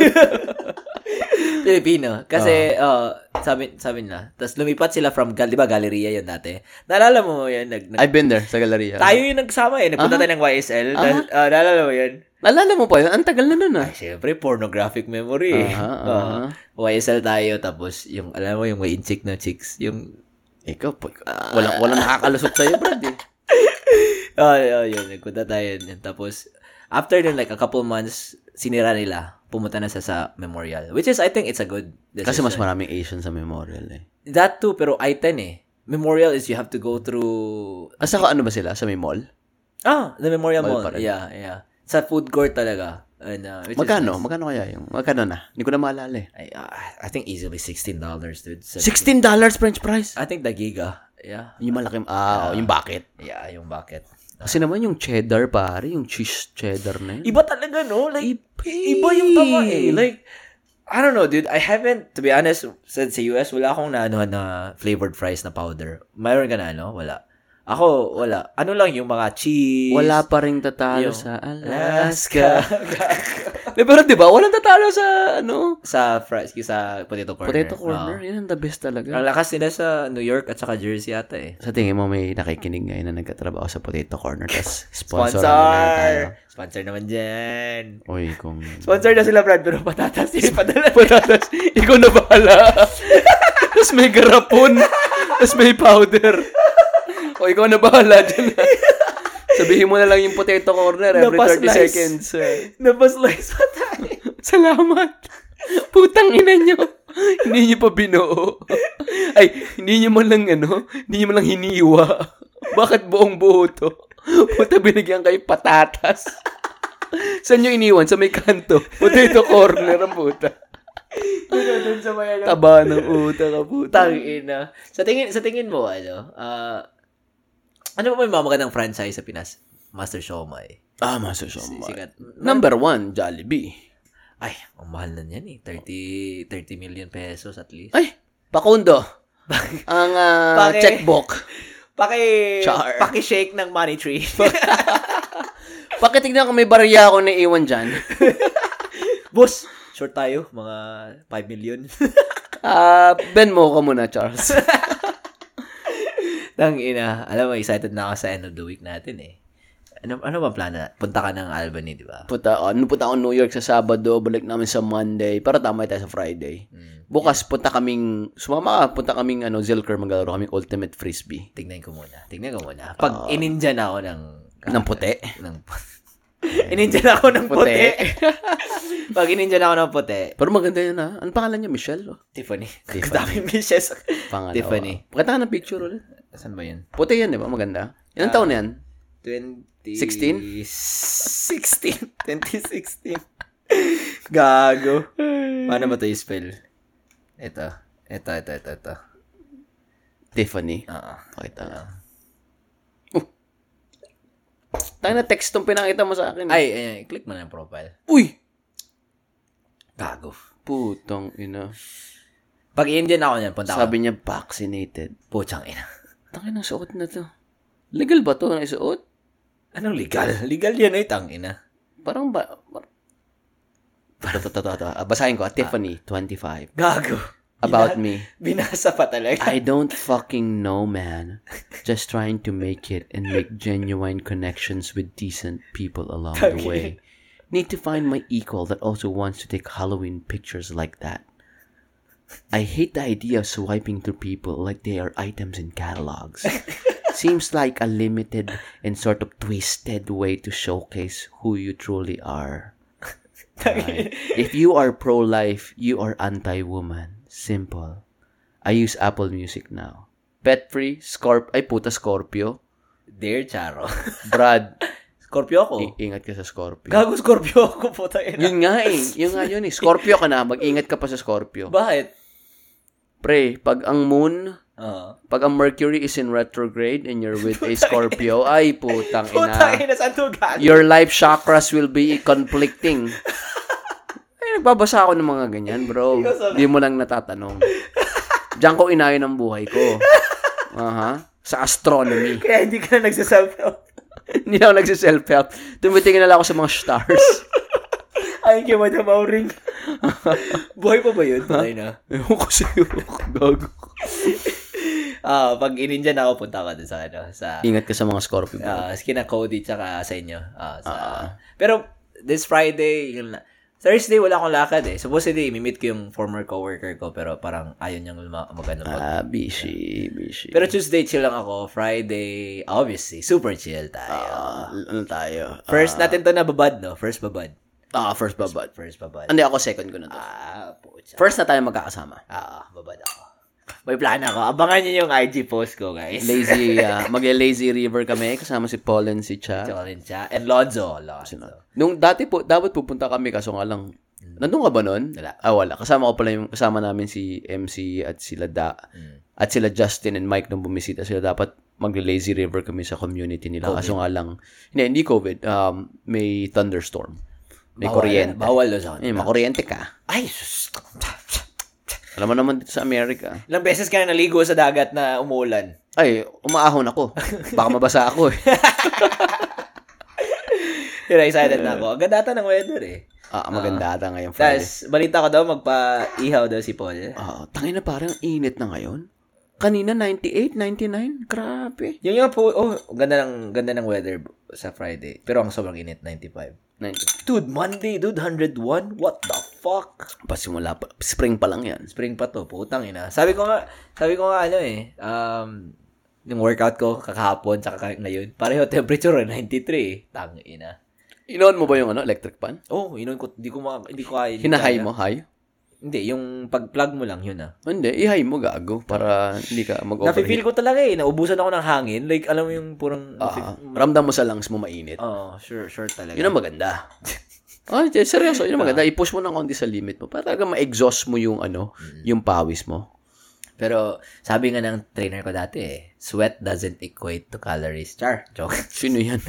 [SPEAKER 2] Filipino. Kasi, uh, sabi, sabi nila. Tapos lumipat sila from, gal- di ba, Galleria yun dati? Naalala mo yun? Nag, nag-
[SPEAKER 1] I've been there sa galeria.
[SPEAKER 2] tayo yung nagsama eh. Nagpunta tayo ng YSL. Tapos, ah, naalala mo yun?
[SPEAKER 1] Naalala mo pa yun? Ang tagal na nun ah.
[SPEAKER 2] Ay, syempre, pornographic memory. eh.
[SPEAKER 1] Aha,
[SPEAKER 2] Oo. YSL tayo, tapos yung, alam mo, yung may chick na chicks, yung,
[SPEAKER 1] Ikaw Ah. po. Walang, walang nakakalusot sa'yo, Brad. Eh.
[SPEAKER 2] oh, oh, yun, nagpunta tayo. yun. Tapos, after nun, like, a couple months, sinira nila, pumunta na sa sa memorial. Which is, I think it's a good decision.
[SPEAKER 1] Kasi mas maraming Asian sa memorial eh.
[SPEAKER 2] That too, pero I-10 eh. Memorial is you have to go through,
[SPEAKER 1] Asa ka, ano ba sila? Sa may mall?
[SPEAKER 2] ah, the memorial
[SPEAKER 1] Mall
[SPEAKER 2] mall.
[SPEAKER 1] pa rin.
[SPEAKER 2] Yeah, yeah. Sa food court talaga. And, uh, which is
[SPEAKER 1] Magkano?
[SPEAKER 2] nice.
[SPEAKER 1] Magkano kaya yung? Magkano na? Hindi ko na maalala eh.
[SPEAKER 2] I, ah, I think easily $16, dude. So,
[SPEAKER 1] $16 French fries?
[SPEAKER 2] I think the giga. Yeah.
[SPEAKER 1] Ah, Yung malaking, ah, oh, yung bucket.
[SPEAKER 2] Yeah, yung bucket.
[SPEAKER 1] Kasi naman yung cheddar pare, yung cheese cheddar na yun.
[SPEAKER 2] Iba talaga, no? Like,
[SPEAKER 1] Iba
[SPEAKER 2] iba yung tama eh. Like, I don't know, dude. I haven't, to be honest, since sa US, wala akong na, ano, na flavored fries na powder. Mayroon ka na, ano? Wala. Ako, wala. Ano lang yung mga cheese.
[SPEAKER 1] Wala pa rin tatalo
[SPEAKER 2] Yung
[SPEAKER 1] sa Alaska. Alaska. Pero di ba, walang tatalo sa, ano,
[SPEAKER 2] sa fries, sa potato corner.
[SPEAKER 1] potato
[SPEAKER 2] Oo.
[SPEAKER 1] corner. Ah. Yan ang the best talaga.
[SPEAKER 2] Ang lakas nila sa New York at saka Jersey ata eh.
[SPEAKER 1] Sa tingin mo, may nakikinig ngayon na nagkatrabaho sa potato corner. Tapos, sponsor.
[SPEAKER 2] Sponsor! Sponsor naman dyan.
[SPEAKER 1] Uy, kung...
[SPEAKER 2] Sponsor na sila, Brad, pero patatas. Hindi padala. patatas. Ikaw na bahala.
[SPEAKER 1] Tapos may garapon. Tapos may powder. O, ikaw na bahala dyan. Sabihin mo na lang yung potato corner every 30
[SPEAKER 2] Napas slice.
[SPEAKER 1] seconds.
[SPEAKER 2] Napaslice pa tayo.
[SPEAKER 1] Salamat. Putang ina nyo. Hindi nyo pa binuo. Ay, hindi nyo man lang ano, hindi nyo man lang hiniwa. Bakit buong buo to? Puta, binigyan kayo patatas. Saan nyo iniwan? Sa may kanto. Potato corner ang puta.
[SPEAKER 2] Doon sa may ano.
[SPEAKER 1] Taba ng utak ang puta.
[SPEAKER 2] Putang ina. Sa tingin, sa tingin mo, ano, ah, ano ba may mamagandang franchise sa Pinas? Master Shomai.
[SPEAKER 1] Ah, maso siya.
[SPEAKER 2] Sikat.
[SPEAKER 1] Number one, Jollibee.
[SPEAKER 2] Ay, ang mahal na niyan eh. 30, 30 million pesos at least.
[SPEAKER 1] Ay, Pakundo. ang ah,
[SPEAKER 2] Pake-
[SPEAKER 1] checkbook.
[SPEAKER 2] Paki,
[SPEAKER 1] Char.
[SPEAKER 2] shake ng money tree.
[SPEAKER 1] Pakitignan kung may barya ako na iwan dyan.
[SPEAKER 2] Boss, short tayo. Mga 5 million.
[SPEAKER 1] Ah, ben mo ka muna, Charles.
[SPEAKER 2] Tang ina. Alam mo, excited na ako sa end of the week natin eh. Ano, ano ba plano? Punta ka ng Albany, di ba?
[SPEAKER 1] Puta, oh, ano punta ako New York sa Sabado, balik namin sa Monday, para tamay tayo sa Friday. Bukas punta kaming, sumama ka, punta kaming ano, Zilker, maglalaro kaming Ultimate Frisbee.
[SPEAKER 2] Tignan ko muna. Tignan ko muna. Pag ininja na ako Ah. ng...
[SPEAKER 1] Ng puti.
[SPEAKER 2] ng ininja na ako ng puti.
[SPEAKER 1] Puti.
[SPEAKER 2] Pag ininja na ako ng puti.
[SPEAKER 1] Pero maganda yun ha. Ano pangalan niya, Michelle? Oh,
[SPEAKER 2] Tiffany.
[SPEAKER 1] Tiffany.
[SPEAKER 2] Kadami mishes.
[SPEAKER 1] Pangalawa.
[SPEAKER 2] Tiffany.
[SPEAKER 1] Pakita ka ng picture ulit.
[SPEAKER 2] Saan ba yun?
[SPEAKER 1] Puti yan, di ba? Maganda. Ilang taon na yan? 16?
[SPEAKER 2] 20... 16. 2016. Gago. Paano ba ito i-spell? Ito. Ito, ito, ito, ito.
[SPEAKER 1] Tiffany.
[SPEAKER 2] Oo.
[SPEAKER 1] Pakita nga. Oh. Tayo na text tong pinakita mo sa akin. eh.
[SPEAKER 2] Ay, ay, click mo na yung profile.
[SPEAKER 1] Uy!
[SPEAKER 2] Gago.
[SPEAKER 1] Putong ina.
[SPEAKER 2] Pag Indian ako niyan, punta
[SPEAKER 1] Sabi niya, vaccinated.
[SPEAKER 2] ako. Puchang ina.
[SPEAKER 1] Tangin ng suot na to. Legal ba to na isuot?
[SPEAKER 2] Anong legal? Legal yan ay tang ina.
[SPEAKER 1] Parang ba... Par- ito, ito, ito, ito. Ah, Basahin ko. ah. Tiffany, 25.
[SPEAKER 2] Gago.
[SPEAKER 1] About me.
[SPEAKER 2] Binasa pa talaga.
[SPEAKER 1] I don't fucking know, man. Just trying to make it and make genuine connections with decent people along the way. Need to find my equal that also wants to take Halloween pictures like that. I hate the idea of swiping through people like they are items in catalogs. Seems like a limited and sort of twisted way to showcase who you truly are. Right. If you are pro life, you are anti woman. Simple. I use Apple Music now. Pet free, Scorp, ay puta Scorpio.
[SPEAKER 2] Dear Charo.
[SPEAKER 1] Brad,
[SPEAKER 2] Scorpio ako.
[SPEAKER 1] i- ingat ka sa Scorpio.
[SPEAKER 2] Gago Scorpio ako po tayo.
[SPEAKER 1] Yun nga eh, yun nga yun eh. Scorpio ka na, mag-ingat ka pa sa Scorpio.
[SPEAKER 2] Bakit?
[SPEAKER 1] Pre, pag ang moon,
[SPEAKER 2] Oo.
[SPEAKER 1] pag ang Mercury is in retrograde and you're with a Scorpio, ay putang
[SPEAKER 2] Puta
[SPEAKER 1] ina.
[SPEAKER 2] ina, saan to gago?
[SPEAKER 1] Your life chakras will be conflicting. Ay, nagbabasa ako ng mga ganyan, bro. Di mo lang natatanong. Diyan ko inayon ang buhay ko. Aha. Sa astronomy.
[SPEAKER 2] Kaya hindi ka na nagsaself-help.
[SPEAKER 1] Hindi na ako nagsiself-help. Tumitingin na lang ako sa mga stars.
[SPEAKER 2] Ayun kay Madam Auring. Buhay pa ba yun? Patay na.
[SPEAKER 1] Ewan ko sa'yo. Gago.
[SPEAKER 2] Ah, pag inindian ako, punta ka dun sa ano, sa
[SPEAKER 1] Ingat ka sa mga Scorpio.
[SPEAKER 2] ah, kina Cody tsaka sa inyo. Ah, sa, pero this Friday, yun na- Thursday wala akong lakad eh. Supposedly, imimit ko yung former coworker ko pero parang ayaw niyang luma- magano pag
[SPEAKER 1] Ah, busy, busy.
[SPEAKER 2] Pero Tuesday chill lang ako, Friday obviously super chill tayo.
[SPEAKER 1] Ah, ano tayo? Ah,
[SPEAKER 2] First natin to na babad no, first babad.
[SPEAKER 1] Ah, first babad.
[SPEAKER 2] First babad.
[SPEAKER 1] Hindi, ako second ko na to.
[SPEAKER 2] Ah, pucha.
[SPEAKER 1] First na tayo magkakasama.
[SPEAKER 2] Ah, babad ako. May plan ako. Abangan niyo yung IG post ko, guys.
[SPEAKER 1] Lazy, ah, magle-lazy river kami. Kasama si Paul and si Cha.
[SPEAKER 2] Challenge siya. And Lonzo, Lonzo.
[SPEAKER 1] Nung dati po, dapat pupunta kami kaso nga lang, nandun ka ba nun?
[SPEAKER 2] Hmm. Wala.
[SPEAKER 1] Ah, wala. Kasama ko pala yung, kasama namin si MC at sila Da.
[SPEAKER 2] Hmm.
[SPEAKER 1] At sila Justin and Mike nung bumisita sila. Dapat mag-lazy river kami sa community nila. Kaso nga lang, hindi, hindi COVID. Um, may thunderstorm. May
[SPEAKER 2] Bawal-
[SPEAKER 1] kuryente.
[SPEAKER 2] Bawal daw sa kanila.
[SPEAKER 1] Eh, makuryente ka.
[SPEAKER 2] Ay, sus.
[SPEAKER 1] Alam mo naman dito sa Amerika.
[SPEAKER 2] Ilang beses ka na naligo sa dagat na umulan.
[SPEAKER 1] Ay, umaahon ako. Baka mabasa ako eh.
[SPEAKER 2] Yun, excited na ako. Ang ganda ata ng weather eh.
[SPEAKER 1] Ah, maganda ata ngayon Friday.
[SPEAKER 2] Tapos, balita ko daw, magpa-ihaw daw si Paul.
[SPEAKER 1] Ah, tangina parang init na ngayon. Kanina 98, 99, grabe.
[SPEAKER 2] Yung yung po, oh, ganda ng, ganda ng weather sa Friday. Pero ang sobrang init, 95.
[SPEAKER 1] 90.
[SPEAKER 2] Dude, Monday, dude, 101? What the fuck?
[SPEAKER 1] Pasimula pa, spring pa lang 'yan.
[SPEAKER 2] Spring pa to, putang ina. Sabi ko nga, sabi ko nga ano eh, um, yung workout ko kakahapon tsaka kay- ngayon, pareho temperature eh, 93. Tang ina.
[SPEAKER 1] Inon mo ba yung ano, electric pan?
[SPEAKER 2] Oh, inon ko, hindi ko ma, hindi ko kaya. hindi
[SPEAKER 1] Hinahay
[SPEAKER 2] kaya.
[SPEAKER 1] mo, high?
[SPEAKER 2] Hindi, yung pag-plug mo lang, yun ah.
[SPEAKER 1] Hindi, ihay mo gago para hindi ka
[SPEAKER 2] Nafe-feel
[SPEAKER 1] mag-overheat.
[SPEAKER 2] ko talaga eh, naubusan ako ng hangin. Like, alam mo yung purang...
[SPEAKER 1] Ah, ramdam mo sa lungs mo mainit.
[SPEAKER 2] Oo, sure, sure talaga.
[SPEAKER 1] Yun ang maganda. Ah, j- seryoso, yun ang maganda. I-push mo ng konti sa limit mo para talaga ma-exhaust mo yung ano,
[SPEAKER 2] Mm.
[SPEAKER 1] yung pawis mo.
[SPEAKER 2] Pero, sabi nga ng trainer ko dati eh, sweat doesn't equate to calories. Char, joke.
[SPEAKER 1] Sino yan?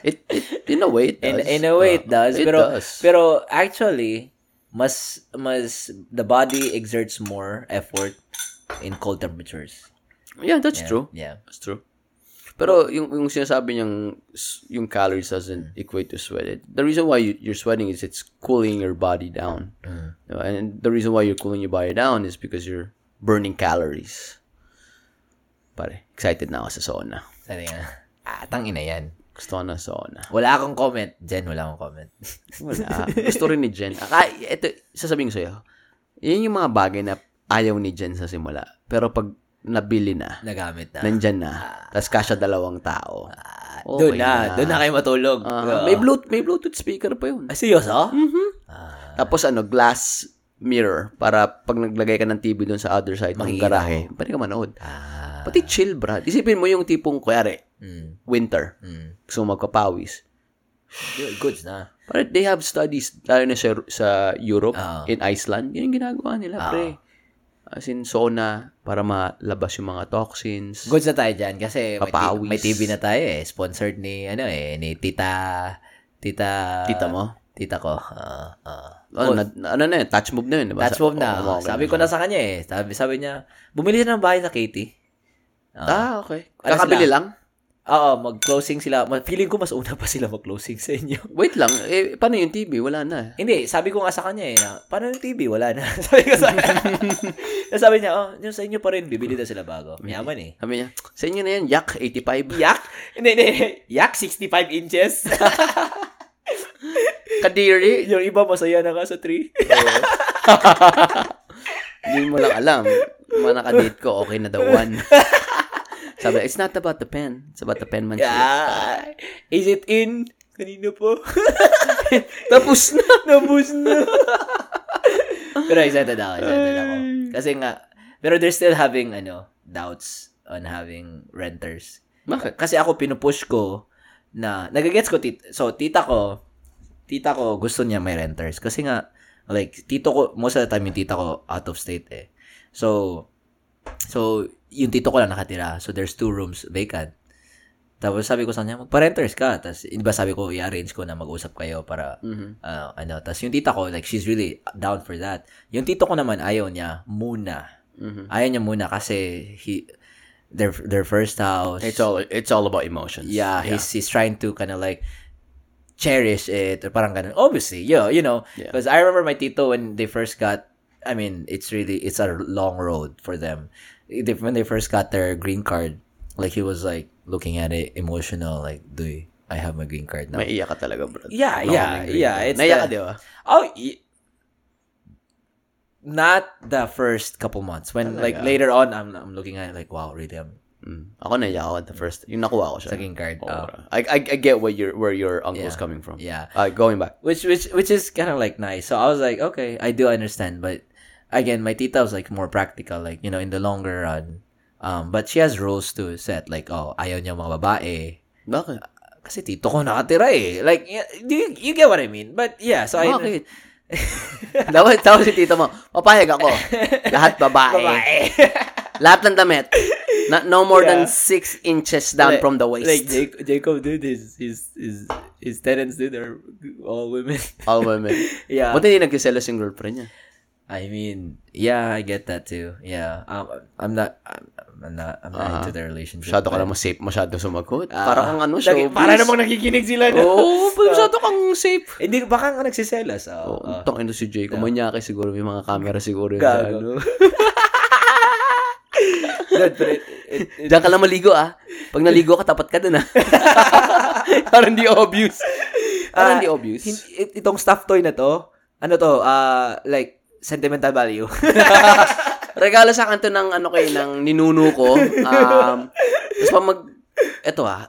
[SPEAKER 1] it, it, in a way, it
[SPEAKER 2] In,
[SPEAKER 1] does.
[SPEAKER 2] in a way, it
[SPEAKER 1] Ah,
[SPEAKER 2] does. pero,
[SPEAKER 1] does.
[SPEAKER 2] pero actually, mas, mas, the body exerts more effort in cold temperatures.
[SPEAKER 1] yeah, that's
[SPEAKER 2] Yeah,
[SPEAKER 1] true.
[SPEAKER 2] Yeah.
[SPEAKER 1] That's true. Pero yung yung sinasabi niyang s- yung calories doesn't
[SPEAKER 2] Mm.
[SPEAKER 1] equate to sweat. It, the reason why you, you're sweating is it's cooling your body down.
[SPEAKER 2] Mm.
[SPEAKER 1] Diba? And the reason why you're cooling your body down is because you're burning calories. Pare, excited na ako sa sauna.
[SPEAKER 2] Sabi nga, ah, tangina yan.
[SPEAKER 1] Gusto ko na sauna.
[SPEAKER 2] Wala akong comment. Jen, wala akong comment.
[SPEAKER 1] Wala. Gusto rin ni Jen. Aka, ito, sasabihin ko sa'yo. Yan yung mga bagay na ayaw ni Jen sa simula. Pero pag nabili na,
[SPEAKER 2] Nagamit na.
[SPEAKER 1] nandyan na, tas kasya dalawang tao. Okay
[SPEAKER 2] Ah, doon na, doon na kayo matulog.
[SPEAKER 1] Ah,
[SPEAKER 2] Oo.
[SPEAKER 1] may, Bluetooth, may Bluetooth speaker pa yun. Mm-hmm.
[SPEAKER 2] Ah, seryoso? Ah.
[SPEAKER 1] Tapos ano, glass mirror para pag naglagay ka ng TV doon sa other side ng
[SPEAKER 2] Makikita
[SPEAKER 1] garahe, pwede ka manood.
[SPEAKER 2] Ah.
[SPEAKER 1] Pati chill, brad. Isipin mo yung tipong, kuyari,
[SPEAKER 2] Mm.
[SPEAKER 1] winter,
[SPEAKER 2] Mm.
[SPEAKER 1] gusto mo magkapawis.
[SPEAKER 2] Good, goods na.
[SPEAKER 1] But they have studies, lalo na sa, sa Europe,
[SPEAKER 2] Ah.
[SPEAKER 1] in Iceland, yun yung ginagawa nila,
[SPEAKER 2] Ah.
[SPEAKER 1] pre. As in, sauna, para malabas yung mga toxins.
[SPEAKER 2] Goods na tayo dyan kasi may, t-
[SPEAKER 1] Papawis.
[SPEAKER 2] may TV na tayo eh. Sponsored ni, ano eh, ni Tita, Tita,
[SPEAKER 1] Tita mo?
[SPEAKER 2] Tita ko. Ah, ah.
[SPEAKER 1] Oh, na, na- ano na yun, touch move na yun, diba?
[SPEAKER 2] That's
[SPEAKER 1] Sa-
[SPEAKER 2] move na.
[SPEAKER 1] oh, okay
[SPEAKER 2] sabi ko na sa kanya eh. Sabi, sabi niya, bumili siya ng bahay sa Katie.
[SPEAKER 1] Ah, okay.
[SPEAKER 2] Ano
[SPEAKER 1] Kakabili
[SPEAKER 2] sila?
[SPEAKER 1] lang?
[SPEAKER 2] Oo, mag-closing sila. Ma- Feeling ko mas una pa sila mag-closing sa inyo.
[SPEAKER 1] Wait lang, eh, paano yung TV? Wala na.
[SPEAKER 2] Hindi, sabi ko nga sa kanya eh, na, paano yung TV? Wala na. sabi ko sa kanya. Tapos sabi niya, oh, yung sa inyo pa rin, bibili na sila bago. Mayaman eh.
[SPEAKER 1] Sabi niya, sa inyo na yan, yak, 85.
[SPEAKER 2] Yak? Hindi, hindi. Yak, 65 inches.
[SPEAKER 1] Kadiri.
[SPEAKER 2] yung iba masaya na nga sa 3.
[SPEAKER 1] Hindi mo lang alam. Yung Mga nakadate ko, okay na daw one. Sabi, it's not about the pen. It's about the pen man.
[SPEAKER 2] yeah. Is it in? Kanino po?
[SPEAKER 1] Tapos na.
[SPEAKER 2] Nabus na. pero excited ako, excited ako. Kasi nga, pero they're still having, ano, doubts on having renters.
[SPEAKER 1] Bakit?
[SPEAKER 2] Kasi ako, pinupush ko na, nagagets ko, tit- so, tita ko, tita ko, gusto niya may renters. Kasi nga, like, tito ko, most of the time, yung tita ko, out of state eh. So, so, yung tito ko lang nakatira. So, there's two rooms vacant. Tapos sabi ko sa kanya, magpa-renters ka. Tapos, di ba sabi ko, i-arrange ko na mag-usap kayo para, ah, ano. Tapos yung tita ko, like, she's really down for that. Yung tito ko naman, ayaw niya muna. Ayaw niya muna kasi he, their, their first house.
[SPEAKER 1] It's all it's all about emotions.
[SPEAKER 2] Yeah, he's he's trying to kind of like cherish it or parang ganun. Obviously, yeah, you know,
[SPEAKER 1] Yeah.
[SPEAKER 2] because I remember my tito when they first got. I mean, it's really it's a long road for them. They, when they first got their green card, like he was like looking at it emotional, like, "Do I have my green card now?"
[SPEAKER 1] May iyak ka talaga, bro.
[SPEAKER 2] Yeah, yeah, yeah, it's
[SPEAKER 1] Naiyak ka,
[SPEAKER 2] the-
[SPEAKER 1] di ba?
[SPEAKER 2] Oh, y- not the first couple months. When like
[SPEAKER 1] Talaga?
[SPEAKER 2] later on, I'm I'm looking at it like, "Wow, really, I'm
[SPEAKER 1] Mm. Ako naiyak ako at the first. Yung nakuha ko siya.
[SPEAKER 2] Sa green card,
[SPEAKER 1] Oo,
[SPEAKER 2] ah.
[SPEAKER 1] bro. I, I, I get where your where your uncle's
[SPEAKER 2] Yeah,
[SPEAKER 1] coming from.
[SPEAKER 2] yeah.
[SPEAKER 1] Ah, going back.
[SPEAKER 2] which which which is kind of like nice. So I was like, okay, I do understand, but again, my tita was like more practical, like you know, in the longer run. Um, but she has rules to set, like oh, ayaw niya mga babae.
[SPEAKER 1] Bakit?
[SPEAKER 2] Kasi tito ko nakatira eh. Like, y- do you, you get what I mean? But yeah, so
[SPEAKER 1] Bakit? Dapat tawag si tito mo, papayag ako. Lahat
[SPEAKER 2] I... Babae.
[SPEAKER 1] Lahat ng damit. Not, no more than
[SPEAKER 2] Yeah.
[SPEAKER 1] 6 inches down
[SPEAKER 2] Like-
[SPEAKER 1] from the waist.
[SPEAKER 2] Like Jac- Jacob, dude, his, his, his, his tenants, dude, are all women.
[SPEAKER 1] All women. eh.
[SPEAKER 2] yeah.
[SPEAKER 1] Buti hindi nagkiselos yung girlfriend niya.
[SPEAKER 2] I mean, yeah, I get that too. Yeah, um, I'm not, I'm, I'm not, I'm not into their relationship.
[SPEAKER 1] Uh-huh. Masyado ka
[SPEAKER 2] but-
[SPEAKER 1] na masip, masyado sumagot. Para kang ano,
[SPEAKER 2] Lagi-
[SPEAKER 1] showbiz.
[SPEAKER 2] Para namang nakikinig sila. no?
[SPEAKER 1] Oo, oh, masyado kang safe.
[SPEAKER 2] Hindi, baka nga nagsiselas.
[SPEAKER 1] Oh,
[SPEAKER 2] Oh,
[SPEAKER 1] uh, Tong ito si Jay, kumanyaki siguro, may mga camera siguro. yun sa ano.
[SPEAKER 2] gago. Dad, but it- it- it-
[SPEAKER 1] Diyan ka lang maligo ah. Pag naligo ka, tapat ka dun ah. Parang hindi obvious. Parang
[SPEAKER 2] Ah,
[SPEAKER 1] hindi obvious.
[SPEAKER 2] hin- it- itong stuffed toy na to, ano to, ah, like, sentimental value.
[SPEAKER 1] Regalo sa akin to ng ano kay ng ninuno ko. Um, tapos pa mag eto ah.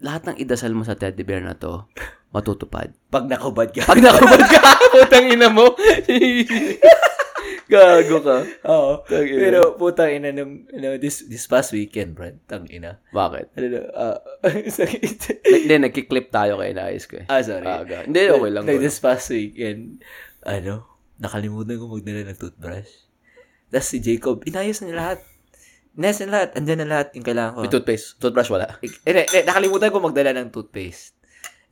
[SPEAKER 1] Lahat ng idasal mo sa teddy bear na to matutupad.
[SPEAKER 2] Pag nakubad ka.
[SPEAKER 1] Pag nakabad ka, putang ina mo. Gago ka.
[SPEAKER 2] Oo.
[SPEAKER 1] Tangina.
[SPEAKER 2] Pero, putang ina, nung, ano, this, this past weekend, Brad, tang ina.
[SPEAKER 1] Bakit?
[SPEAKER 2] Ano na, ah, sakit.
[SPEAKER 1] Hindi, nagki-clip tayo kay Inayos ko eh.
[SPEAKER 2] Ah, sorry.
[SPEAKER 1] God. Hindi, okay lang.
[SPEAKER 2] Like
[SPEAKER 1] bro.
[SPEAKER 2] this past weekend, ano, nakalimutan ko magdala ng toothbrush. Tapos si Jacob, inayos na niya lahat. Inayos na lahat. Andyan na lahat yung kailangan ko.
[SPEAKER 1] May toothpaste. Toothbrush wala.
[SPEAKER 2] Ik- eh, eh, nakalimutan ko magdala ng toothpaste.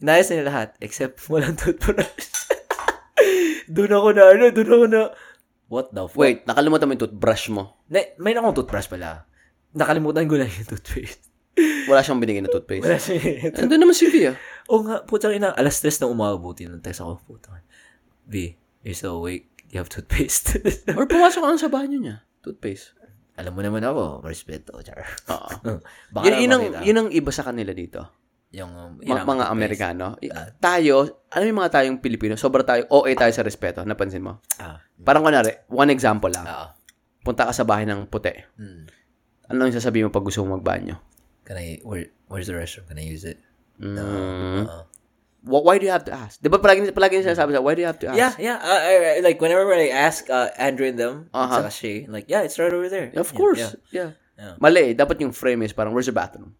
[SPEAKER 2] Inayos na niya lahat, except walang toothbrush. doon ako na, ano, doon ako na, what the fuck?
[SPEAKER 1] Wait, nakalimutan mo yung toothbrush mo.
[SPEAKER 2] Na, may akong toothbrush pala. Nakalimutan ko lang yung toothpaste.
[SPEAKER 1] Wala siyang binigay na toothpaste.
[SPEAKER 2] Wala siya.
[SPEAKER 1] Nandun naman si Via.
[SPEAKER 2] Oo nga, putang ina. Alas tres na umabuti ng text ako. Putang ina. B, you're so awake. You have toothpaste.
[SPEAKER 1] Or pumasok ka lang sa banyo niya. Toothpaste.
[SPEAKER 2] Alam mo naman ako, respeto, char.
[SPEAKER 1] Oo.
[SPEAKER 2] Baka
[SPEAKER 1] Yun, yun,
[SPEAKER 2] naman
[SPEAKER 1] ang,
[SPEAKER 2] makita.
[SPEAKER 1] yun ang iba sa kanila dito.
[SPEAKER 2] yung, um, yun
[SPEAKER 1] Ma- mga
[SPEAKER 2] ang toothpaste.
[SPEAKER 1] Amerikano. I- Tayo, alam yung mga tayong Pilipino, sobra tayo, OA tayo sa respeto. Napansin mo?
[SPEAKER 2] Ah,
[SPEAKER 1] Parang kunwari, one example lang.
[SPEAKER 2] oo.
[SPEAKER 1] Punta ka sa bahay ng puti.
[SPEAKER 2] Hmm.
[SPEAKER 1] Ano yung sasabihin mo pag gusto mong magbanyo?
[SPEAKER 2] Can I, where, where's the restroom? Can I use it? Ah,
[SPEAKER 1] Mm.
[SPEAKER 2] Oo.
[SPEAKER 1] Wh- Why do you have to ask? Di ba palagi, palagi nila sinasabi sa, why do you have to ask?
[SPEAKER 2] Yeah, yeah. Uh, I, I- like, whenever I ask uh, Andrew and them,
[SPEAKER 1] Uh-huh.
[SPEAKER 2] uh-huh. Sashay, like, yeah, it's right over there.
[SPEAKER 1] Of
[SPEAKER 2] Yeah,
[SPEAKER 1] course. Yeah.
[SPEAKER 2] yeah. Yeah.
[SPEAKER 1] Mali eh. Dapat yung frame is parang, where's the bathroom?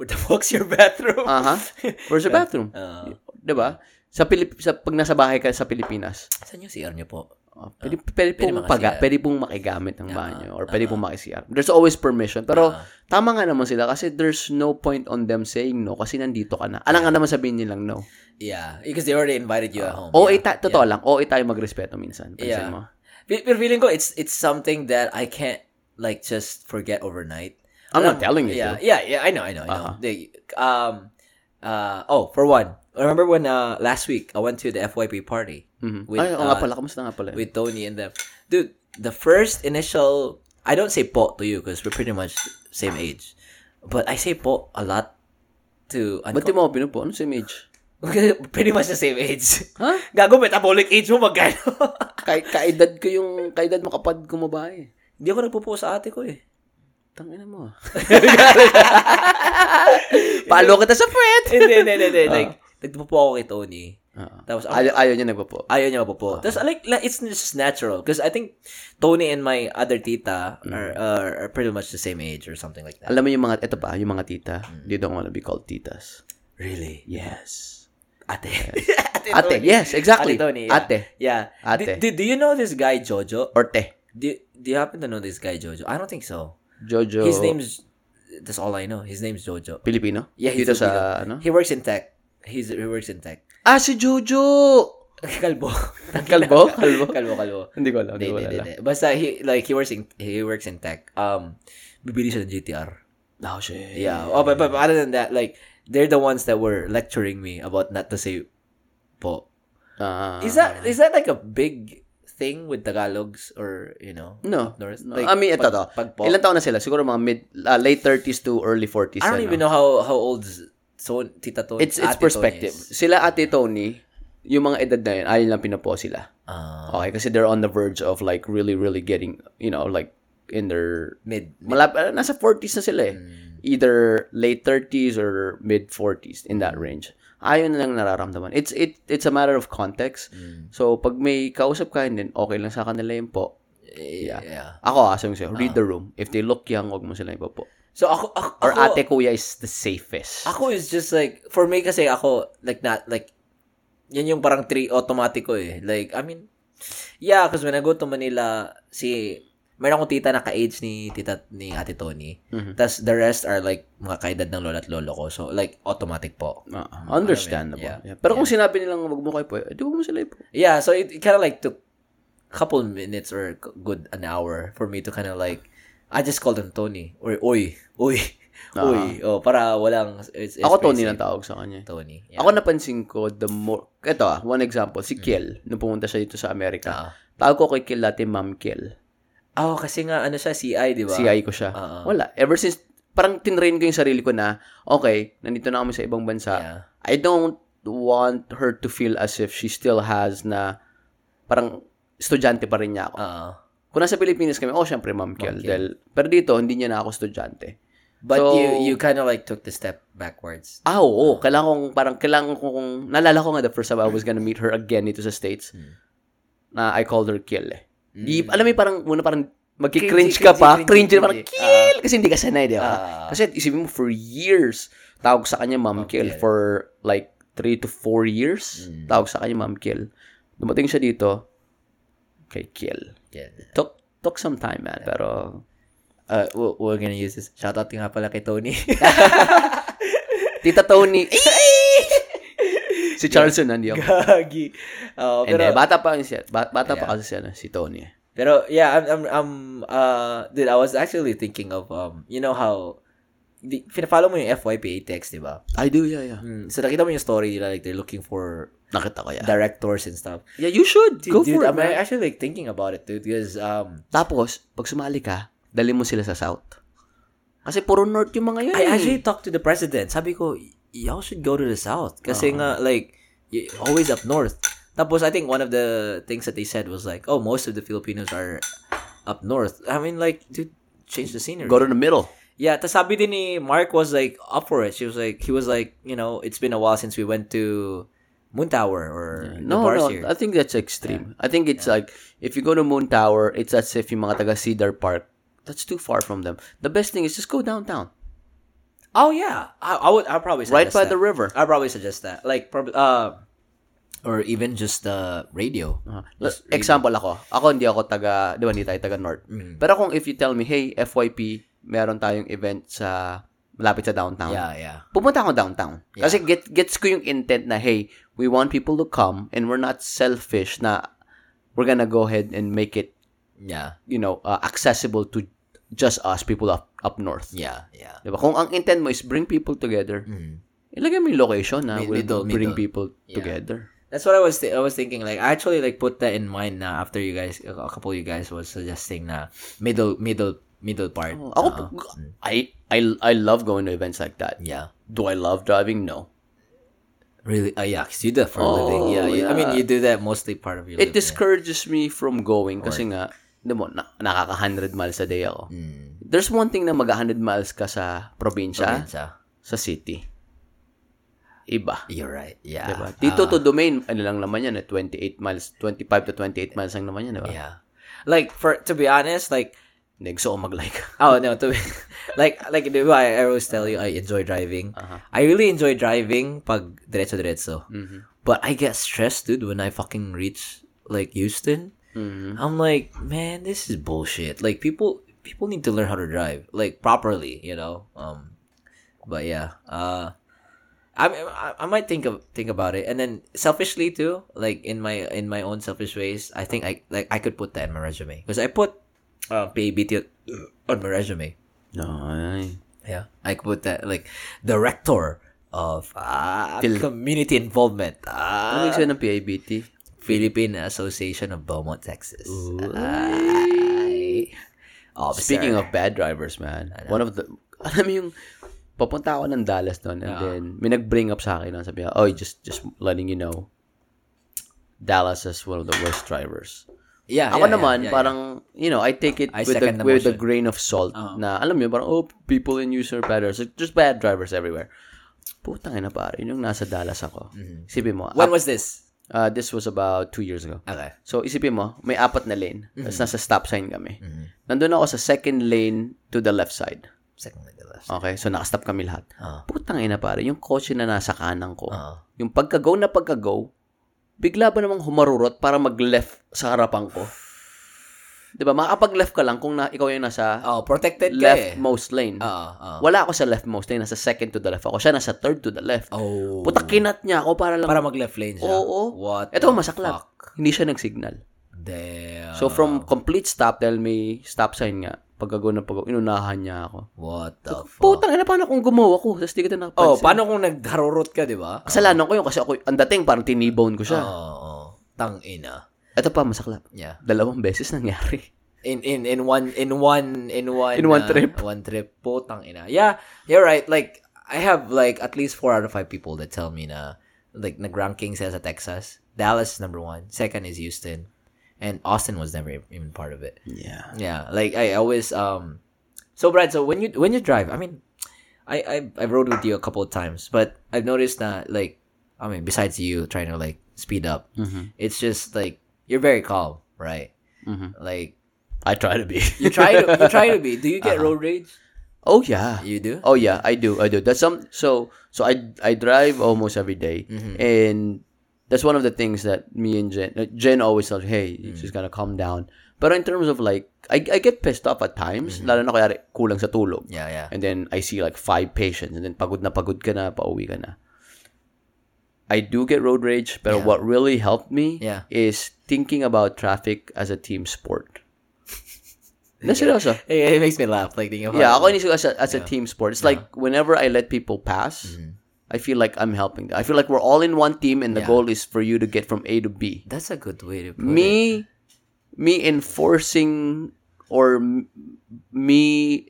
[SPEAKER 2] Where the fuck's your bathroom?
[SPEAKER 1] Aha. Where's the bathroom?
[SPEAKER 2] Ah.
[SPEAKER 1] Diba? Sa Pilip sa pag nasa bahay ka sa Pilipinas,
[SPEAKER 2] Saan yung CR niyo po?
[SPEAKER 1] oh, pwede, pwede pong
[SPEAKER 2] makasiya.
[SPEAKER 1] paga, pwede pong makigamit ng banyo
[SPEAKER 2] Ah,
[SPEAKER 1] or pwede pong makisiar. There's always permission. Pero tama nga naman sila kasi there's no point on them saying no kasi nandito ka na. Alam nga naman sabihin nilang no.
[SPEAKER 2] Yeah, because they already invited you at
[SPEAKER 1] OA
[SPEAKER 2] home. Oh, yeah.
[SPEAKER 1] Uh-huh. Oh, eh, ta- totoo lang, OA tayo magrespeto minsan. Pansin
[SPEAKER 2] Yeah.
[SPEAKER 1] mo.
[SPEAKER 2] Fe- Pero feeling ko it's it's something that I can't like just forget overnight.
[SPEAKER 1] I'm not
[SPEAKER 2] Alam-
[SPEAKER 1] telling you
[SPEAKER 2] Yeah,
[SPEAKER 1] to.
[SPEAKER 2] yeah, yeah. I know, I know, I know.
[SPEAKER 1] Uh-huh.
[SPEAKER 2] They- um, uh, oh, for one, remember when uh last week I went to the FYP party
[SPEAKER 1] Mhm.
[SPEAKER 2] with
[SPEAKER 1] Ay, oo nga
[SPEAKER 2] uh,
[SPEAKER 1] pala, kamusta nga pala?
[SPEAKER 2] with Tony and them, dude. The first initial, I don't say po to you because we're pretty much same age, but I say po a lot to.
[SPEAKER 1] Ba't di mo ako pinupo? Ano si image?
[SPEAKER 2] pretty much the same age.
[SPEAKER 1] Huh?
[SPEAKER 2] Gago metabolic age mo magkano?
[SPEAKER 1] Ka- kaedad ko yung, kaedad mo kapag kumabahay.
[SPEAKER 2] Hindi ako nagpupo sa ate ko eh.
[SPEAKER 1] Tangina mo. ah. Palo kita sa friend.
[SPEAKER 2] Hindi, hindi, hindi, hindi.
[SPEAKER 1] Ah.
[SPEAKER 2] Like, nagpupo ako kay Tony. Tapos ako,
[SPEAKER 1] Ayaw, ayaw niya nagpapo.
[SPEAKER 2] ayaw niya mapupo. Tapos like, like, it's just natural. Because I think Tony and my other tita
[SPEAKER 1] Mm.
[SPEAKER 2] are, are, are pretty much the same age or something like that.
[SPEAKER 1] Alam mo yung mga, eto pa, yung mga tita,
[SPEAKER 2] Mm.
[SPEAKER 1] they don't wanna be called titas.
[SPEAKER 2] Really?
[SPEAKER 1] Yes.
[SPEAKER 2] Ate.
[SPEAKER 1] Ate, yes, exactly.
[SPEAKER 2] Ate Tony, yeah.
[SPEAKER 1] Ate.
[SPEAKER 2] Yeah.
[SPEAKER 1] Ate.
[SPEAKER 2] Do, do, do you know this guy, Jojo?
[SPEAKER 1] Or te.
[SPEAKER 2] Do, do you happen to know this guy, Jojo? I don't think so.
[SPEAKER 1] Jojo.
[SPEAKER 2] His name's... That's all I know. His name's Jojo.
[SPEAKER 1] Pilipino?
[SPEAKER 2] Yeah, he's
[SPEAKER 1] Dito
[SPEAKER 2] Filipino.
[SPEAKER 1] sa, ano?
[SPEAKER 2] He works in tech. He's, he works in tech.
[SPEAKER 1] Ah, si Jojo!
[SPEAKER 2] Kalbo.
[SPEAKER 1] Kalbo? Kalbo?
[SPEAKER 2] kalbo, kalbo.
[SPEAKER 1] Hindi ko alam. Hindi
[SPEAKER 2] Hindi,
[SPEAKER 1] ko
[SPEAKER 2] hindi,
[SPEAKER 1] alam.
[SPEAKER 2] hindi. Basta he like he works in he works in tech. Um bibili siya ng GTR.
[SPEAKER 1] Oh, shit.
[SPEAKER 2] Yeah. Oh, but, but, but other than that, like they're the ones that were lecturing me about not to say po.
[SPEAKER 1] Ah.
[SPEAKER 2] Is that is that like a big thing with Tagalogs or you know?
[SPEAKER 1] No.
[SPEAKER 2] up north?
[SPEAKER 1] no.
[SPEAKER 2] Like,
[SPEAKER 1] I mean, ito
[SPEAKER 2] pag-
[SPEAKER 1] to.
[SPEAKER 2] pag po,
[SPEAKER 1] Ilan taon na sila? Siguro mga mid, ah, late 30s to early 40s.
[SPEAKER 2] I don't
[SPEAKER 1] yan,
[SPEAKER 2] even
[SPEAKER 1] no?
[SPEAKER 2] know how how old so Tita Tony.
[SPEAKER 1] It's, it's
[SPEAKER 2] Ate Tony
[SPEAKER 1] perspective.
[SPEAKER 2] is.
[SPEAKER 1] Sila ate Tony, yung mga edad na yun, ayaw lang pinapo sila.
[SPEAKER 2] Ah,
[SPEAKER 1] Okay, kasi they're on the verge of like really, really getting, you know, like in their,
[SPEAKER 2] mid.
[SPEAKER 1] malap, uh, nasa 40s na sila eh.
[SPEAKER 2] Hmm.
[SPEAKER 1] Either late 30s or mid 40s in
[SPEAKER 2] Hmm.
[SPEAKER 1] that range. Ayaw na lang nararamdaman. It's, it, it's a matter of context.
[SPEAKER 2] Hmm.
[SPEAKER 1] So, pag may kausap ka, and then okay lang sa kanila yun po. eh,
[SPEAKER 2] Yeah. yeah.
[SPEAKER 1] Ako, ah, sabi ko sa'yo, read the room. If they look young, huwag mo sila ipapo.
[SPEAKER 2] So ako, ako
[SPEAKER 1] Or
[SPEAKER 2] ako-
[SPEAKER 1] ate kuya is the safest.
[SPEAKER 2] Ako is just like, for me kasi ako, like not, like, yan yung parang three automatic ko eh. Like, I mean, yeah, because when I go to Manila, si, meron akong tita na ka-age ni tita ni Ate Tony.
[SPEAKER 1] Mm-hmm.
[SPEAKER 2] Tas the rest are like, mga kaedad ng lola at lolo ko. So, like, automatic po.
[SPEAKER 1] Ah, understandable.
[SPEAKER 2] Alam mo yun, yeah.
[SPEAKER 1] Yeah. Pero kung sinabi nilang wag mo kayo po, eh, di wag mo sila ipo.
[SPEAKER 2] Yeah, so it, kind of like took couple minutes or c- good an hour for me to kind of like I just called him Tony or oy oy oy oh para walang it's, it's
[SPEAKER 1] Ah. Ako Tony
[SPEAKER 2] very
[SPEAKER 1] lang tawag sa kanya.
[SPEAKER 2] safe. Tony yeah.
[SPEAKER 1] Ako
[SPEAKER 2] Hmm.
[SPEAKER 1] napansin ko, the more, eto ah, one example, si Kiel, nung pumunta siya dito sa
[SPEAKER 2] Ah.
[SPEAKER 1] Amerika, tawag ko kay Kiel dati, Ma'am Kiel.
[SPEAKER 2] oh kasi nga ano siya CI di ba
[SPEAKER 1] CI ko siya.
[SPEAKER 2] Oo.
[SPEAKER 1] Wala. Ever since, parang tinrain ko yung sarili ko na, okay, nandito na kami sa ibang bansa.
[SPEAKER 2] Yeah.
[SPEAKER 1] I don't want her to feel as if she still has na, parang, estudyante pa rin niya ako.
[SPEAKER 2] Oo.
[SPEAKER 1] Kung nasa Pilipinas kami, oh, syempre, Ma'am Kiel.
[SPEAKER 2] Kiel.
[SPEAKER 1] Dahil, pero dito, hindi niya na ako estudyante.
[SPEAKER 2] but
[SPEAKER 1] So-
[SPEAKER 2] you you kind of like took the step backwards
[SPEAKER 1] Ah, oo. Kailangan kong, parang, kailangan kong, naalala ko nga the first time I was gonna meet her again dito sa States,
[SPEAKER 2] Hmm.
[SPEAKER 1] na I called her Kiel eh. Di, alam mo yung parang, muna parang, magki-cringe
[SPEAKER 2] Cringy,
[SPEAKER 1] ka pa,
[SPEAKER 2] cringy,
[SPEAKER 1] cringe,
[SPEAKER 2] cringy,
[SPEAKER 1] na parang,
[SPEAKER 2] cringy.
[SPEAKER 1] Kiel! kasi hindi ka sanay, di ba?
[SPEAKER 2] Ah.
[SPEAKER 1] kasi isipin mo, for years, tawag sa kanya Ma'am Kiel
[SPEAKER 2] Kiel. Hmm.
[SPEAKER 1] for like three to four years, tawag sa kanya Ma'am Kiel. Dumating siya dito, kay Kiel.
[SPEAKER 2] yeah.
[SPEAKER 1] Took, took some time, man, pero,
[SPEAKER 2] uh, we- we're gonna use this shout out nga pala kay Tony
[SPEAKER 1] Tita Tony, si Charleston, nandiyo ako.
[SPEAKER 2] Gagi. Oh,
[SPEAKER 1] And
[SPEAKER 2] pero,
[SPEAKER 1] eh, bata pa yun siya. Ba- bata pa
[SPEAKER 2] Yeah.
[SPEAKER 1] kasi siya, ano, si Tony.
[SPEAKER 2] pero yeah, I'm, I'm, I'm, uh, dude, I was actually thinking of, um, you know how, di, pinafollow mo yung FYPA text, di ba?
[SPEAKER 1] I do, yeah, yeah.
[SPEAKER 2] Mm, so, nakita mo yung story nila, like, they're looking for
[SPEAKER 1] Hmm. Nakita ko yan.
[SPEAKER 2] directors and stuff.
[SPEAKER 1] Yeah, you should.
[SPEAKER 2] Dude,
[SPEAKER 1] Go
[SPEAKER 2] dude,
[SPEAKER 1] for it,
[SPEAKER 2] I'm
[SPEAKER 1] man.
[SPEAKER 2] actually, like, thinking about it, dude, because, um,
[SPEAKER 1] Tapos, pag sumali ka, dali mo sila sa South. Kasi puro North yung mga yun.
[SPEAKER 2] I
[SPEAKER 1] eh.
[SPEAKER 2] actually talked to the president. Sabi ko, "Y- y'all should go to the South. Kasi nga,
[SPEAKER 1] Uh-huh.
[SPEAKER 2] like, y- always up North. Tapos, I think one of the things that they said was like, oh, most of the Filipinos are up North. I mean, like, dude, change the scenery.
[SPEAKER 1] Go to the middle.
[SPEAKER 2] Yeah, tas sabi din ni Mark was like up for it. She was like, he was like, you know, it's been a while since we went to Moon Tower or the
[SPEAKER 1] No,
[SPEAKER 2] bars
[SPEAKER 1] no.
[SPEAKER 2] here.
[SPEAKER 1] I think that's extreme. I think it's like, if you go to Moon Tower, it's as if yung mga taga Cedar Park, that's too far from them. The best thing is just go downtown.
[SPEAKER 2] Oh yeah, I, I would. I probably
[SPEAKER 1] Right
[SPEAKER 2] suggest
[SPEAKER 1] by
[SPEAKER 2] that.
[SPEAKER 1] the river.
[SPEAKER 2] I probably suggest that, like, prob- uh, or even just the radio.
[SPEAKER 1] Let's- Example ako. Ako hindi ako taga, di ba hindi tayo taga North. Pero kung if you tell me, hey, FYP, meron tayong event sa, malapit sa downtown.
[SPEAKER 2] Yeah, yeah.
[SPEAKER 1] pumunta ako downtown. Kasi get, gets ko yung intent na, hey, we want people to come and we're not selfish na we're gonna go ahead and make it,
[SPEAKER 2] Yeah,
[SPEAKER 1] you know, uh, accessible to just us, people up, up north.
[SPEAKER 2] yeah, yeah.
[SPEAKER 1] Diba? Kung ang intent mo is bring people together, ilagay mo yung location na
[SPEAKER 2] Mid-
[SPEAKER 1] will
[SPEAKER 2] middle,
[SPEAKER 1] bring
[SPEAKER 2] middle.
[SPEAKER 1] people
[SPEAKER 2] Yeah.
[SPEAKER 1] together.
[SPEAKER 2] That's what I was. Th- I was thinking. Like, I actually like put that in mind now after you guys, a couple of you guys was suggesting na middle, middle, middle part.
[SPEAKER 1] Oh,
[SPEAKER 2] uh-huh.
[SPEAKER 1] Ako,
[SPEAKER 2] Uh-oh.
[SPEAKER 1] I, I, I love going to events like that.
[SPEAKER 2] yeah.
[SPEAKER 1] Do I love driving? No.
[SPEAKER 2] Really? Uh, yeah, 'cause you do that for a
[SPEAKER 1] Oh,
[SPEAKER 2] living. Yeah, you- I mean,
[SPEAKER 1] yeah.
[SPEAKER 2] you do that mostly part of your
[SPEAKER 1] It
[SPEAKER 2] living.
[SPEAKER 1] discourages me from going kasi nga, di mo, na, nakaka-100 miles a day ako.
[SPEAKER 2] Mm,
[SPEAKER 1] There's one thing na mag-100 miles ka sa probinsya,
[SPEAKER 2] Probinsya.
[SPEAKER 1] sa city. Iba.
[SPEAKER 2] ah. You're right. Yeah. Ah.
[SPEAKER 1] Diba? Dito to domain, ano lang naman yan, eh, 28 miles, 25 to 28 miles lang naman yan, diba?
[SPEAKER 2] Yeah. Like for to be honest, like
[SPEAKER 1] Hindi, gusto ko mag-like.
[SPEAKER 2] oh no, to be like like di ba, I always tell you I enjoy driving. I really enjoy driving pag diretso diretso. But I get stressed, dude, when I fucking reach like Houston.
[SPEAKER 1] Mm-hmm.
[SPEAKER 2] I'm like, man, this is bullshit. Like people people need to learn how to drive like properly, you know. Um but yeah. Uh I, I I might think of think about it, and then selfishly too, like in my in my own selfish ways, I think I like I could put that in my resume because I put uh, PABT on my resume.
[SPEAKER 1] No, ay.
[SPEAKER 2] Yeah, I could put that like director of uh,
[SPEAKER 1] Phil-
[SPEAKER 2] community involvement,
[SPEAKER 1] Ano
[SPEAKER 2] uh,
[SPEAKER 1] yung sa'yo ng PIBT?
[SPEAKER 2] Philippine Association of Beaumont, Texas.
[SPEAKER 1] Speaking of bad drivers, man,
[SPEAKER 2] Ano?
[SPEAKER 1] one of the, alam mo yung, papunta ako ng Dallas doon
[SPEAKER 2] Ah.
[SPEAKER 1] and then, may nag-bring up sa akin, na sabi niya, oh, just, just letting you know, Dallas is one of the worst drivers.
[SPEAKER 2] yeah,
[SPEAKER 1] Ako
[SPEAKER 2] yeah, yeah,
[SPEAKER 1] naman,
[SPEAKER 2] yeah, yeah.
[SPEAKER 1] parang, you know, I take it
[SPEAKER 2] I
[SPEAKER 1] with, the,
[SPEAKER 2] second the
[SPEAKER 1] with a
[SPEAKER 2] motion. Uh-huh.
[SPEAKER 1] grain of salt na, alam mo yun, parang, oh, people in user patterns, just bad drivers everywhere. Putang ina pare, yun yung nasa Dallas ako.
[SPEAKER 2] Mm-hmm.
[SPEAKER 1] Isipin mo,
[SPEAKER 2] when
[SPEAKER 1] ap-
[SPEAKER 2] was this?
[SPEAKER 1] uh, this was about two years ago.
[SPEAKER 2] Okay.
[SPEAKER 1] So, isipin mo, may apat na lane.
[SPEAKER 2] Mm-hmm.
[SPEAKER 1] Tapos nasa stop sign kami. Nandun ako sa second lane to the left side.
[SPEAKER 2] Second to the left.
[SPEAKER 1] Okay? So, nakastop kami lahat.
[SPEAKER 2] Ah.
[SPEAKER 1] Putang ina pare, yung kotse na nasa kanan ko.
[SPEAKER 2] Ah.
[SPEAKER 1] Yung pagka-go na pagka-go, bigla ba namang humarurot para mag-left sa harapan ko? 'Di ba? Makakapag-left ka lang kung na, ikaw yung nasa
[SPEAKER 2] Oh, protected ka eh.
[SPEAKER 1] leftmost lane.
[SPEAKER 2] Oo, oo.
[SPEAKER 1] Wala ako sa leftmost lane, nasa second to the left ako. Siya nasa third to the left.
[SPEAKER 2] Oh.
[SPEAKER 1] Puta, kinat niya ako para lang
[SPEAKER 2] Para mag left lane siya.
[SPEAKER 1] Oo.
[SPEAKER 2] What?
[SPEAKER 1] Ito,
[SPEAKER 2] the
[SPEAKER 1] masaklap.
[SPEAKER 2] fuck?
[SPEAKER 1] Hindi siya nag-signal.
[SPEAKER 2] Damn.
[SPEAKER 1] So from complete stop dahil may stop sign nga, pagkago na pag inunahan niya ako.
[SPEAKER 2] What the fuck?
[SPEAKER 1] Putang ina paano kung gumawa ko? Tapos di kita nakapansin.
[SPEAKER 2] Oh, paano kung nagharurot ka, di ba?
[SPEAKER 1] Kasalanan ko yun kasi ako, ang dating parang tinibone ko siya.
[SPEAKER 2] Oo. Oh, tang ina.
[SPEAKER 1] Ito pa, masaklap.
[SPEAKER 2] Yeah.
[SPEAKER 1] Dalawang beses nangyari.
[SPEAKER 2] In in in one in one in one
[SPEAKER 1] In one
[SPEAKER 2] uh,
[SPEAKER 1] trip.
[SPEAKER 2] One trip putang ina. Yeah, you're right. Like I have like at least four out of five people that tell me na like nag-ranking sila sa Texas. Dallas is number one. Second is Houston. And Austin was never e-, even part of it.
[SPEAKER 1] Yeah.
[SPEAKER 2] Yeah, like I always um so Brad, so when you when you drive, I mean I I I rode with you a couple of times, but I've noticed that like I mean besides you trying to like speed up,
[SPEAKER 1] Mm-hmm.
[SPEAKER 2] it's just like you're very calm, right? Like
[SPEAKER 1] I try to be.
[SPEAKER 2] you try to you try to be. Do you get road rage?
[SPEAKER 1] oh yeah.
[SPEAKER 2] Uh-huh. You do?
[SPEAKER 1] Oh yeah, I do. I do. That's some so so I I drive almost every day.
[SPEAKER 2] Mm-hmm.
[SPEAKER 1] and that's one of the things that me and Jen uh, Jen always tells, me, "Hey, you
[SPEAKER 2] Mm.
[SPEAKER 1] just gotta calm down." But in terms of like, I, I get pissed off at times. Lalo na kaya kulang sa tulog.
[SPEAKER 2] Mm-hmm. Yeah, yeah.
[SPEAKER 1] And then I see like five patients, and then pagod na pagod ka na, pauwi ka na. I do get road rage, but what really helped me
[SPEAKER 2] Yeah.
[SPEAKER 1] is thinking about traffic as a team sport. Na seryoso.
[SPEAKER 2] It, it makes me laugh like thinking about
[SPEAKER 1] Yeah,
[SPEAKER 2] it.
[SPEAKER 1] ako inisip ko as a, as a team sport. It's like whenever I let people pass, I feel like I'm helping. them. I feel like we're all in one team, and the
[SPEAKER 2] Mm-hmm. Yeah.
[SPEAKER 1] goal is for you to get from A to B.
[SPEAKER 2] That's a good way to put it.
[SPEAKER 1] Me, me enforcing or m- me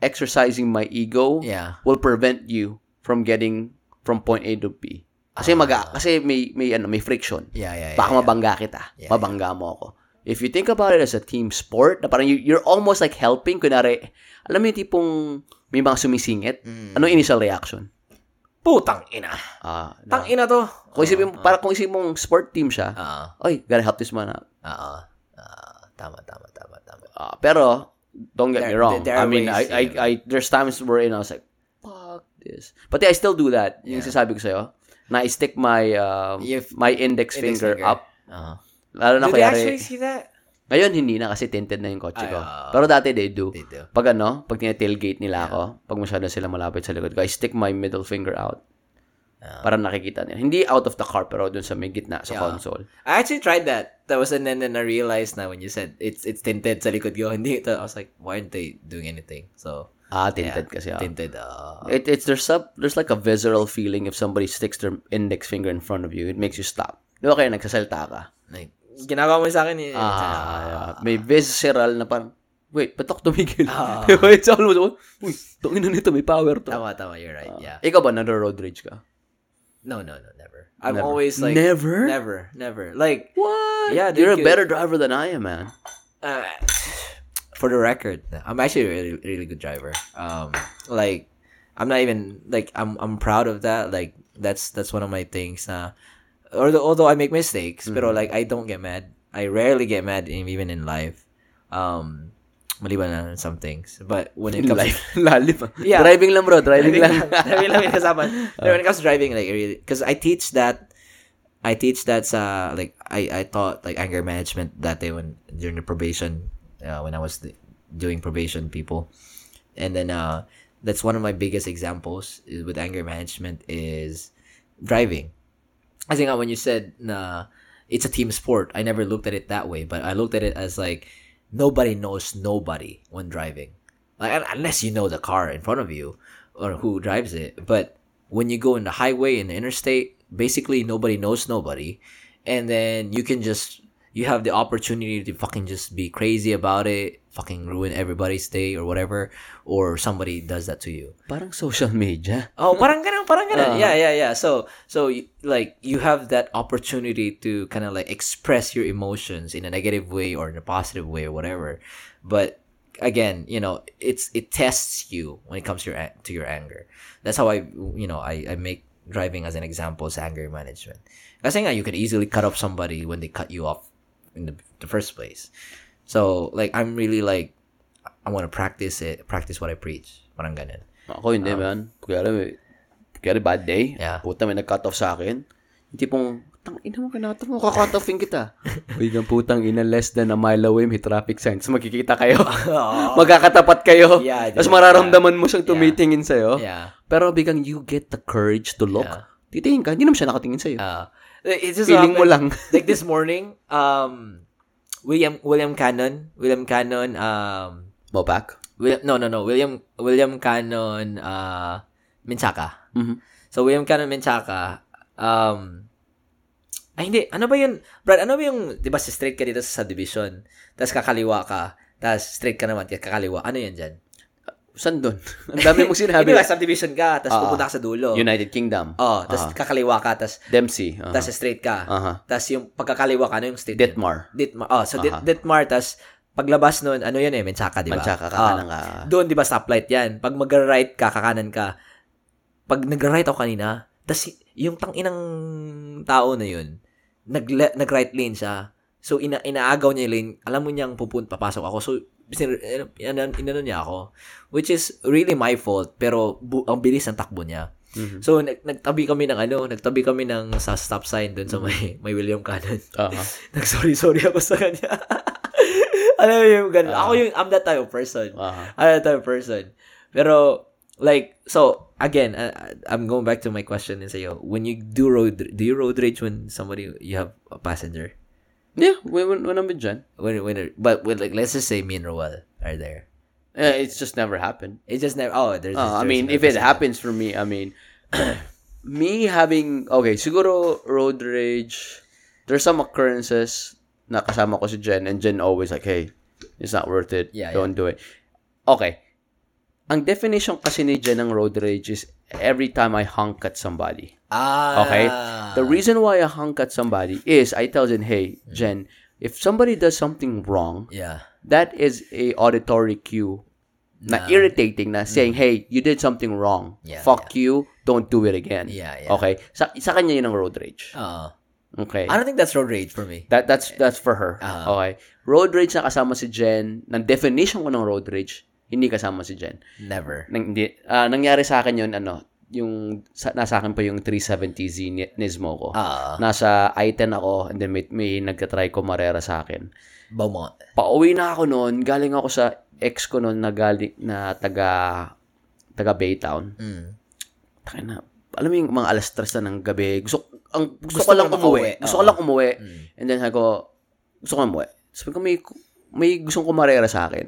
[SPEAKER 1] exercising my ego
[SPEAKER 2] Yeah.
[SPEAKER 1] will prevent you from getting from point A to B. Kasi maga,
[SPEAKER 2] Ah.
[SPEAKER 1] kasi may may ano, may friction.
[SPEAKER 2] Yeah, Eh, yeah, yeah.
[SPEAKER 1] Baka
[SPEAKER 2] yeah.
[SPEAKER 1] mabangga kita. mabangga mo ako. If you think about it as a team sport, na parang you, you're almost like helping. Kunwari, alam mo yung tipong may mga sumisingit?
[SPEAKER 2] Mm.
[SPEAKER 1] Anong initial reaction?
[SPEAKER 2] Putang ina.
[SPEAKER 1] Ah, na-
[SPEAKER 2] Tang ina to.
[SPEAKER 1] kung isipin, mo- parang kung isipin mong sport team siya,
[SPEAKER 2] Ah,
[SPEAKER 1] oy, gotta help this man out.
[SPEAKER 2] ah, ah. Tama, tama, tama, tama.
[SPEAKER 1] Ah, pero, don't get me
[SPEAKER 2] There-
[SPEAKER 1] wrong.
[SPEAKER 2] there
[SPEAKER 1] I
[SPEAKER 2] are
[SPEAKER 1] mean, I,
[SPEAKER 2] ways,
[SPEAKER 1] I,
[SPEAKER 2] yeah.
[SPEAKER 1] I, there's times wherein I was like, fuck this. But I still do that. Yung sinasabi ko sa'yo, na I stick my, um,
[SPEAKER 2] Yung f-
[SPEAKER 1] my index,
[SPEAKER 2] Index
[SPEAKER 1] finger, up.
[SPEAKER 2] Uh-huh.
[SPEAKER 1] Lalo na
[SPEAKER 2] Do they
[SPEAKER 1] kaya,
[SPEAKER 2] actually see that?
[SPEAKER 1] Ngayon, hindi na kasi tinted na yung kotse
[SPEAKER 2] Ay,
[SPEAKER 1] ko.
[SPEAKER 2] ah.
[SPEAKER 1] Pero dati, they do.
[SPEAKER 2] They do.
[SPEAKER 1] Pag ano, pag tinatailgate nila ako, pag masyado sila malapit sa likod ko, I stick my middle finger out. Para nakikita nila. Hindi out of the car, pero dun sa may gitna, sa
[SPEAKER 2] Yeah.
[SPEAKER 1] console.
[SPEAKER 2] I actually tried that. That was and then, then I realized now when you said it's it's tinted sa likod ko. Hindi ito. I was like, why aren't they doing anything? So
[SPEAKER 1] Ah,
[SPEAKER 2] yeah,
[SPEAKER 1] tinted kasi ako.
[SPEAKER 2] Tinted. Uh,
[SPEAKER 1] It, it's, there's, a, there's like a visceral feeling if somebody sticks their index finger in front of you. It makes you stop. Di ba kaya nagsasalta ka?
[SPEAKER 2] like, ginagawa mo sa akin eh.
[SPEAKER 1] Ah, may visceral na parang, wait, ba't ako tumigil? Wait, sa almost, uy, tungin na nito, may power to.
[SPEAKER 2] Ah. tama, tama. You're right. yeah.
[SPEAKER 1] Ikaw ba, nando-road rage ka?
[SPEAKER 2] No, no, no. Never. I'm
[SPEAKER 1] Never.
[SPEAKER 2] always like.
[SPEAKER 1] Never?
[SPEAKER 2] Never. Never. Like,
[SPEAKER 1] What?
[SPEAKER 2] Yeah,
[SPEAKER 1] you're a
[SPEAKER 2] dude,
[SPEAKER 1] better driver than I am, man.
[SPEAKER 2] uh, for the record, I'm actually a really, really good driver. Um, like, I'm not even like I'm I'm proud of that. Like, that's that's one of my things. Uh, although although I make mistakes, but like I don't get mad. I rarely get mad in, even in life. Um, maliban na lang some things, but when it
[SPEAKER 1] In
[SPEAKER 2] comes
[SPEAKER 1] life. Lalim. ah.
[SPEAKER 2] Yeah.
[SPEAKER 1] Driving lang, bro. Driving
[SPEAKER 2] driving
[SPEAKER 1] lang.
[SPEAKER 2] lang. driving lang yung kasama. Pero when it comes to driving, like, I really, because I teach that, I teach that sa, like, I, I taught, like, anger management that day when, during the probation, uh, when I was th- doing probation people. And then, uh, that's one of my biggest examples is- with anger management is driving. I think uh, when you said na it's a team sport, I never looked at it that way, but I looked at it as like nobody knows nobody when driving, like un- unless you know the car in front of you or who drives it. But when you go in the highway in the interstate, basically nobody knows nobody, and then you can just you have the opportunity to fucking just be crazy about it, fucking ruin everybody's day or whatever, or somebody does that to you.
[SPEAKER 1] Parang social media.
[SPEAKER 2] Oh, parang ganun, parang ganun. yeah, yeah, yeah. So, so y- like you have that opportunity to kind of like express your emotions in a negative way or in a positive way or whatever. But again, you know, it's it tests you when it comes to your an- to your anger. That's how I, you know, I I make driving as an example is anger management. I think you could easily cut off somebody when they cut you off in the, the first place. So, like I'm really like I want to practice it, practice what I preach. Parang ganun.
[SPEAKER 1] Ako hindi, man. Kaya may, kaya bad day.
[SPEAKER 2] Ah. Yeah.
[SPEAKER 1] Puta, may nag-cut off sa akin. Yung tipong, tang ina mo, kinatap mo, kakat offin kita. Uy, ng putang ina, less than a mile away, may traffic signs. Magkikita kayo. Magkakatapat kayo.
[SPEAKER 2] Yeah, dude.
[SPEAKER 1] Tapos mararamdaman mo siyang tumitingin sa'yo.
[SPEAKER 2] Yeah.
[SPEAKER 1] Pero bigang you get the courage to look, titingin
[SPEAKER 2] Ah.
[SPEAKER 1] ka, hindi naman siya nakatingin sa'yo.
[SPEAKER 2] Uh, it just
[SPEAKER 1] Feeling mo
[SPEAKER 2] happened-
[SPEAKER 1] lang.
[SPEAKER 2] like this morning, um, William William Cannon, William Cannon um
[SPEAKER 1] Mopac?
[SPEAKER 2] William, no, no, no. William William Cannon uh, Menchaca. So William Cannon Menchaca um ay hindi, ano ba 'yun? Brad, ano ba yung 'di ba si straight ka dito sa subdivision? Tapos kakaliwa ka. Tapos straight ka naman, kakaliwa. Ano 'yan diyan?
[SPEAKER 1] Saan doon? Ang dami mong sinabi.
[SPEAKER 2] Hindi ba subdivision ka, tapos
[SPEAKER 1] Ah,
[SPEAKER 2] pupunta ka sa dulo.
[SPEAKER 1] United Kingdom.
[SPEAKER 2] Oh, tapos
[SPEAKER 1] Ah.
[SPEAKER 2] kakaliwa ka, tapos
[SPEAKER 1] Dempsey. uh-huh.
[SPEAKER 2] tas straight ka.
[SPEAKER 1] Aha.
[SPEAKER 2] Tas yung pagkakaliwa ka, ano yung straight?
[SPEAKER 1] Detmar.
[SPEAKER 2] Ditmar. Oh, so Dit-
[SPEAKER 1] Aha.
[SPEAKER 2] Ditmar, tas paglabas nun, ano yun eh, Menchaca, di ba?
[SPEAKER 1] Menchaca,
[SPEAKER 2] Oh.
[SPEAKER 1] kakanan ka. ah.
[SPEAKER 2] Doon, di ba, stoplight yan. Pag mag-right ka, kakanan ka. Pag nag-right ako kanina, tas y- yung tanginang tao na yun, nag nag-right lane siya. So, ina inaagaw niya yung lane. Alam mo niyang pupunta, papasok ako. So, sin- ano- ano- inano niya ako. Which is really my fault. Pero, bu- ang bilis ng takbo niya.
[SPEAKER 1] Mhm.
[SPEAKER 2] So nag- nagtabi kami ng ano, nagtabi kami ng sa stop sign doon sa may may William Cannon.
[SPEAKER 1] Aha.
[SPEAKER 2] Nag-sorry sorry ako sa kanya. Alam mo yung ganun.
[SPEAKER 1] Ah.
[SPEAKER 2] Ako yung I'm that type of person.
[SPEAKER 1] Aha.
[SPEAKER 2] I'm that type of person. Pero like so again, I, I- I'm going back to my question and say yo, when you do road do you road rage when somebody you have a passenger?
[SPEAKER 1] Yeah, when, when, when I'm with Jen.
[SPEAKER 2] When when but when, like let's just say me and Roel are there.
[SPEAKER 1] Uh, it's just never happened.
[SPEAKER 2] It just never oh there's
[SPEAKER 1] Uh, I
[SPEAKER 2] there's
[SPEAKER 1] mean,
[SPEAKER 2] another
[SPEAKER 1] if it
[SPEAKER 2] passenger.
[SPEAKER 1] happens for me, I mean, me having, okay, siguro road rage, there's some occurrences na kasama ko si Jen and Jen always like, hey, it's not worth it.
[SPEAKER 2] Yeah,
[SPEAKER 1] Don't do it. Okay. Ang definition kasi ni Jen ng road rage is every time I honk at somebody.
[SPEAKER 2] Ah.
[SPEAKER 1] Okay? The reason why I honk at somebody is I tell Jen, hey, Jen, if somebody does something wrong,
[SPEAKER 2] Yeah.
[SPEAKER 1] that is a auditory cue na irritating na saying, hey, you did something wrong.
[SPEAKER 2] Mm. Yeah,
[SPEAKER 1] Fuck you. Don't do it again.
[SPEAKER 2] Yeah, yeah.
[SPEAKER 1] Okay? Sa, sa kanya yun ang road rage.
[SPEAKER 2] Uh,
[SPEAKER 1] Okay?
[SPEAKER 2] I don't think that's road rage for me.
[SPEAKER 1] That, that's that's for her.
[SPEAKER 2] Ah.
[SPEAKER 1] Okay? Road rage na kasama si Jen, ng definition ko ng road rage, hindi kasama si Jen.
[SPEAKER 2] Never.
[SPEAKER 1] Nang, hindi, ah, nangyari sa akin yun, ano, yung sa, nasa akin pa yung 370Z ni- Nismo ko.
[SPEAKER 2] Ah.
[SPEAKER 1] Nasa I-10 ako, and then may, may nagka-try ko marera sa akin.
[SPEAKER 2] Beaumont.
[SPEAKER 1] pauwi na ako noon, galing ako sa ex ko noon na galing na taga taga Baytown.
[SPEAKER 2] Mm.
[SPEAKER 1] Takin na. Alam mo yung mga alas tres na ng gabi, gusto, ang, gusto,
[SPEAKER 2] Gusto
[SPEAKER 1] ko lang umuwi.
[SPEAKER 2] mo makauwi.
[SPEAKER 1] Gusto
[SPEAKER 2] Oo.
[SPEAKER 1] ko lang umuwi.
[SPEAKER 2] Mm.
[SPEAKER 1] And then sabi ko, gusto ko umuwi. Sabi ko, may, may gustong kumarera sa akin.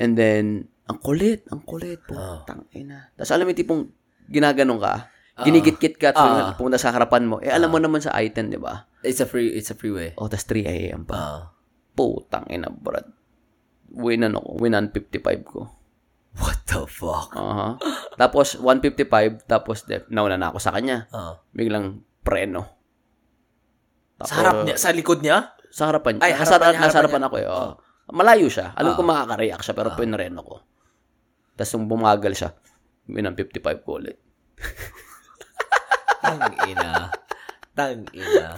[SPEAKER 1] And then, ang kulit, ang kulit.
[SPEAKER 2] Oo.
[SPEAKER 1] Putang ina. Tapos alam mo yung tipong ginaganon ka,
[SPEAKER 2] Ah.
[SPEAKER 1] ginigit-git ka,
[SPEAKER 2] Oo.
[SPEAKER 1] uh, pumunta sa harapan mo. Eh,
[SPEAKER 2] Ah.
[SPEAKER 1] alam mo naman sa item, di ba? Oh,
[SPEAKER 2] It's a free it's a freeway.
[SPEAKER 1] O, tas 3 a.m. pa
[SPEAKER 2] Uh,
[SPEAKER 1] putang ina, brad. Winan ako. Winan 55 ko.
[SPEAKER 2] what the fuck?
[SPEAKER 1] Aha. Tapos, 155, tapos, de, nauna na ako sa kanya.
[SPEAKER 2] Uh,
[SPEAKER 1] Biglang, preno.
[SPEAKER 2] sa harap niya, sa likod niya?
[SPEAKER 1] Sa harapan niya. Ay,
[SPEAKER 2] Ay, harapan
[SPEAKER 1] nasa, harapan,
[SPEAKER 2] niya, Ah. harapan
[SPEAKER 1] ako eh. oo. Malayo siya. Alam ko makaka-react siya, pero pinreno ko. Tapos, nung bumagal siya, winan 55 ko ulit.
[SPEAKER 2] Tang ina. Tang ina.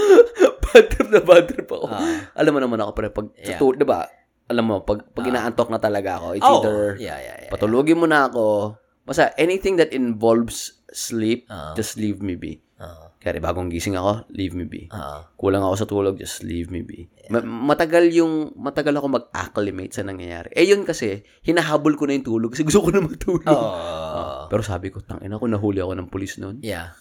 [SPEAKER 1] Badrip na badrip ako.
[SPEAKER 2] Ah.
[SPEAKER 1] Alam mo naman ako, pre, pag,
[SPEAKER 2] Yeah. Ah.
[SPEAKER 1] yeah. di ba, alam mo, pag, pag inaantok na talaga ako, it's
[SPEAKER 2] Oh,
[SPEAKER 1] either,
[SPEAKER 2] yeah, yeah, yeah.
[SPEAKER 1] patulogin mo na ako. Basta, anything that involves sleep,
[SPEAKER 2] Ah.
[SPEAKER 1] just leave me be.
[SPEAKER 2] Uh,
[SPEAKER 1] Kaya bagong gising ako, leave me be.
[SPEAKER 2] uh,
[SPEAKER 1] Kulang ako sa tulog, just leave me be. Ma- matagal yung, matagal ako mag-acclimate sa nangyayari. Eh yun kasi, hinahabol ko na yung tulog kasi gusto ko na matulog.
[SPEAKER 2] oh.
[SPEAKER 1] Pero sabi ko, tangin ako, nahuli ako ng pulis noon.
[SPEAKER 2] Yeah.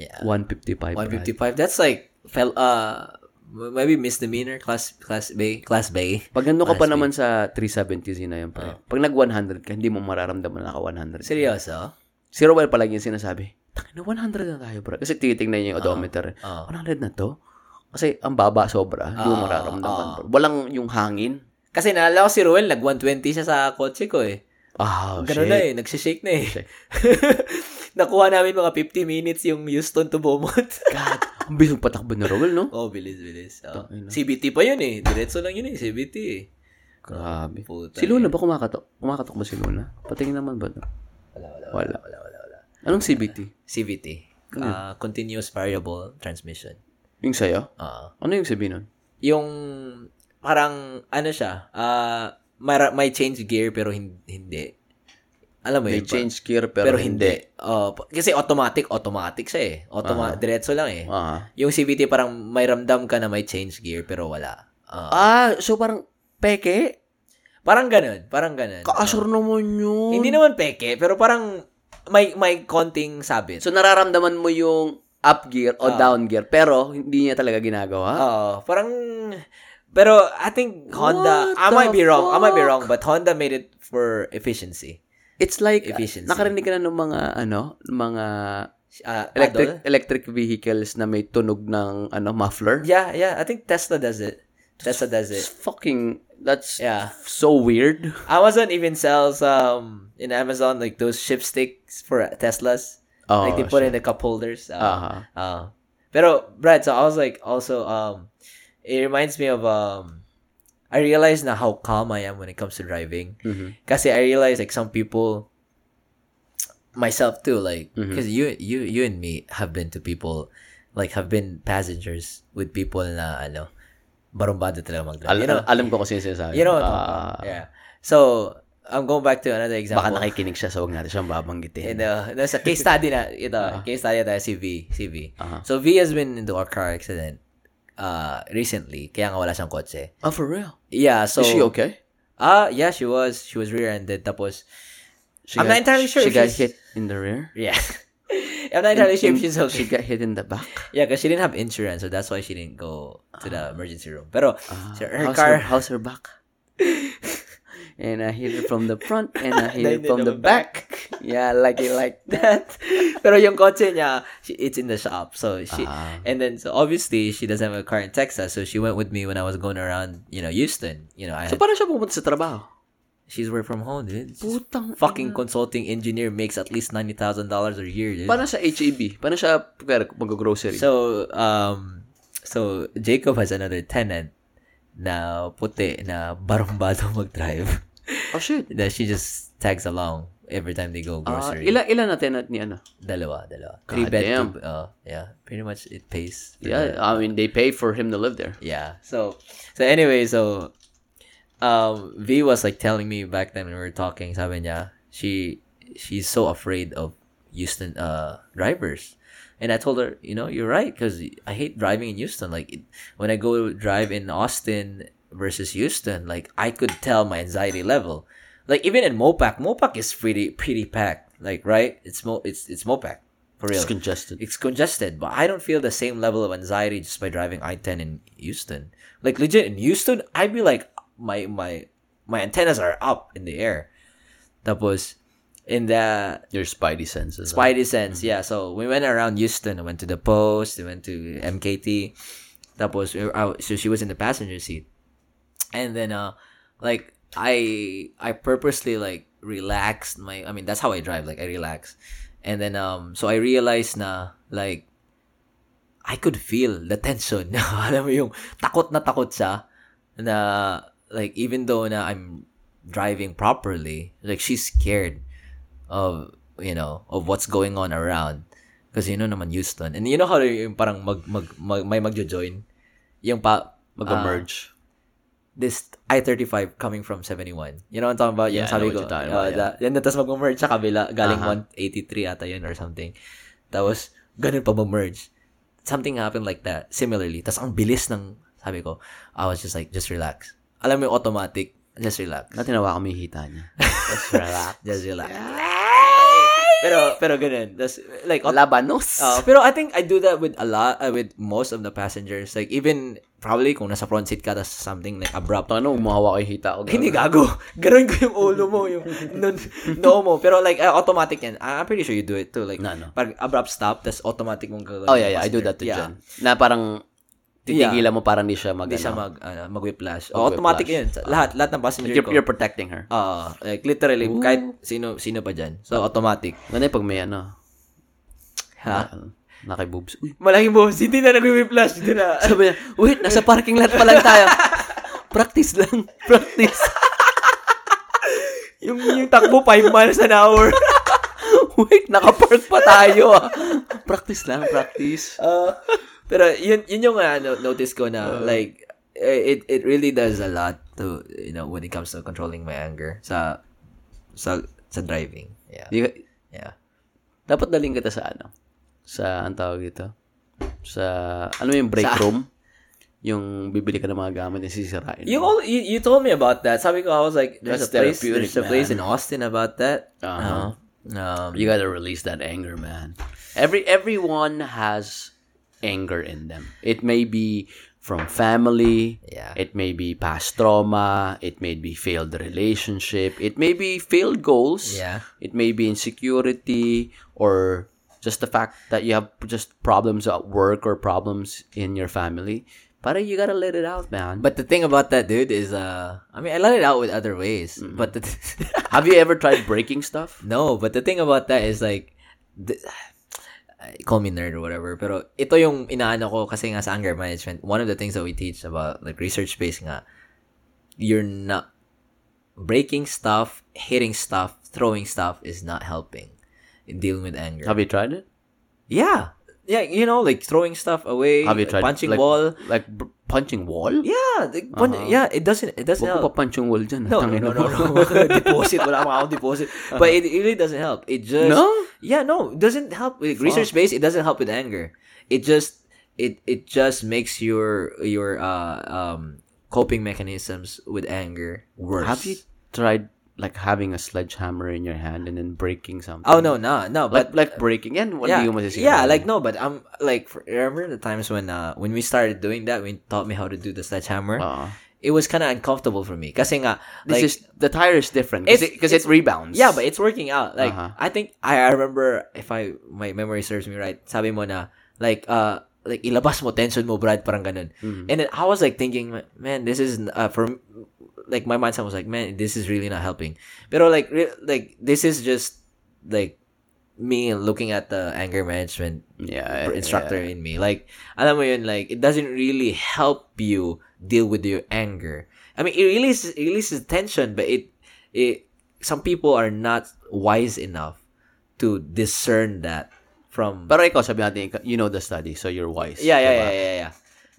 [SPEAKER 2] Yeah.
[SPEAKER 1] 155.
[SPEAKER 2] 155. That's like fel uh maybe misdemeanor class class B, class B.
[SPEAKER 1] Pag nandun ka pa
[SPEAKER 2] Class B.
[SPEAKER 1] naman sa 370 na yan, pre. Pag nag-100 ka, hindi mo mararamdaman na ka 100.
[SPEAKER 2] Seryoso?
[SPEAKER 1] Si Rowell palagi yung sinasabi, Tangina, 100 na tayo, bro. Kasi titignan niya yung odometer.
[SPEAKER 2] Oo.
[SPEAKER 1] 100 na to? Kasi ang baba sobra. Hindi mo mararamdaman, bro. Walang yung hangin.
[SPEAKER 2] Kasi naalala ko si Ruel, nag 120 siya sa kotse ko eh.
[SPEAKER 1] Ah,
[SPEAKER 2] Ganun na
[SPEAKER 1] shit.
[SPEAKER 2] eh, nagsishake na eh.
[SPEAKER 1] Shake.
[SPEAKER 2] Nakuha namin mga 50 minutes yung Houston to Beaumont.
[SPEAKER 1] God, ang bilis ng patakbo ni Rowell, no?
[SPEAKER 2] oh, bilis, bilis. Oh.
[SPEAKER 1] Tangina.
[SPEAKER 2] CBT pa yun eh. Diretso lang yun eh, CBT eh.
[SPEAKER 1] Grabe.
[SPEAKER 2] Puta
[SPEAKER 1] Si Luna ba kumakatok? Kumakatok ba si Luna? Patingin naman ba?
[SPEAKER 2] Wala, wala,
[SPEAKER 1] Wala.
[SPEAKER 2] wala, wala, wala.
[SPEAKER 1] Anong CBT?
[SPEAKER 2] CVT.
[SPEAKER 1] Ano
[SPEAKER 2] ah continuous Variable Transmission.
[SPEAKER 1] Yung sa'yo?
[SPEAKER 2] ah
[SPEAKER 1] Ano yung sabi nun?
[SPEAKER 2] yung parang ano siya, ah may, may change gear pero hin- hindi. Alam mo
[SPEAKER 1] May
[SPEAKER 2] yun? pa-
[SPEAKER 1] change gear pero, hindi.
[SPEAKER 2] Oh, pa- kasi automatic, automatic siya eh. Automa- Diretso lang eh.
[SPEAKER 1] Ah.
[SPEAKER 2] Yung CVT parang may ramdam ka na may change gear pero wala. Ah.
[SPEAKER 1] Ah, so parang peke?
[SPEAKER 2] Parang ganun, parang ganun.
[SPEAKER 1] Kaasar naman yun.
[SPEAKER 2] Hindi naman peke, pero parang may may konting sabit.
[SPEAKER 1] So nararamdaman mo yung up gear o down gear pero hindi niya talaga ginagawa.
[SPEAKER 2] Oh, parang pero I think Honda.
[SPEAKER 1] What
[SPEAKER 2] I might be
[SPEAKER 1] the
[SPEAKER 2] wrong. I might be
[SPEAKER 1] fuck?
[SPEAKER 2] wrong, but Honda made it for efficiency.
[SPEAKER 1] It's like
[SPEAKER 2] Efficiency.
[SPEAKER 1] nakarinig ka na ng mga ano, mga
[SPEAKER 2] Uh,
[SPEAKER 1] electric
[SPEAKER 2] Adol?
[SPEAKER 1] electric vehicles na may tunog ng ano muffler.
[SPEAKER 2] Yeah, yeah. I think Tesla does it. Tesla does it.
[SPEAKER 1] It's fucking that's
[SPEAKER 2] Yeah.
[SPEAKER 1] so weird.
[SPEAKER 2] Amazon even sells um in Amazon like those ship sticks for Teslas.
[SPEAKER 1] Oh,
[SPEAKER 2] like they put in the cup holders. Uh,
[SPEAKER 1] Uh-huh.
[SPEAKER 2] uh, pero Brad, so I was like also um it reminds me of um I realize now how calm I am when it comes to driving.
[SPEAKER 1] Mhm.
[SPEAKER 2] Cause I realize like some people myself too like
[SPEAKER 1] Mm-hmm.
[SPEAKER 2] because you you you and me have been to people like have been passengers with people na ano barumbado talaga mag-drive.
[SPEAKER 1] Al-
[SPEAKER 2] You know,
[SPEAKER 1] al- alam ko kung sino sinasabi.
[SPEAKER 2] you know what I'm talking
[SPEAKER 1] Ah,
[SPEAKER 2] about. yeah. So I'm going back to another
[SPEAKER 1] baka
[SPEAKER 2] example.
[SPEAKER 1] nakikinig siya so huwag natin siyang babanggitin.
[SPEAKER 2] You know, there's a case study na ito,
[SPEAKER 1] Ah.
[SPEAKER 2] case study tayo si V, si V.
[SPEAKER 1] Uh-huh.
[SPEAKER 2] So V has been into a car accident uh recently, kaya nga wala siyang kotse.
[SPEAKER 1] oh, for real?
[SPEAKER 2] Yeah, so
[SPEAKER 1] Is she okay?
[SPEAKER 2] Ah, yeah, she was. She was rear-ended tapos
[SPEAKER 1] She
[SPEAKER 2] I'm not entirely sure
[SPEAKER 1] She
[SPEAKER 2] if
[SPEAKER 1] got
[SPEAKER 2] she's-
[SPEAKER 1] hit in the rear?
[SPEAKER 2] yeah. I'm not entirely sure
[SPEAKER 1] In-
[SPEAKER 2] if she's
[SPEAKER 1] She
[SPEAKER 2] okay.
[SPEAKER 1] got hit in the back?
[SPEAKER 2] Yeah, because she didn't have insurance, so that's why she didn't go to the emergency room. Pero so her
[SPEAKER 1] Ah. how's
[SPEAKER 2] car,
[SPEAKER 1] Her, how's her back? and I hit it from the front and I hit it
[SPEAKER 2] Then
[SPEAKER 1] from
[SPEAKER 2] in
[SPEAKER 1] the
[SPEAKER 2] the
[SPEAKER 1] back. Yeah, I like it like that.
[SPEAKER 2] that. Pero yung kotse niya, she, it's in the shop. So she
[SPEAKER 1] Ah.
[SPEAKER 2] and then so obviously she doesn't have a car in Texas, so she went with me when I was going around, you know, Houston. You know, I
[SPEAKER 1] So
[SPEAKER 2] had,
[SPEAKER 1] parang siya pumunta sa trabaho.
[SPEAKER 2] she's work from home, dude. She's
[SPEAKER 1] Putang
[SPEAKER 2] fucking consulting engineer makes at least ninety thousand dollars a year, dude.
[SPEAKER 1] Parang sa HEB. Parang siya kunyari, mag-grocery.
[SPEAKER 2] So um, so Jacob has another tenant na puti na barumbado mag-drive.
[SPEAKER 1] oh shit.
[SPEAKER 2] that she just tags along every time they go
[SPEAKER 1] Ah,
[SPEAKER 2] grocery.
[SPEAKER 1] ilan, ilan na tenant ni ano?
[SPEAKER 2] Dalawa, dalawa.
[SPEAKER 1] God
[SPEAKER 2] Three bed,
[SPEAKER 1] damn.
[SPEAKER 2] two, uh, yeah. Pretty much it pays. for
[SPEAKER 1] Yeah,
[SPEAKER 2] the-
[SPEAKER 1] I mean, they pay for him to live there.
[SPEAKER 2] yeah. So, so anyway, so, um, V was like telling me back then when we were talking, sabi niya, she, she's so afraid of Houston, uh, drivers. And I told her, you know, you're right, because I hate driving in Houston. Like, it, when I go drive in Austin versus Houston, like, I could tell my anxiety level. Like, even in Mopac, Mopac is pretty, pretty packed. Like, right? It's Mo, it's, it's Mopac. For real
[SPEAKER 1] It's congested.
[SPEAKER 2] it's congested, but I don't feel the same level of anxiety just by driving I-10 in Houston. Like legit in Houston, I'd be like my my my antennas are up in the air. That was in the
[SPEAKER 1] Your spidey senses. huh?
[SPEAKER 2] Spidey sense, yeah. So we went around Houston. I went to the post. We went to MKT. That was so she was in the passenger seat, and then uh, like I I purposely like relaxed my. I mean that's how I drive. Like I relax, and then um so I realized na like I could feel the tension. Alam mo yung takot na takot siya na like even though na I'm driving properly, like she's scared of you know of what's going on around because you know naman Houston and you know how yung parang mag, mag, mag may magjo-join yung pa
[SPEAKER 1] Mag-emerge.
[SPEAKER 2] uh, this I-35 coming from 71 you know what I'm talking about
[SPEAKER 1] Yeah,
[SPEAKER 2] yung
[SPEAKER 1] I know
[SPEAKER 2] sabi ko
[SPEAKER 1] what you're talking
[SPEAKER 2] uh,
[SPEAKER 1] about, yeah. Uh-huh.
[SPEAKER 2] the- and then tapos mag-merge sa kabila galing
[SPEAKER 1] Aha.
[SPEAKER 2] 183 ata yun or something tapos ganun pa mag-merge something happened like that similarly tapos ang bilis ng sabi ko I was just like just relax alam mo yung automatic just relax
[SPEAKER 1] Ba't tinawa ko may hita niya? Just relax.
[SPEAKER 2] just relax pero pero ganun Tapos, like auto-
[SPEAKER 1] Labanos.
[SPEAKER 2] Uh, pero I think I do that with a lot, uh, with most of the passengers. Like, even, probably kung nasa front seat ka, tas something like abrupt.
[SPEAKER 1] Ano, umahawa kay hita ko.
[SPEAKER 2] Hindi gago. Ganun ko yung ulo mo, yung no, no mo. Pero like, uh, automatic yan. I- I'm pretty sure you do it too. Like,
[SPEAKER 1] No, no.
[SPEAKER 2] pag abrupt stop, tas automatic mong gagawin.
[SPEAKER 1] Oh, yeah, yeah. I do that to
[SPEAKER 2] Yeah.
[SPEAKER 1] Jen. Na parang titigilan mo parang di siya mag,
[SPEAKER 2] Hindi siya
[SPEAKER 1] ano,
[SPEAKER 2] mag, ano,
[SPEAKER 1] Mag-whiplash.
[SPEAKER 2] mag-whiplash.
[SPEAKER 1] Ah.
[SPEAKER 2] Oh, automatic yun. Sa- Lahat, lahat ng passenger
[SPEAKER 1] you're,
[SPEAKER 2] ko.
[SPEAKER 1] you're protecting her.
[SPEAKER 2] Ah, like literally, kahit sino, sino pa dyan. So, automatic.
[SPEAKER 1] Ganun yung pag may ano,
[SPEAKER 2] Ha?
[SPEAKER 1] na kay boobs. Uy,
[SPEAKER 2] Malaking boss, hindi na nag-whiplash. Hindi na.
[SPEAKER 1] sabi niya, wait, nasa parking lot pa lang tayo. Practice lang. Practice.
[SPEAKER 2] yung, yung takbo, 5 miles an hour.
[SPEAKER 1] wait, nakapark pa tayo. ah. practice lang, practice.
[SPEAKER 2] Uh, pero yun yun yung uh, no- notice ko
[SPEAKER 1] Uh-huh.
[SPEAKER 2] na like eh, it it really does a lot to you know when it comes to controlling my anger sa sa sa driving. Yeah.
[SPEAKER 1] Di ka-
[SPEAKER 2] Yeah.
[SPEAKER 1] dapat daling kita sa ano? Sa, ang tawag dito? Sa, ano yung break
[SPEAKER 2] Sa-
[SPEAKER 1] room? Yung bibili ka ng mga gamit na sisirain.
[SPEAKER 2] You
[SPEAKER 1] mo.
[SPEAKER 2] all you, you told me about that. Sabi ko I was like there's
[SPEAKER 1] That's
[SPEAKER 2] a place
[SPEAKER 1] therapeutic,
[SPEAKER 2] there's a place in
[SPEAKER 1] man.
[SPEAKER 2] Austin about that.
[SPEAKER 1] Uh-huh.
[SPEAKER 2] Uh, um
[SPEAKER 1] you gotta release that anger, man. Every everyone has anger in them. It may be from family.
[SPEAKER 2] Yeah.
[SPEAKER 1] It may be past trauma. It may be failed relationship. It may be failed goals.
[SPEAKER 2] Yeah.
[SPEAKER 1] It may be insecurity or just the fact that you have just problems at work or problems in your family. But you gotta let it out, man.
[SPEAKER 2] But the thing about that dude is, uh, I mean, I let it out with other ways,
[SPEAKER 1] Mm-hmm.
[SPEAKER 2] but the
[SPEAKER 1] have you ever tried breaking stuff?
[SPEAKER 2] no, but the thing about that is like, the, call me nerd or whatever, pero ito yung inaano ko kasi nga sa anger management, one of the things that we teach about like research-based nga, you're not, breaking stuff, hitting stuff, throwing stuff is not helping in dealing with anger.
[SPEAKER 1] Have you tried it?
[SPEAKER 2] Yeah. Yeah, you know, like throwing stuff away,
[SPEAKER 1] Have you
[SPEAKER 2] like
[SPEAKER 1] tried
[SPEAKER 2] punching
[SPEAKER 1] like,
[SPEAKER 2] ball.
[SPEAKER 1] Like b- punching wall?
[SPEAKER 2] Yeah, like, pun-
[SPEAKER 1] Uh-huh.
[SPEAKER 2] yeah, it doesn't it doesn't
[SPEAKER 1] Wag ko
[SPEAKER 2] help.
[SPEAKER 1] pa punching wall dyan. ah.
[SPEAKER 2] No,
[SPEAKER 1] Tangina
[SPEAKER 2] no, no,
[SPEAKER 1] mo. Uh,
[SPEAKER 2] no. deposit, wala akong account deposit. But it, it really doesn't help. It just
[SPEAKER 1] Uh-huh. No?
[SPEAKER 2] Yeah, no, it doesn't help with research based. It doesn't help with anger. It just it it just makes your your uh um coping mechanisms with anger worse.
[SPEAKER 1] Have you tried like having a sledgehammer in your hand and then breaking something?
[SPEAKER 2] Oh no, no, no.
[SPEAKER 1] Like
[SPEAKER 2] But
[SPEAKER 1] like breaking and wala
[SPEAKER 2] yeah,
[SPEAKER 1] yung masisira.
[SPEAKER 2] yeah, like no, but I'm like for- remember the times when uh when we started doing that, when you taught me how to do the sledgehammer.
[SPEAKER 1] Oo.
[SPEAKER 2] It was kind of uncomfortable for me, kasi nga
[SPEAKER 1] this
[SPEAKER 2] like
[SPEAKER 1] is the tire is different because it,
[SPEAKER 2] It's-
[SPEAKER 1] 'cause it rebounds.
[SPEAKER 2] yeah, but it's working out. Like
[SPEAKER 1] Uh-huh.
[SPEAKER 2] I think I, I remember if I my memory serves me right, sabi mo na like uh like ilabas mo tension mo Brad parang ganun. And then I was like thinking, man, this is uh, for like my mindset was like, man, this is really not helping. But like re- like this is just like me looking at the anger management
[SPEAKER 1] yeah,
[SPEAKER 2] pr- uh, instructor
[SPEAKER 1] yeah.
[SPEAKER 2] in me. Like, alam mo yun, like, it doesn't really help you deal with your anger. I mean, it releases, it releases tension, but it, it, some people are not wise enough to discern that from,
[SPEAKER 1] Pero ikaw sabi natin ikaw- you know the study so you're wise.
[SPEAKER 2] yeah, yeah,
[SPEAKER 1] diba?
[SPEAKER 2] yeah, yeah, yeah.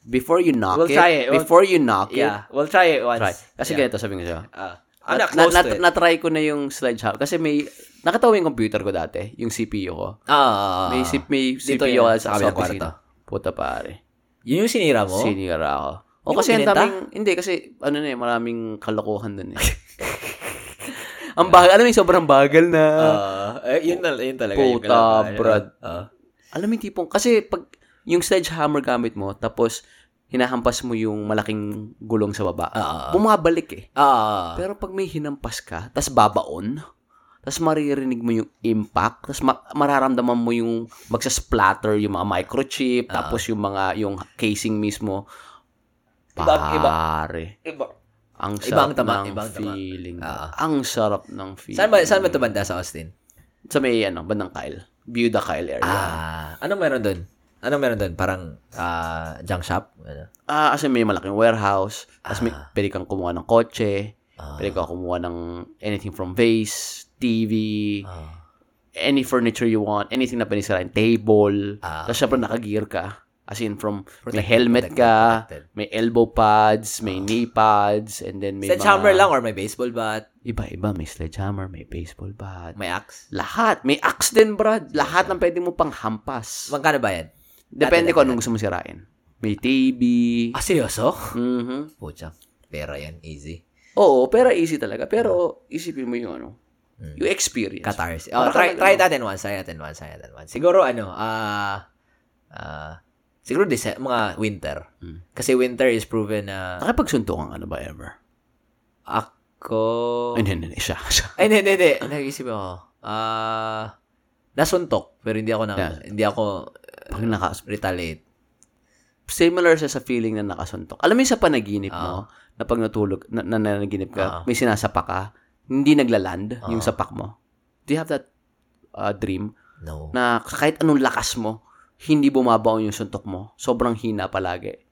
[SPEAKER 1] Before you knock
[SPEAKER 2] We'll
[SPEAKER 1] it,
[SPEAKER 2] try it. We'll-
[SPEAKER 1] before you knock it,
[SPEAKER 2] Yeah, we'll try it once.
[SPEAKER 1] try. Kasi
[SPEAKER 2] yeah.
[SPEAKER 1] ganito sabi ko siya.
[SPEAKER 2] Uh, I'm
[SPEAKER 1] na,
[SPEAKER 2] not close
[SPEAKER 1] na,
[SPEAKER 2] to it.
[SPEAKER 1] na, try ko na yung sledgehammer kasi may nakatawa yung computer ko dati, yung CPU ko.
[SPEAKER 2] Ah,
[SPEAKER 1] May, sip, may
[SPEAKER 2] dito
[SPEAKER 1] CPU ka
[SPEAKER 2] yan,
[SPEAKER 1] sa amin
[SPEAKER 2] sa
[SPEAKER 1] na kusina.
[SPEAKER 2] kwarto.
[SPEAKER 1] Puta pare.
[SPEAKER 2] Yun yung sinira mo?
[SPEAKER 1] Senior ako. O kasi
[SPEAKER 2] Hindi mo
[SPEAKER 1] ang
[SPEAKER 2] pinenta?
[SPEAKER 1] daming, hindi kasi ano na eh, maraming kalokohan dun eh. ang bagal, alam mo yung sobrang bagal na.
[SPEAKER 2] Ah, eh, yun, tal- yun talaga. yung
[SPEAKER 1] Puta,
[SPEAKER 2] kailangan.
[SPEAKER 1] Brad.
[SPEAKER 2] Ah.
[SPEAKER 1] alam mo yung tipong, kasi pag yung sledgehammer gamit mo, tapos hinahampas mo yung malaking gulong sa baba,
[SPEAKER 2] Ah.
[SPEAKER 1] bumabalik eh.
[SPEAKER 2] Ah.
[SPEAKER 1] Pero pag may hinampas ka, tas babaon, tas maririnig mo yung impact, tas ma- mararamdaman mo yung magsasplatter yung mga microchip,
[SPEAKER 2] Ah.
[SPEAKER 1] tapos yung mga, yung casing mismo.
[SPEAKER 2] Ibang- iba-
[SPEAKER 1] Pare.
[SPEAKER 2] Iba-
[SPEAKER 1] Ang sarap
[SPEAKER 2] Ibang tama,
[SPEAKER 1] ng
[SPEAKER 2] ibang tama.
[SPEAKER 1] feeling.
[SPEAKER 2] Ah.
[SPEAKER 1] Ang sarap ng feeling.
[SPEAKER 2] Saan ba, saan ba ito banda sa Austin?
[SPEAKER 1] Sa may, ano, bandang Kyle. Buda Kyle area.
[SPEAKER 2] Ah, ano meron doon? Ano meron doon? Parang ah junk shop? Ano?
[SPEAKER 1] Ah, kasi may malaking warehouse. Tapos
[SPEAKER 2] Ah.
[SPEAKER 1] may, pwede kang kumuha ng kotse. Pwede kang kumuha ng anything from vase, TV,
[SPEAKER 2] Ah.
[SPEAKER 1] any furniture you want, anything na pwede sirain, table.
[SPEAKER 2] Ah,
[SPEAKER 1] Tapos syempre nakagear ka. As in from, may
[SPEAKER 2] Protected,
[SPEAKER 1] helmet
[SPEAKER 2] protected,
[SPEAKER 1] ka,
[SPEAKER 2] protected. Ah.
[SPEAKER 1] may elbow pads, may knee pads, and then may
[SPEAKER 2] Sledgehammer
[SPEAKER 1] mga-
[SPEAKER 2] lang or may baseball bat?
[SPEAKER 1] Iba-iba. May sledgehammer, may baseball bat.
[SPEAKER 2] May axe?
[SPEAKER 1] Lahat. May axe din, Brad. Lahat ng pwede mo pang hampas.
[SPEAKER 2] Magkano ba yan?
[SPEAKER 1] Depende kung
[SPEAKER 2] dati.
[SPEAKER 1] anong gusto mo sirain. May TV.
[SPEAKER 2] Ah, seryoso?
[SPEAKER 1] Mhm.
[SPEAKER 2] Pucha, pera yan. Easy.
[SPEAKER 1] Oo, pera easy talaga. Pero isipin mo yung ano, yung experience.
[SPEAKER 2] Catars.
[SPEAKER 1] Para
[SPEAKER 2] Oh, try,
[SPEAKER 1] talaga-
[SPEAKER 2] try natin once. Try natin once. Try natin once. Siguro ano, ah, ah, siguro Dece- mga winter.
[SPEAKER 1] Hmm.
[SPEAKER 2] Kasi winter is proven na
[SPEAKER 1] Nakipagsuntukan ka na ba ever?
[SPEAKER 2] ako...
[SPEAKER 1] Ay, hindi, hindi, siya, siya.
[SPEAKER 2] Ay, hindi, hindi, hindi. Nag-isip ako. Ah, nasuntok, pero hindi ako na,
[SPEAKER 1] Yeah.
[SPEAKER 2] hindi ako
[SPEAKER 1] Pag naka-
[SPEAKER 2] retaliate.
[SPEAKER 1] similar siya sa feeling na nakasuntok. Alam mo yung sa panaginip mo, na pag natulog, na, na nanaginip ka,
[SPEAKER 2] Ah.
[SPEAKER 1] may sinasapa ka, hindi naglaland yung
[SPEAKER 2] Ah.
[SPEAKER 1] sapak mo. Do you have that uh, dream
[SPEAKER 2] No.
[SPEAKER 1] na kahit anong lakas mo, hindi bumabaon yung suntok mo? Sobrang hina palagi.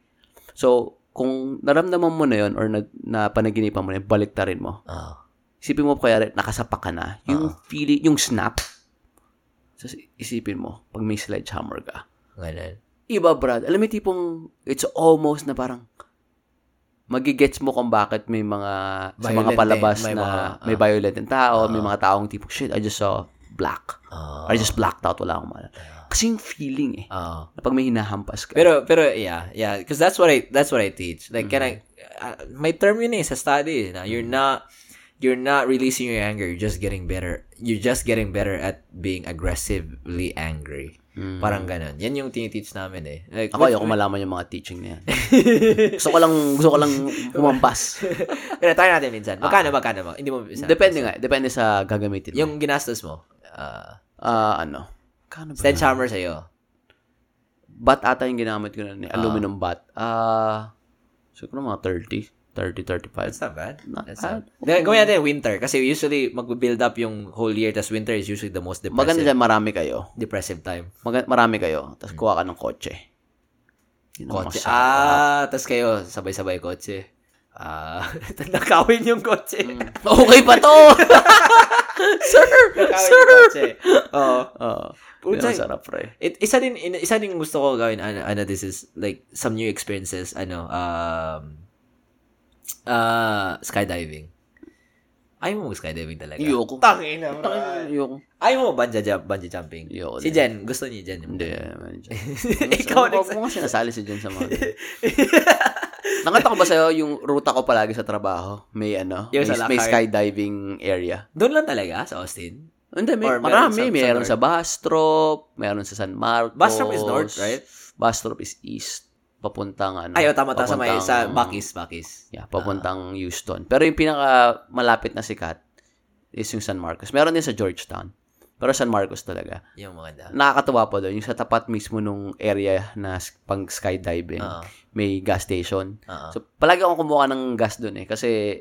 [SPEAKER 1] So, kung naramdaman mo na yun or na, na panaginipan mo na yun, baliktarin mo.
[SPEAKER 2] Ah.
[SPEAKER 1] Isipin mo kaya nakasapak ka na, yung feeling, yung snap. Tapos isipin mo, pag may sledgehammer ka.
[SPEAKER 2] Ganun.
[SPEAKER 1] Iba, Brad. Alam mo yung tipong, it's almost na parang, magigets mo kung bakit may mga, sa mga
[SPEAKER 2] Violent
[SPEAKER 1] palabas
[SPEAKER 2] eh. May
[SPEAKER 1] na,
[SPEAKER 2] mga-
[SPEAKER 1] may violent yung tao, may mga taong tipong, shit, I just saw black.
[SPEAKER 2] Ah.
[SPEAKER 1] I just blacked out, wala akong maalala. Kasi yung feeling eh,
[SPEAKER 2] Ah.
[SPEAKER 1] na pag may hinahampas ka.
[SPEAKER 2] Pero pero yeah, yeah, because that's what I that's what I teach. Like can I
[SPEAKER 1] Mm-hmm.
[SPEAKER 2] uh, my term yun eh sa study, na you're not you're not releasing your anger, you're just getting better. You're just getting better at being aggressively angry. Parang ganun. Yan yung tiniteach namin eh. Like,
[SPEAKER 1] Mm-hmm. Ako
[SPEAKER 2] with-
[SPEAKER 1] ayoko malaman yung mga teaching na yan. gusto ko lang, gusto ko lang kumampas.
[SPEAKER 2] Pero try natin minsan. Magkano, magkano ba? Hindi mo minsan.
[SPEAKER 1] Ah. depende nga, depende sa gagamitin. Yung,
[SPEAKER 2] Yung ginastos mo, uh,
[SPEAKER 1] ah ano, kano ba?
[SPEAKER 2] sledgehammer sa'yo.
[SPEAKER 1] Bat ata yung ginamit ko na, ni- aluminum bat. Ah, siguro mga 30, 30, 35.
[SPEAKER 2] not bad.
[SPEAKER 1] Not
[SPEAKER 2] That's
[SPEAKER 1] bad.
[SPEAKER 2] not bad. Gawin natin winter. Kasi usually, mag-build up yung whole year. Tapos winter is usually the most
[SPEAKER 1] Maganda
[SPEAKER 2] depressive,
[SPEAKER 1] dyan, marami kayo.
[SPEAKER 2] depressive time.
[SPEAKER 1] Mag- marami kayo. Tapos kuha ka ng kotse. Yun ang
[SPEAKER 2] Kotse.
[SPEAKER 1] masarap.
[SPEAKER 2] Ah, tapos kayo, sabay-sabay kotse. Ah, nakawin yung kotse.
[SPEAKER 1] Mm, Ah, Okay pa to! sir!
[SPEAKER 2] nakawin
[SPEAKER 1] sir!
[SPEAKER 2] yung kotse. Oo.
[SPEAKER 1] Oh, yun
[SPEAKER 2] Puta.
[SPEAKER 1] ang sarap, pre.
[SPEAKER 2] It, isa din in- isa din gusto ko gawin ano, ano this is like some new experiences ano um uh skydiving. Ayaw mo skydiving talaga.
[SPEAKER 1] Ayoko.
[SPEAKER 2] Tangina.
[SPEAKER 1] Ayoko.
[SPEAKER 2] Ayaw mo bungee jump, bungee jumping.
[SPEAKER 1] Ayoko
[SPEAKER 2] si Jen, gusto niya Jen.
[SPEAKER 1] Hindi, man. Jen.
[SPEAKER 2] Ikaw
[SPEAKER 1] Ano
[SPEAKER 2] nags-
[SPEAKER 1] mo kasi nasali si Jen sa mga ganun. Nakita ko ba sa'yo yung ruta ko palagi sa trabaho? May ano?
[SPEAKER 2] Yung
[SPEAKER 1] may,
[SPEAKER 2] sa
[SPEAKER 1] may
[SPEAKER 2] Lakar.
[SPEAKER 1] skydiving area.
[SPEAKER 2] Doon lang talaga sa Austin.
[SPEAKER 1] Hindi, may
[SPEAKER 2] Or meron
[SPEAKER 1] marami.
[SPEAKER 2] sa- sa
[SPEAKER 1] meron
[SPEAKER 2] north.
[SPEAKER 1] sa, Bastrop, meron sa San Marcos.
[SPEAKER 2] Bastrop is north, right?
[SPEAKER 1] Bastrop is east. Papuntang ano?
[SPEAKER 2] Ayaw tama tama sa may sa Ah.
[SPEAKER 1] papuntang-
[SPEAKER 2] Bakis, Bakis.
[SPEAKER 1] Yeah, papuntang Houston. Pero yung pinaka malapit na sikat is yung San Marcos. Meron din sa Georgetown. Pero San Marcos talaga.
[SPEAKER 2] Yung maganda.
[SPEAKER 1] Nakakatuwa pa doon. Yung sa tapat mismo nung area na s- pang skydiving,
[SPEAKER 2] Oo.
[SPEAKER 1] may gas station.
[SPEAKER 2] Oo.
[SPEAKER 1] So, palagi akong kumuha ng gas doon eh. Kasi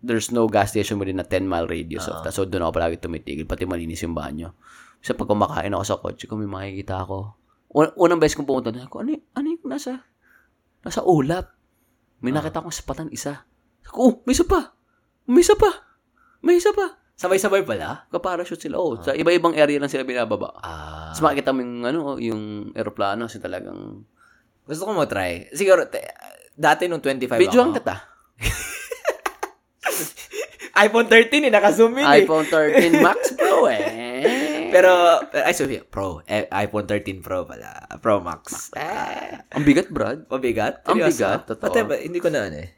[SPEAKER 1] there's no gas station within a 10-mile radius of that. So, doon ako palagi tumitigil. Pati malinis yung banyo. So, pag kumakain ako sa kotse, kung may makikita ako. Un- unang beses kong pumunta doon, ako, ano, y- ano yung nasa, nasa ulap? May nakita akong sapatan isa. Sabi ko, oh, may isa pa! May isa pa! May isa pa!
[SPEAKER 2] Sabay-sabay pala.
[SPEAKER 1] Kaparachute sila. Oh, sa iba-ibang area lang sila binababa.
[SPEAKER 2] Ah.
[SPEAKER 1] Tapos makikita mo yung, ano, yung aeroplano kasi talagang
[SPEAKER 2] Gusto ko mo try. Siguro te- dati nung 25
[SPEAKER 1] videoan
[SPEAKER 2] ako.
[SPEAKER 1] kita.
[SPEAKER 2] iPhone 13 eh, naka-zoom in eh.
[SPEAKER 1] iPhone 13 Max Pro eh.
[SPEAKER 2] Pero, ay, sorry, Pro. Eh, iPhone 13 Pro pala. Pro Max.
[SPEAKER 1] Ang bigat, Brad.
[SPEAKER 2] Mabigat?
[SPEAKER 1] Ang
[SPEAKER 2] Seryoso?
[SPEAKER 1] bigat, totoo.
[SPEAKER 2] Pati, ba- hindi ko na ano eh.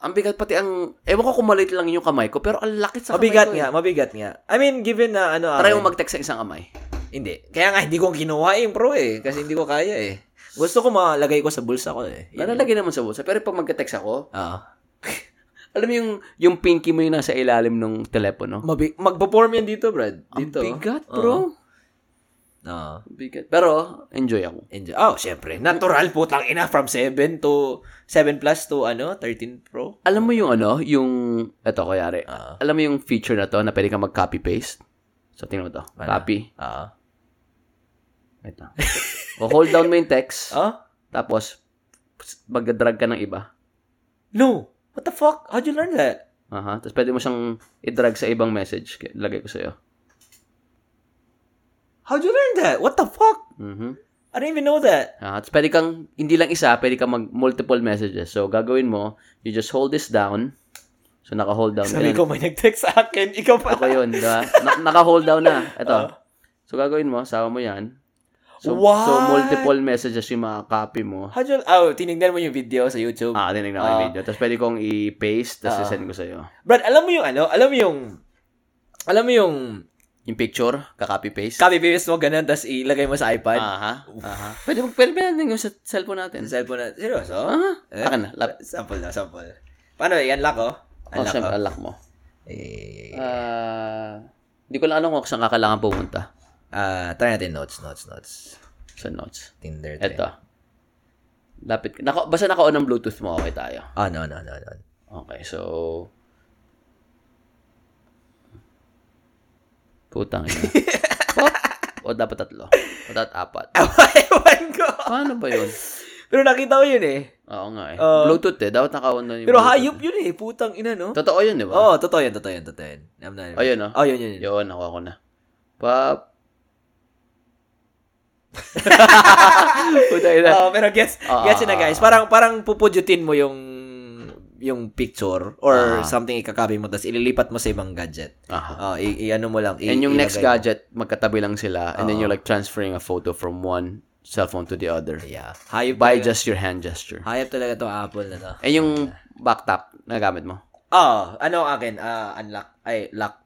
[SPEAKER 1] Ang bigat pati ang... Ewan ko kung maliit lang yung kamay ko, pero ang lakit sa
[SPEAKER 2] Mabigat
[SPEAKER 1] kamay ko.
[SPEAKER 2] nga,
[SPEAKER 1] eh.
[SPEAKER 2] mabigat nga. I mean, given na ano
[SPEAKER 1] Try
[SPEAKER 2] akin-
[SPEAKER 1] mo mag-text sa isang kamay.
[SPEAKER 2] Hindi. Kaya nga, hindi ko kinuha yung Pro eh. Kasi hindi ko kaya eh. Gusto ko malagay ko sa bulsa ko eh. Ah. Yun.
[SPEAKER 1] Nalalagay naman sa bulsa. Pero pag mag-text ako,
[SPEAKER 2] Oo.
[SPEAKER 1] alam mo yung, yung pinky mo yung nasa ilalim ng telepono?
[SPEAKER 2] Mabi- magpo-form yan dito, Brad.
[SPEAKER 1] Ang
[SPEAKER 2] Dito.
[SPEAKER 1] bigat,
[SPEAKER 2] Oo.
[SPEAKER 1] bro.
[SPEAKER 2] Oo.
[SPEAKER 1] Ang bigat. Pero, enjoy ako.
[SPEAKER 2] Enjoy. Oh, syempre. Natural putang ina from 7 to 7 plus to ano, 13 Pro.
[SPEAKER 1] Alam mo yung ano, yung... Eto, kuyari.
[SPEAKER 2] Ah.
[SPEAKER 1] Alam mo yung feature na to na pwede ka mag-copy-paste? So, tingnan mo to.
[SPEAKER 2] Ano?
[SPEAKER 1] Copy.
[SPEAKER 2] Oo.
[SPEAKER 1] Ito. o hold down mo yung text.
[SPEAKER 2] Oh?
[SPEAKER 1] Tapos, mag-drag ka ng iba.
[SPEAKER 2] No. What the fuck? How'd you learn that?
[SPEAKER 1] Aha. Tapos pwede mo siyang i-drag sa ibang message. K- Lagay ko sa'yo.
[SPEAKER 2] How'd you learn that? What the fuck?
[SPEAKER 1] Mhm.
[SPEAKER 2] I didn't even know that.
[SPEAKER 1] Ah, tapos pwede kang, hindi lang isa, pwede kang mag-multiple messages. So, gagawin mo, you just hold this down. So, naka-hold down.
[SPEAKER 2] Sabi
[SPEAKER 1] Ayan.
[SPEAKER 2] ko, may nag-text sa akin. Ikaw pa.
[SPEAKER 1] Ano Ako yun, diba? Na- naka-hold down na. Ito. So, gagawin mo, sama mo yan. So,
[SPEAKER 2] Ah. What?
[SPEAKER 1] so multiple messages yung mga copy mo.
[SPEAKER 2] How'd you... Oh, tinignan mo yung video sa YouTube.
[SPEAKER 1] Ah, tinignan ko yung video. Tapos pwede kong i-paste,
[SPEAKER 2] Ah.
[SPEAKER 1] tapos i-send ko sa'yo.
[SPEAKER 2] Brad, alam mo yung ano? Alam mo yung... Alam mo yung...
[SPEAKER 1] Yung picture, ka-copy-paste.
[SPEAKER 2] Copy-paste mo, ganun, tapos ilagay mo sa iPad.
[SPEAKER 1] Aha. Aha. Pwede, pwede, pwede, pwede, yung sa cellphone natin.
[SPEAKER 2] Sa cellphone na... Seryoso?
[SPEAKER 1] Aha.
[SPEAKER 2] Eh?
[SPEAKER 1] Akin na, lap.
[SPEAKER 2] Sample na, sample. Paano, i-unlock ko?
[SPEAKER 1] Oh,
[SPEAKER 2] Unlock
[SPEAKER 1] siyempre,
[SPEAKER 2] ko.
[SPEAKER 1] alak mo.
[SPEAKER 2] Eh,
[SPEAKER 1] Ah, hindi ko lang alam kung saan kakailangan pumunta
[SPEAKER 2] Ah, try natin notes, notes, notes.
[SPEAKER 1] sa notes.
[SPEAKER 2] Tinder. tayo.
[SPEAKER 1] Eto. Lapit. Naka, basta naka-on ang Bluetooth mo, okay tayo.
[SPEAKER 2] Ah, no, no, no, no.
[SPEAKER 1] Okay, so... Putang ina. o, o dapat tatlo. O dapat apat.
[SPEAKER 2] Ewan ko.
[SPEAKER 1] Paano ba yun?
[SPEAKER 2] Pero nakita ko yun eh.
[SPEAKER 1] Oo nga eh.
[SPEAKER 2] Ah.
[SPEAKER 1] Bluetooth eh. Dapat naka-on na yung
[SPEAKER 2] Pero
[SPEAKER 1] Bluetooth.
[SPEAKER 2] hayop yun eh. Putang ina, no?
[SPEAKER 1] Totoo yun, di ba?
[SPEAKER 2] Oo, oh, totoo yun, totoo yun, totoo yun. I'm not
[SPEAKER 1] Oh, yun, no?
[SPEAKER 2] Oh, yun, yun, yun.
[SPEAKER 1] Yun, nakuha ko na. Pap. Putang ina.
[SPEAKER 2] Oh, pero gets,
[SPEAKER 1] Ah,
[SPEAKER 2] gets
[SPEAKER 1] ah,
[SPEAKER 2] yun na guys. Parang, parang pupudyutin mo yung yung picture
[SPEAKER 1] Ah.
[SPEAKER 2] or something ikakabi mo tapos ililipat mo sa ibang gadget.
[SPEAKER 1] Aha.
[SPEAKER 2] Oh, i, i- ano mo lang. i-
[SPEAKER 1] And yung next
[SPEAKER 2] ilagay
[SPEAKER 1] gadget, magkatabi lang sila. And then you're like transferring a photo from one cellphone to the other.
[SPEAKER 2] mo. Yeah. Hayop
[SPEAKER 1] By
[SPEAKER 2] talaga.
[SPEAKER 1] just your hand gesture.
[SPEAKER 2] Hayop talaga tong Apple na to.
[SPEAKER 1] And yung back tap, nagamit mo?
[SPEAKER 2] Oh, ano ang akin? Ah, unlock. Ay, lock.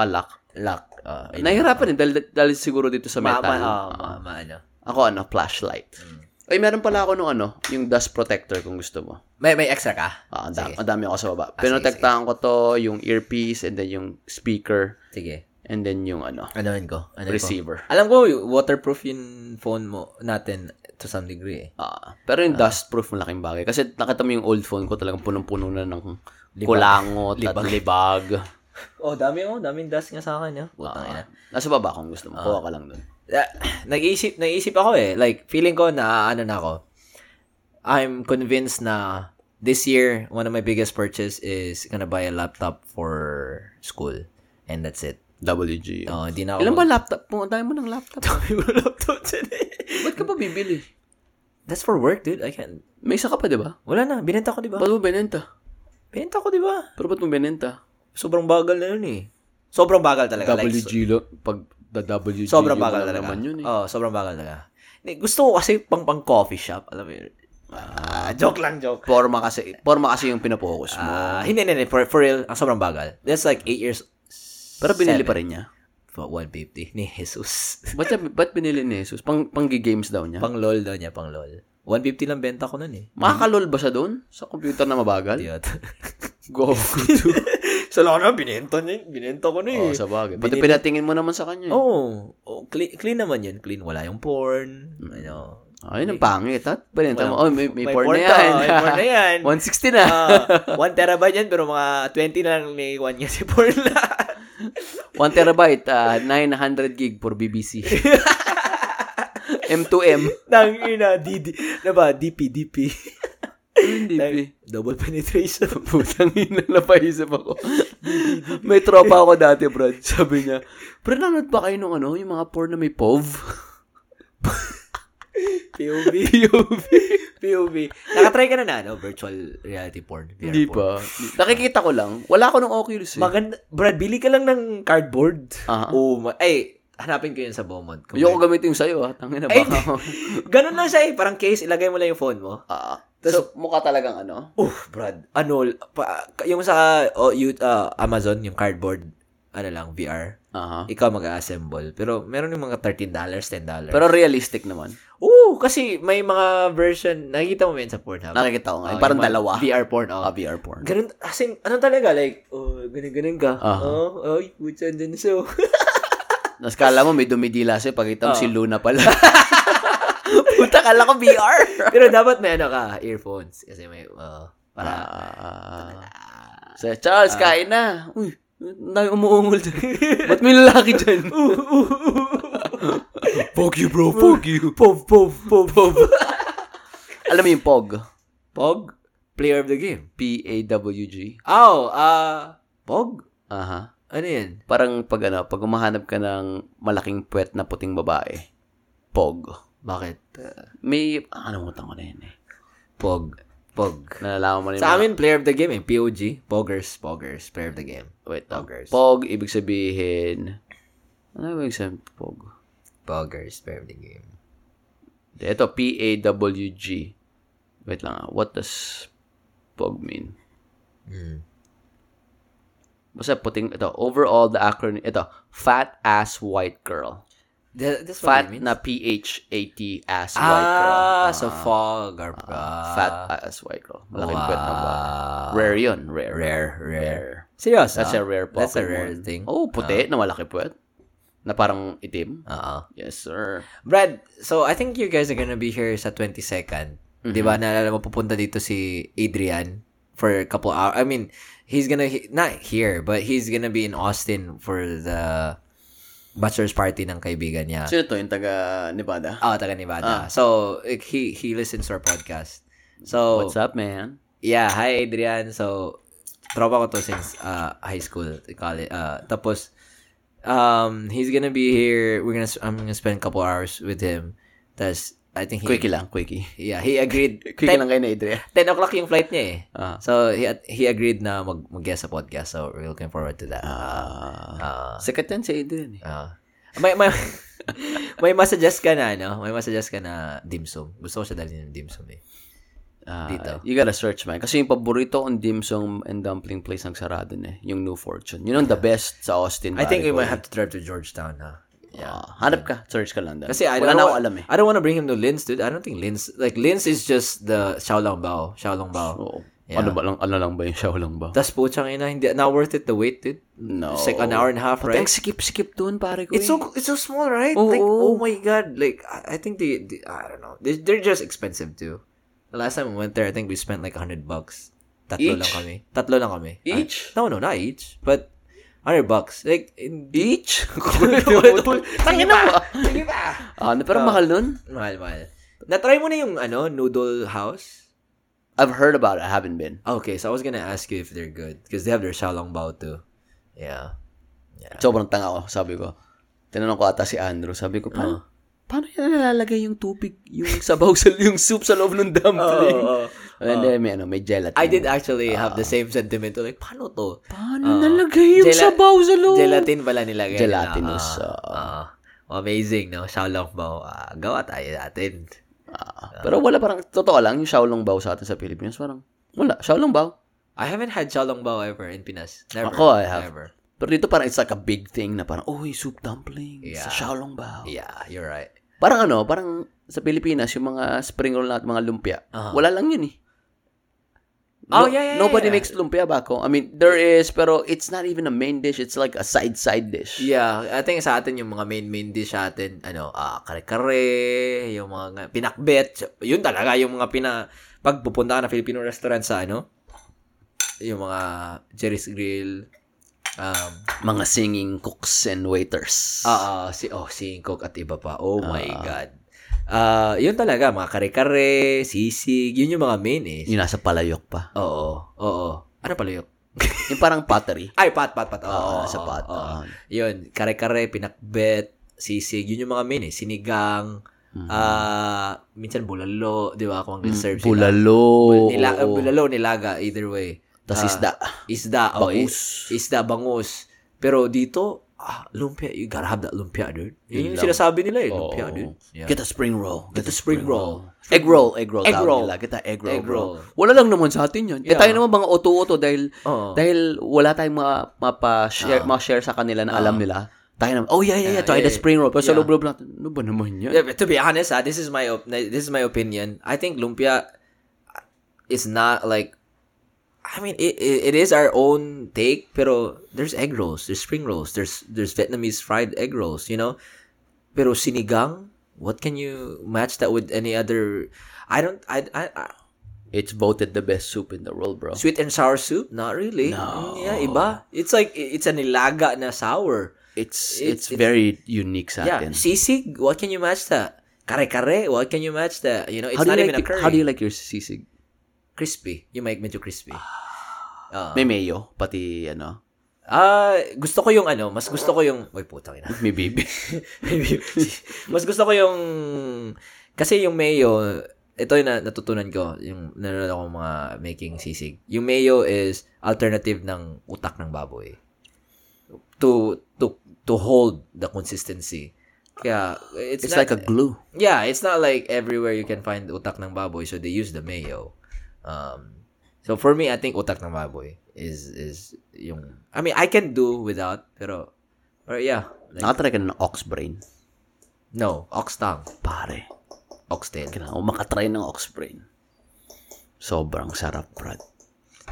[SPEAKER 1] Alak.
[SPEAKER 2] Lock. Uh,
[SPEAKER 1] Nahihirapan din dahil, dahil siguro dito sa
[SPEAKER 2] ma,
[SPEAKER 1] metal.
[SPEAKER 2] ma, oh,
[SPEAKER 1] Oo.
[SPEAKER 2] ma, ma, ano.
[SPEAKER 1] Ako ano, flashlight.
[SPEAKER 2] Mm.
[SPEAKER 1] Ay, meron pala ako nung ano, yung dust protector kung gusto mo.
[SPEAKER 2] May, may extra ka?
[SPEAKER 1] Ah, ang dami,
[SPEAKER 2] Sige. Ah,
[SPEAKER 1] ang dami ako sa baba.
[SPEAKER 2] sige,
[SPEAKER 1] Pinotektahan ko to, yung earpiece, and then yung speaker,
[SPEAKER 2] Sige.
[SPEAKER 1] and then yung ano,
[SPEAKER 2] Anuhin ko. Anuhin
[SPEAKER 1] Receiver.
[SPEAKER 2] Ko. Alam ko, yung waterproof yung phone mo natin to some degree eh.
[SPEAKER 1] Ah, pero yung dustproof malaking bagay. Kasi nakita mo yung old phone ko talagang punong-puno na ng
[SPEAKER 2] Libag.
[SPEAKER 1] kulangot at
[SPEAKER 2] Libag.
[SPEAKER 1] libag.
[SPEAKER 2] Oh, dami oh. Daming dust nga sa akin. Oh. Putang
[SPEAKER 1] Ah,
[SPEAKER 2] ina.
[SPEAKER 1] nasa baba kung gusto mo. Kuha ka lang dun.
[SPEAKER 2] Ah, nag-iisip, nag-iisip ako eh. Like, feeling ko na ano na ako. I'm convinced na this year, one of my biggest purchase is gonna buy a laptop for school. And that's it.
[SPEAKER 1] WG.
[SPEAKER 2] Oh, hindi na ako.
[SPEAKER 1] Ah. Ilan ba laptop? Punta mo ng laptop.
[SPEAKER 2] laptop dyan eh.
[SPEAKER 1] Ba't ka pa bibili?
[SPEAKER 2] That's for work, dude. I can't.
[SPEAKER 1] May isa ka pa, di ba?
[SPEAKER 2] Wala na. Binenta ko, di ba?
[SPEAKER 1] Ba't mo binenta?
[SPEAKER 2] Binenta ko, di ba?
[SPEAKER 1] Pero ba't mo binenta?
[SPEAKER 2] Sobrang bagal na yun eh. Sobrang bagal talaga. Like,
[SPEAKER 1] WG lo, pag da WG
[SPEAKER 2] Sobrang
[SPEAKER 1] yun
[SPEAKER 2] bagal
[SPEAKER 1] lang
[SPEAKER 2] talaga.
[SPEAKER 1] naman yun eh.
[SPEAKER 2] Oo, sobrang bagal talaga. Hindi, Gusto ko kasi pang pang coffee shop. Alam mo yun. Ah, joke lang, joke.
[SPEAKER 1] Forma kasi, forma kasi yung pinapokus mo.
[SPEAKER 2] Ah, hindi, hindi, hindi. For, for real, ang sobrang bagal. That's like 8 years.
[SPEAKER 1] Pero binili
[SPEAKER 2] seven.
[SPEAKER 1] pa rin niya.
[SPEAKER 2] For 150 ni Jesus.
[SPEAKER 1] Ba't, siya- ba't binili ni Jesus? Pang, pang-games daw niya?
[SPEAKER 2] pang LOL daw niya, pang LOL. 150 lang benta ko nun eh.
[SPEAKER 1] Makakalol ba siya doon? Sa computer na mabagal?
[SPEAKER 2] Idiot.
[SPEAKER 1] Go.
[SPEAKER 2] sa lana, ano, binenta niya. Binenta ko na
[SPEAKER 1] Oo, Oh, sa bagay. Pati pinatingin mo naman sa kanya. Oh.
[SPEAKER 2] Oh, oh clean, clean naman yun. Clean. Wala yung porn.
[SPEAKER 1] Mm.
[SPEAKER 2] Ano.
[SPEAKER 1] Ayun, ang pangit. At binenta mo.
[SPEAKER 2] Walang-
[SPEAKER 1] Oh, may, may,
[SPEAKER 2] may
[SPEAKER 1] porn,
[SPEAKER 2] porn
[SPEAKER 1] na
[SPEAKER 2] to,
[SPEAKER 1] yan.
[SPEAKER 2] may porn na yan.
[SPEAKER 1] 160 na.
[SPEAKER 2] Ah, 1 terabyte yan, pero mga 20 na lang may 1 kasi porn na.
[SPEAKER 1] 1 terabyte, ah, 900 gig for BBC. M2M.
[SPEAKER 2] Nang ina, DD. Ano ba? DP, DP.
[SPEAKER 1] DP.
[SPEAKER 2] Double penetration.
[SPEAKER 1] Putang ina, napaisip ako. may tropa ako dati, bro. Sabi niya, Pre, nanood ba kayo nung ano, yung mga porn na may POV?
[SPEAKER 2] POV.
[SPEAKER 1] POV.
[SPEAKER 2] POV. Nakatry ka na na, no? Virtual reality porn. VR
[SPEAKER 1] Hindi
[SPEAKER 2] porn.
[SPEAKER 1] pa. Nakikita ko lang. Wala ko nung Oculus eh.
[SPEAKER 2] Maganda. Brad, bili ka lang ng cardboard.
[SPEAKER 1] Ah.
[SPEAKER 2] Oh, my. Ay, hanapin ko yun sa Beaumont. Kung
[SPEAKER 1] Ayoko gamitin yung sa'yo, ha? Tangina
[SPEAKER 2] Ay,
[SPEAKER 1] baka.
[SPEAKER 2] ganun lang siya eh. Parang case, ilagay mo lang yung phone mo.
[SPEAKER 1] Ah, so, mukha talagang ano?
[SPEAKER 2] Oh, Brad. Ano, pa, yung sa oh, you, ah, Amazon, yung cardboard, ano lang, VR.
[SPEAKER 1] Aha.
[SPEAKER 2] Ikaw mag-assemble. Pero meron yung mga $13, $10.
[SPEAKER 1] Pero realistic naman.
[SPEAKER 2] Oo, kasi may mga version, nakikita mo yun sa Pornhub.
[SPEAKER 1] Nakikita ko nga.
[SPEAKER 2] Oh,
[SPEAKER 1] parang
[SPEAKER 2] yung mga
[SPEAKER 1] dalawa.
[SPEAKER 2] VR porn, oh.
[SPEAKER 1] Ah, VR porn.
[SPEAKER 2] Ganun, as in, ano talaga, like, oh, ganun-ganun ka.
[SPEAKER 1] Aha.
[SPEAKER 2] Oh, oh, putya dyan so.
[SPEAKER 1] Tapos kala mo may dumidila sa'yo, pagkita mo
[SPEAKER 2] Oo.
[SPEAKER 1] si Luna pala. Puta, kala ko VR.
[SPEAKER 2] Pero dapat may ano ka, earphones. Kasi may, oh, para, Ah.
[SPEAKER 1] Ah. So, Charles, kain na. Uy, na umuungol dyan. Ba't may lalaki dyan? fuck you, bro. Fuck you.
[SPEAKER 2] pov, pov, pov, pov.
[SPEAKER 1] Alam mo yung POG?
[SPEAKER 2] Pog, player of the game.
[SPEAKER 1] P-A-W-G.
[SPEAKER 2] Oh, ah, Pog?
[SPEAKER 1] Aha.
[SPEAKER 2] Ano yan?
[SPEAKER 1] Parang pag ano, pag umahanap ka ng malaking puwet na puting babae, pog.
[SPEAKER 2] Bakit?
[SPEAKER 1] May, ah, nangutang ko na yun eh.
[SPEAKER 2] Pog. Pog.
[SPEAKER 1] Nalalaman mo na yung
[SPEAKER 2] Sa
[SPEAKER 1] mga-
[SPEAKER 2] amin, player of the game eh. POG. Poggers. Poggers. Player of the game.
[SPEAKER 1] wait, lang.
[SPEAKER 2] Poggers.
[SPEAKER 1] pog, ibig sabihin, ano ibig sabihin pog?
[SPEAKER 2] Poggers. Player of the game.
[SPEAKER 1] Ito, P-A-W-G. Wait lang ah. What does pog mean?
[SPEAKER 2] Mm.
[SPEAKER 1] Basta puting, ito, overall the acronym, ito, fat ass white girl.
[SPEAKER 2] That, that's what
[SPEAKER 1] Fat
[SPEAKER 2] it means.
[SPEAKER 1] na P-H-A-T ass white girl.
[SPEAKER 2] ah, so fog or
[SPEAKER 1] uh,
[SPEAKER 2] uh,
[SPEAKER 1] Fat ass white girl. Malaking puwet na ba? Rare yun, rare.
[SPEAKER 2] Rare, rare.
[SPEAKER 1] Rare.
[SPEAKER 2] Serious,
[SPEAKER 1] That's
[SPEAKER 2] ah?
[SPEAKER 1] a rare Pokemon.
[SPEAKER 2] That's a rare thing. Ah.
[SPEAKER 1] Oh, puti na malaki puwet. Na parang itim.
[SPEAKER 2] Uh-uh.
[SPEAKER 1] Yes, sir.
[SPEAKER 2] Brad, so I think you guys are gonna be here sa 22nd.
[SPEAKER 1] Mm-hmm.
[SPEAKER 2] Di ba? Naalala mo, pupunta dito si Adrian for a couple hours. I mean, he's gonna, he- not here, but he's gonna be in Austin for the bachelor's party ng kaibigan niya.
[SPEAKER 1] Sino to? Yung taga Nevada?
[SPEAKER 2] Oh, taga
[SPEAKER 1] Ah.
[SPEAKER 2] Nevada. So, like, he he listens to our podcast. So,
[SPEAKER 1] What's up, man?
[SPEAKER 2] Yeah, hi Adrian. So, tropa ko to since uh, high school, college. Uh, tapos, um, he's gonna be here. We're gonna, s- I'm gonna spend a couple hours with him. Tapos, I think he,
[SPEAKER 1] Quickie lang, quickie.
[SPEAKER 2] Yeah, he agreed.
[SPEAKER 1] Quickie
[SPEAKER 2] 10,
[SPEAKER 1] lang kayo na Adria.
[SPEAKER 2] 10 o'clock yung flight niya eh.
[SPEAKER 1] Ah.
[SPEAKER 2] So, he, he agreed na mag, mag-guest sa podcast. So, we're looking forward to that.
[SPEAKER 1] Ah. sikat yan si Adrian eh.
[SPEAKER 2] Ah. may, may, may masuggest ka na, ano? May masuggest ka na dim sum. Gusto ko siya dalhin ng dim sum eh.
[SPEAKER 1] Ah,
[SPEAKER 2] Dito.
[SPEAKER 1] You gotta search, man. Kasi yung paborito kong dim sum and dumpling place ang sarado na eh. Yung New Fortune. Yun ang the best sa Austin.
[SPEAKER 2] I think
[SPEAKER 1] pare
[SPEAKER 2] we
[SPEAKER 1] ko
[SPEAKER 2] might
[SPEAKER 1] eh.
[SPEAKER 2] have to drive to Georgetown, huh?
[SPEAKER 1] Ah, hanap ka. Search ka lang. dahil.
[SPEAKER 2] Kasi I
[SPEAKER 1] Wala na
[SPEAKER 2] don't know.
[SPEAKER 1] ako alam eh.
[SPEAKER 2] I don't want to bring him to Linz, dude. I don't think Linz like Linz is just the Xiaolongbao, Xiaolongbao.
[SPEAKER 1] Oo.
[SPEAKER 2] Yeah.
[SPEAKER 1] Ano ba lang, ano lang ba yung show lang ba?
[SPEAKER 2] Tas po ina, hindi not worth it the wait, dude.
[SPEAKER 1] No.
[SPEAKER 2] It's like an hour and a half,
[SPEAKER 1] Pati
[SPEAKER 2] right?
[SPEAKER 1] ang sikip-sikip doon, pare ko
[SPEAKER 2] It's
[SPEAKER 1] eh.
[SPEAKER 2] so it's so small, right?
[SPEAKER 1] Oo.
[SPEAKER 2] like oh my god, like I, I think they, they- I don't know. They, they're just expensive too. The last time we went there, I think we spent like 100 bucks.
[SPEAKER 1] Each?
[SPEAKER 2] Tatlo lang kami. Tatlo lang kami.
[SPEAKER 1] Each?
[SPEAKER 2] Ah, no, no, not each, but 100 bucks. Like in each?
[SPEAKER 1] Tangin na ba? Ah, ano, pero mahal nun?
[SPEAKER 2] mahal, mahal. Na-try mo na yung ano, noodle house?
[SPEAKER 1] I've heard about it. I haven't been.
[SPEAKER 2] Okay, so I was gonna ask you if they're good because they have their xiaolongbao too. Yeah.
[SPEAKER 1] Sobrang tanga ko, sabi ko. Tinanong ko ata si Andrew, sabi ko,
[SPEAKER 2] Ah.
[SPEAKER 1] paano, paano yan nalalagay yung tubig, yung sabaw, sa, yung soup sa loob ng dumpling?
[SPEAKER 2] Oo, oo.
[SPEAKER 1] And then, may, ano, may gelatin.
[SPEAKER 2] I did actually have the same sentiment. Like, paano to?
[SPEAKER 1] Mm. Ah. Paano nalagay yung
[SPEAKER 2] Gela-
[SPEAKER 1] sabaw sa loob?
[SPEAKER 2] Gelatin pala nilagay. nila.
[SPEAKER 1] Gelatinous,
[SPEAKER 2] Ah, ah. amazing, no? Xiaolongbao. Ah, gawa tayo natin.
[SPEAKER 1] Ah, pero wala parang, totoo lang, yung xiaolongbao sa atin sa Pilipinas, parang, wala, xiaolongbao.
[SPEAKER 2] I haven't had xiaolongbao ever in Pinas. Never.
[SPEAKER 1] Ako, I have.
[SPEAKER 2] Never.
[SPEAKER 1] Pero dito parang it's like a big thing na parang, oh, yung soup dumpling sa
[SPEAKER 2] Yeah.
[SPEAKER 1] xiaolongbao.
[SPEAKER 2] Yeah, you're right.
[SPEAKER 1] Parang ano, parang sa Pilipinas, yung mga spring roll na at mga lumpia,
[SPEAKER 2] Aha.
[SPEAKER 1] wala lang yun eh.
[SPEAKER 2] Ah. Oh, yeah, yeah, yeah,
[SPEAKER 1] Nobody
[SPEAKER 2] yeah.
[SPEAKER 1] makes lumpia ba ako? I mean, there is, pero it's not even a main dish. It's like a side-side dish.
[SPEAKER 2] Yeah, I think sa atin yung mga main main dish sa atin, ano, ah, kare-kare, yung mga nga- pinakbet, yun talaga yung mga pina pag pupunta ka na Filipino restaurant sa ano, yung mga Jerry's Grill, um,
[SPEAKER 1] Mga singing cooks and waiters.
[SPEAKER 2] ah, ah, si oh, si Cook at iba pa. Oh my god. Ah, yun talaga mga kare-kare, sisig, yun yung mga main eh.
[SPEAKER 1] Yung nasa palayok pa.
[SPEAKER 2] Oh. Oo, oo. Ano pala yun?
[SPEAKER 1] Yung parang pottery.
[SPEAKER 2] Ay, pat, pat, pat. Oo,
[SPEAKER 1] Ah,
[SPEAKER 2] oo,
[SPEAKER 1] sa
[SPEAKER 2] oo,
[SPEAKER 1] pat. Ah.
[SPEAKER 2] oo. Yun, kare-kare, pinakbet, sisig, yun yung mga main eh. Sinigang,
[SPEAKER 1] Mm-hmm.
[SPEAKER 2] ah, minsan bulalo, di ba? Kung ang serve sila.
[SPEAKER 1] Mm, Bulalo.
[SPEAKER 2] Nila, eh, oh,
[SPEAKER 1] oo.
[SPEAKER 2] bulalo, nilaga, either way.
[SPEAKER 1] Tas
[SPEAKER 2] Ah,
[SPEAKER 1] isda.
[SPEAKER 2] Isda, oo,
[SPEAKER 1] Bangus.
[SPEAKER 2] is- isda, bangus. Pero dito, ah, lumpia, you gotta have that lumpia, dude. Yun
[SPEAKER 1] Yun
[SPEAKER 2] yung
[SPEAKER 1] lang.
[SPEAKER 2] sinasabi nila eh,
[SPEAKER 1] Oo.
[SPEAKER 2] lumpia, dude. Yeah.
[SPEAKER 1] Get a spring roll.
[SPEAKER 2] Get a spring roll.
[SPEAKER 1] Egg roll. Eh, Egg roll.
[SPEAKER 2] Egg
[SPEAKER 1] tawag
[SPEAKER 2] roll.
[SPEAKER 1] Nila. Get a egg roll.
[SPEAKER 2] Egg
[SPEAKER 1] bro.
[SPEAKER 2] roll.
[SPEAKER 1] Wala lang naman sa atin yun. Eh,
[SPEAKER 2] Yeah.
[SPEAKER 1] tayo naman mga oto-oto dahil,
[SPEAKER 2] Oo.
[SPEAKER 1] dahil wala tayong mga, mapa-share, share sa kanila na alam nila. Tayo naman, oh yeah, yeah, Ah. yeah,
[SPEAKER 2] Yeah,
[SPEAKER 1] try the
[SPEAKER 2] yeah,
[SPEAKER 1] spring roll. Pero sa
[SPEAKER 2] yeah.
[SPEAKER 1] loob-loob natin, ano ba naman yan?
[SPEAKER 2] Yeah, but to be honest, ah, this is my op- this is my opinion. I think lumpia is not like I mean it, it, it is our own take, pero there's egg rolls, there's spring rolls, there's there's Vietnamese fried egg rolls, you know. Pero sinigang, what can you match that with any other I don't I I, I
[SPEAKER 1] It's voted the best soup in the world, bro.
[SPEAKER 2] sweet and sour soup? Not really.
[SPEAKER 1] No.
[SPEAKER 2] Mm, Yeah, iba. It's like it's an ilaga na sour.
[SPEAKER 1] It's,
[SPEAKER 2] It's-
[SPEAKER 1] it's,
[SPEAKER 2] it's-
[SPEAKER 1] very unique sa
[SPEAKER 2] Yeah,
[SPEAKER 1] atin.
[SPEAKER 2] sisig, what can you match that? Kare-kare, what can you match that? You know, it's
[SPEAKER 1] how, do
[SPEAKER 2] not
[SPEAKER 1] you
[SPEAKER 2] even
[SPEAKER 1] like,
[SPEAKER 2] a curry.
[SPEAKER 1] how do you like your sisig?
[SPEAKER 2] crispy. Yung mic medyo crispy. Ah,
[SPEAKER 1] May mayo, pati ano,
[SPEAKER 2] Ah, gusto ko yung ano, mas gusto ko yung, uy putang ina.
[SPEAKER 1] may bibi.
[SPEAKER 2] mas gusto ko yung kasi yung mayo, ito yung na- natutunan ko, yung nanonood ako mga making sisig. Yung mayo is alternative ng utak ng baboy. To to to hold the consistency. Kaya it's,
[SPEAKER 1] It's
[SPEAKER 2] not-
[SPEAKER 1] like a glue.
[SPEAKER 2] Yeah, it's not like everywhere you can find utak ng baboy, so they use the mayo. Um, so for me, I think utak ng baboy is is yung I mean, I can do without, pero or yeah, like,
[SPEAKER 1] Nakatry ka na ng ox brain.
[SPEAKER 2] no, ox tongue,
[SPEAKER 1] Pare,
[SPEAKER 2] ox tail.
[SPEAKER 1] kailangan ko makatry ng ox brain. Sobrang sarap, brad.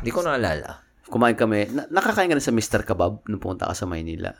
[SPEAKER 2] Hindi ko naalala.
[SPEAKER 1] Kumain kami, na, nakakain ka na sa Mr. Kebab nung pumunta ka sa Maynila.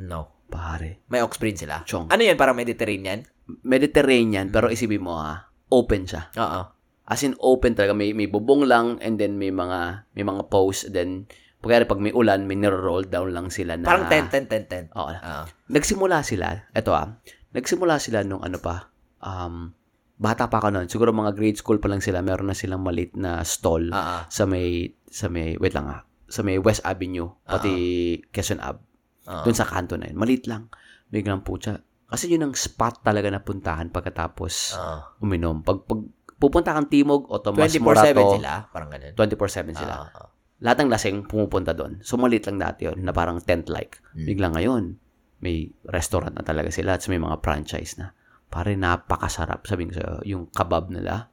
[SPEAKER 2] No.
[SPEAKER 1] Pare,
[SPEAKER 2] May ox brain sila.
[SPEAKER 1] Chong.
[SPEAKER 2] Ano yan? Parang Mediterranean?
[SPEAKER 1] Mediterranean,
[SPEAKER 2] Mm.
[SPEAKER 1] pero isipin mo ha, open siya.
[SPEAKER 2] Oo.
[SPEAKER 1] As in, open talaga. May, may bubong lang, and then may mga, may mga post, then, pagkari pag may ulan, may niro-roll down lang sila na.
[SPEAKER 2] Parang tent, tent, tent, tent.
[SPEAKER 1] Oo.
[SPEAKER 2] Ah.
[SPEAKER 1] Nagsimula sila, eto ah, nagsimula sila nung ano pa, um, bata pa ako noon. Siguro mga grade school pa lang sila, meron na silang maliit na stall
[SPEAKER 2] Ah, ah.
[SPEAKER 1] sa may, sa may, wait lang ah, sa may West Avenue, pati Quezon Ave.
[SPEAKER 2] Ah.
[SPEAKER 1] Doon sa kanto na yun. Malit lang. Biglang po siya. Kasi yun ang spot talaga na puntahan pagkatapos
[SPEAKER 2] Ah.
[SPEAKER 1] uminom. Pag, pag pupunta kang Timog o Tomas
[SPEAKER 2] 24-7
[SPEAKER 1] Morato,
[SPEAKER 2] sila? Parang ganun.
[SPEAKER 1] 24-7 sila.
[SPEAKER 2] Ah, ah.
[SPEAKER 1] Lahat ng lasing pumupunta doon. So, malit lang dati yun na parang tent-like.
[SPEAKER 2] Hmm.
[SPEAKER 1] Biglang ngayon, may restaurant na talaga sila at may mga franchise na. Pare, napakasarap. Sabihin ko sa'yo, yung kebab nila.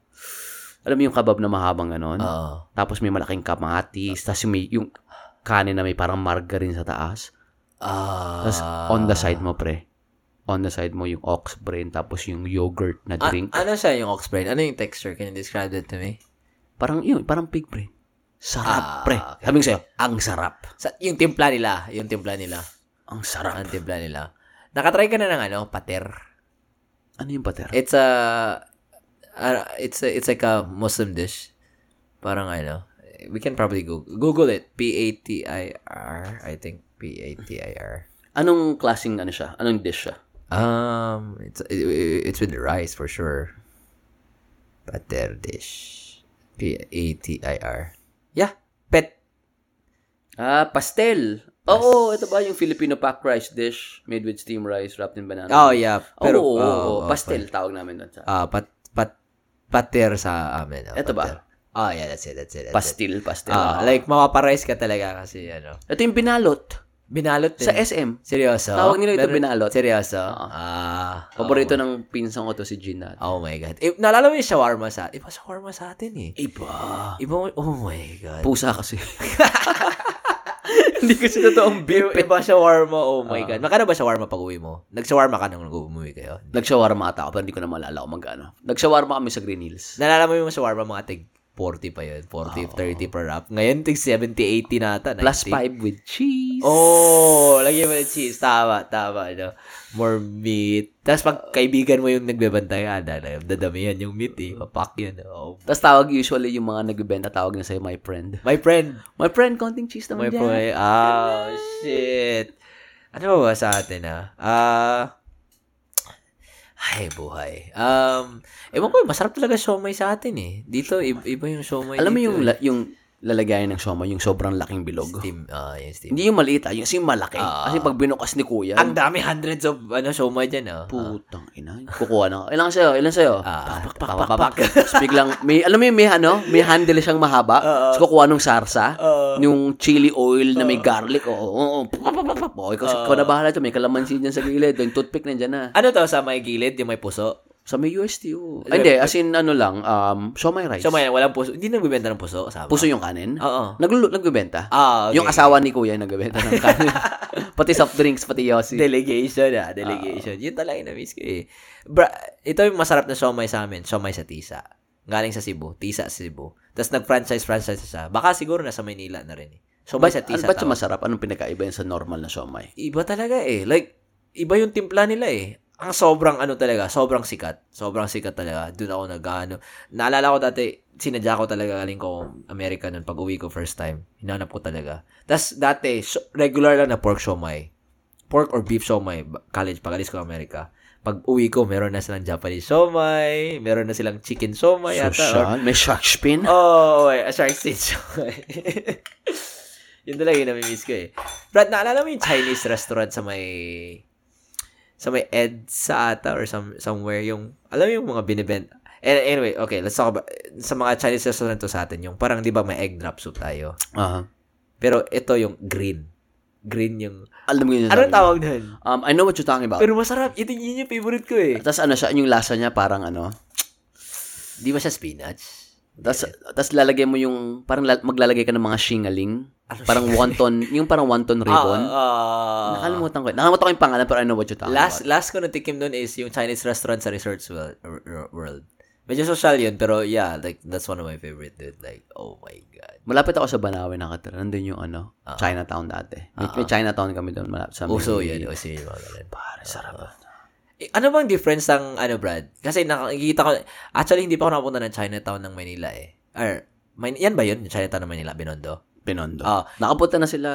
[SPEAKER 1] Alam mo yung kabab na mahabang ganon?
[SPEAKER 2] Oo.
[SPEAKER 1] Tapos may malaking kamatis. Tapos yung, may, yung kanin na may parang margarine sa taas.
[SPEAKER 2] Ah.
[SPEAKER 1] Tapos on the side mo, pre. On the side mo yung ox brain. Tapos yung yogurt na
[SPEAKER 2] Ah,
[SPEAKER 1] drink.
[SPEAKER 2] ano siya yung ox brain? Ano yung texture? Can you describe that to me?
[SPEAKER 1] parang yun, parang pig brain.
[SPEAKER 2] Ah,
[SPEAKER 1] Sarap, pre.
[SPEAKER 2] okay.
[SPEAKER 1] Sabi ko sa'yo, ang sarap.
[SPEAKER 2] Sa, yung timpla nila. Yung timpla nila.
[SPEAKER 1] Ang sarap.
[SPEAKER 2] Ang timpla nila. Nakatry ka na ng ano? Pater.
[SPEAKER 1] Ano yung pater?
[SPEAKER 2] It's a... ah, it's a, it's like a Muslim dish. Parang ano. We can probably Google, Google it. P-A-T-I-R. I think. P-A-T-I-R.
[SPEAKER 1] Anong klaseng ano siya? Anong dish siya?
[SPEAKER 2] Um, it's it, it's with rice for sure. Pater dish. P A T I R. Yeah, pet.
[SPEAKER 1] Ah, pastel. Oo, ito ba yung Filipino packed rice dish made with steamed rice wrapped in banana?
[SPEAKER 2] Oh yeah, pero
[SPEAKER 1] oo, oo,
[SPEAKER 2] oh,
[SPEAKER 1] oo,
[SPEAKER 2] oh,
[SPEAKER 1] pastel tawag namin doon sa.
[SPEAKER 2] Ah, pat pat pater sa amin. ah,
[SPEAKER 1] Ito ba?
[SPEAKER 2] pater. Oh yeah, that's it, that's it. That's It.
[SPEAKER 1] pastil, pastel.
[SPEAKER 2] Ah, like mapaparais ka talaga kasi ano.
[SPEAKER 1] ito yung binalot
[SPEAKER 2] Binalot din.
[SPEAKER 1] sa SM.
[SPEAKER 2] Seryoso?
[SPEAKER 1] Tawag nila ito
[SPEAKER 2] Meron-
[SPEAKER 1] binalot.
[SPEAKER 2] Seryoso? Ah.
[SPEAKER 1] Paborito ng pinsan ko to si Jean dati.
[SPEAKER 2] Oh, my God. Eh, naalala mo yung shawarma sa... Iba shawarma sa atin eh.
[SPEAKER 1] Iba.
[SPEAKER 2] Iba, oh my God.
[SPEAKER 1] Pusa kasi. Hindi kasi totoong beef.
[SPEAKER 2] Yung iba shawarma, oh my God. Magkano ba shawarma pag uwi mo? Nag-shawarma ka nung umuwi kayo?
[SPEAKER 1] Nag-shawarma ata ako, pero hindi ko na maalala kung magkano. Nag-shawarma kami sa Green Hills.
[SPEAKER 2] Nalala mo yung shawarma mga tig 40 pa yun. 40, 30 per wrap. Ngayon, tig 70, 80 na ata.
[SPEAKER 1] Plus 5
[SPEAKER 2] 90.
[SPEAKER 1] with cheese.
[SPEAKER 2] Oh, lagyan mo ng cheese. Tama, tama. Ano? More meat. Tapos pag kaibigan mo yung nagbebantay, ada, dadamihan yung meat eh. Papak yun. Oh.
[SPEAKER 1] Tapos tawag usually yung mga nagbebenta tawag na sa'yo, my friend.
[SPEAKER 2] My friend.
[SPEAKER 1] My friend, konting cheese
[SPEAKER 2] My
[SPEAKER 1] naman dyan.
[SPEAKER 2] boy. Oh, shit. Ano ba sa atin ah? Ah, ay, buhay. Um, ewan ko, masarap talaga siomay sa atin eh. Dito, i- iba yung siomay
[SPEAKER 1] Alam mo
[SPEAKER 2] dito,
[SPEAKER 1] yung,
[SPEAKER 2] eh.
[SPEAKER 1] la- yung lalagayan ng shoma, yung sobrang laking bilog.
[SPEAKER 2] Steam, ah, yung steam.
[SPEAKER 1] Hindi yung maliit, ah, yung kasi yung malaki.
[SPEAKER 2] Ah.
[SPEAKER 1] kasi pag binukas ni kuya,
[SPEAKER 2] Ang dami hundreds of ano siomay dyan ah.
[SPEAKER 1] putang ina. Kukuha na. Ilan sa'yo? Ilan sa'yo?
[SPEAKER 2] Ah,
[SPEAKER 1] pak, pak, pak, pak, pak. Tapos biglang, may, alam mo yung may ano, may handle siyang mahaba. Tapos kukuha nung sarsa, yung chili oil na may garlic. Oo, oo, oo. Pak, pak, pak, pak. Oh, ikaw, ikaw na bahala dyan. May kalamansi dyan sa gilid. Yung toothpick nandyan na.
[SPEAKER 2] Ano to sa may gilid, yung may puso?
[SPEAKER 1] Sa may UST, oo. Ay, Hindi, as in ano lang, um, siomay rice.
[SPEAKER 2] Siomay, walang puso. Hindi nagbibenta ng puso kasama.
[SPEAKER 1] Puso yung kanin?
[SPEAKER 2] Oo.
[SPEAKER 1] Naglu- nagbebenta?
[SPEAKER 2] Ah, okay.
[SPEAKER 1] Yung asawa ni kuya yung nagbebenta ng kanin. pati soft drinks, pati yosi.
[SPEAKER 2] Delegation ah, delegation. Yun talaga yung na-miss ko eh. Bra, ito yung masarap na siomay sa amin, siomay sa Tisa. Galing sa Cebu, Tisa sa Cebu. Tapos nag-franchise-franchise siya. Baka siguro nasa Maynila na rin eh. Siomay
[SPEAKER 1] Ba't,
[SPEAKER 2] sa Tisa.
[SPEAKER 1] ano, ba't siya
[SPEAKER 2] tawag.
[SPEAKER 1] masarap? Anong pinakaiba yan sa normal na siomay?
[SPEAKER 2] Iba talaga eh. Like, iba yung timpla nila eh. Ang sobrang ano talaga, sobrang sikat. Sobrang sikat talaga. Doon ako nag-ano. Naalala ko dati, sinadya ko talaga galing ko Amerika nun pag uwi ko first time. Hinanap ko talaga. Tapos dati, so- regular lang na pork siomay. Pork or beef siomay. ba- College, pag alis ko Amerika. Pag uwi ko, meron na silang Japanese siomay. Meron na silang chicken siomay. yata, or-
[SPEAKER 1] Social? May shark spin?
[SPEAKER 2] Oh, wait. A shark stitch. yun talaga yung nami-miss ko eh. Brad, naalala mo yung Chinese restaurant sa may sa may EDSA ata or some, somewhere yung alam mo yung mga binibenta An- anyway okay let's talk about sa mga Chinese restaurant to sa atin yung parang di ba may egg drop soup tayo
[SPEAKER 1] Aha.
[SPEAKER 2] pero ito yung green green yung
[SPEAKER 1] Alam ko yun. yung
[SPEAKER 2] ano
[SPEAKER 1] sabi mo.
[SPEAKER 2] tawag nun
[SPEAKER 1] Um, I know what you're talking about.
[SPEAKER 2] pero masarap ito yun yung favorite ko eh
[SPEAKER 1] Tapos ano siya, yung lasa niya parang ano.
[SPEAKER 2] di ba siya spinach
[SPEAKER 1] Tapos, tas lalagay mo yung, parang la- maglalagay ka ng mga shingaling.
[SPEAKER 2] Ano
[SPEAKER 1] parang wonton, yung parang wonton ribbon.
[SPEAKER 2] Ah, ah.
[SPEAKER 1] Nakalimutan ko. Nakalimutan ko yung pangalan pero I know what you're talking
[SPEAKER 2] Last
[SPEAKER 1] about.
[SPEAKER 2] last ko natikim nun is yung Chinese restaurant sa Resorts World. r- r- world. Medyo social yun, pero yeah, like, that's one of my favorite, dude. Like, oh my God.
[SPEAKER 1] Malapit ako sa Banawe nakatira. Nandun yung ano, Chinatown dati. May, may Chinatown kami doon malapit sa may-
[SPEAKER 2] Ah. Uso yun, uso yun. mga ganun.
[SPEAKER 1] Pare, sarap. ah.
[SPEAKER 2] Eh, ano bang difference ng, ano, Brad? Kasi nakikita ko, actually, hindi pa ako nakapunta ng Chinatown ng Manila eh. Or, Mayn- yan ba yun? Yung Chinatown ng Manila, Binondo?
[SPEAKER 1] Pinondo.
[SPEAKER 2] Ah.
[SPEAKER 1] Nakapunta na sila,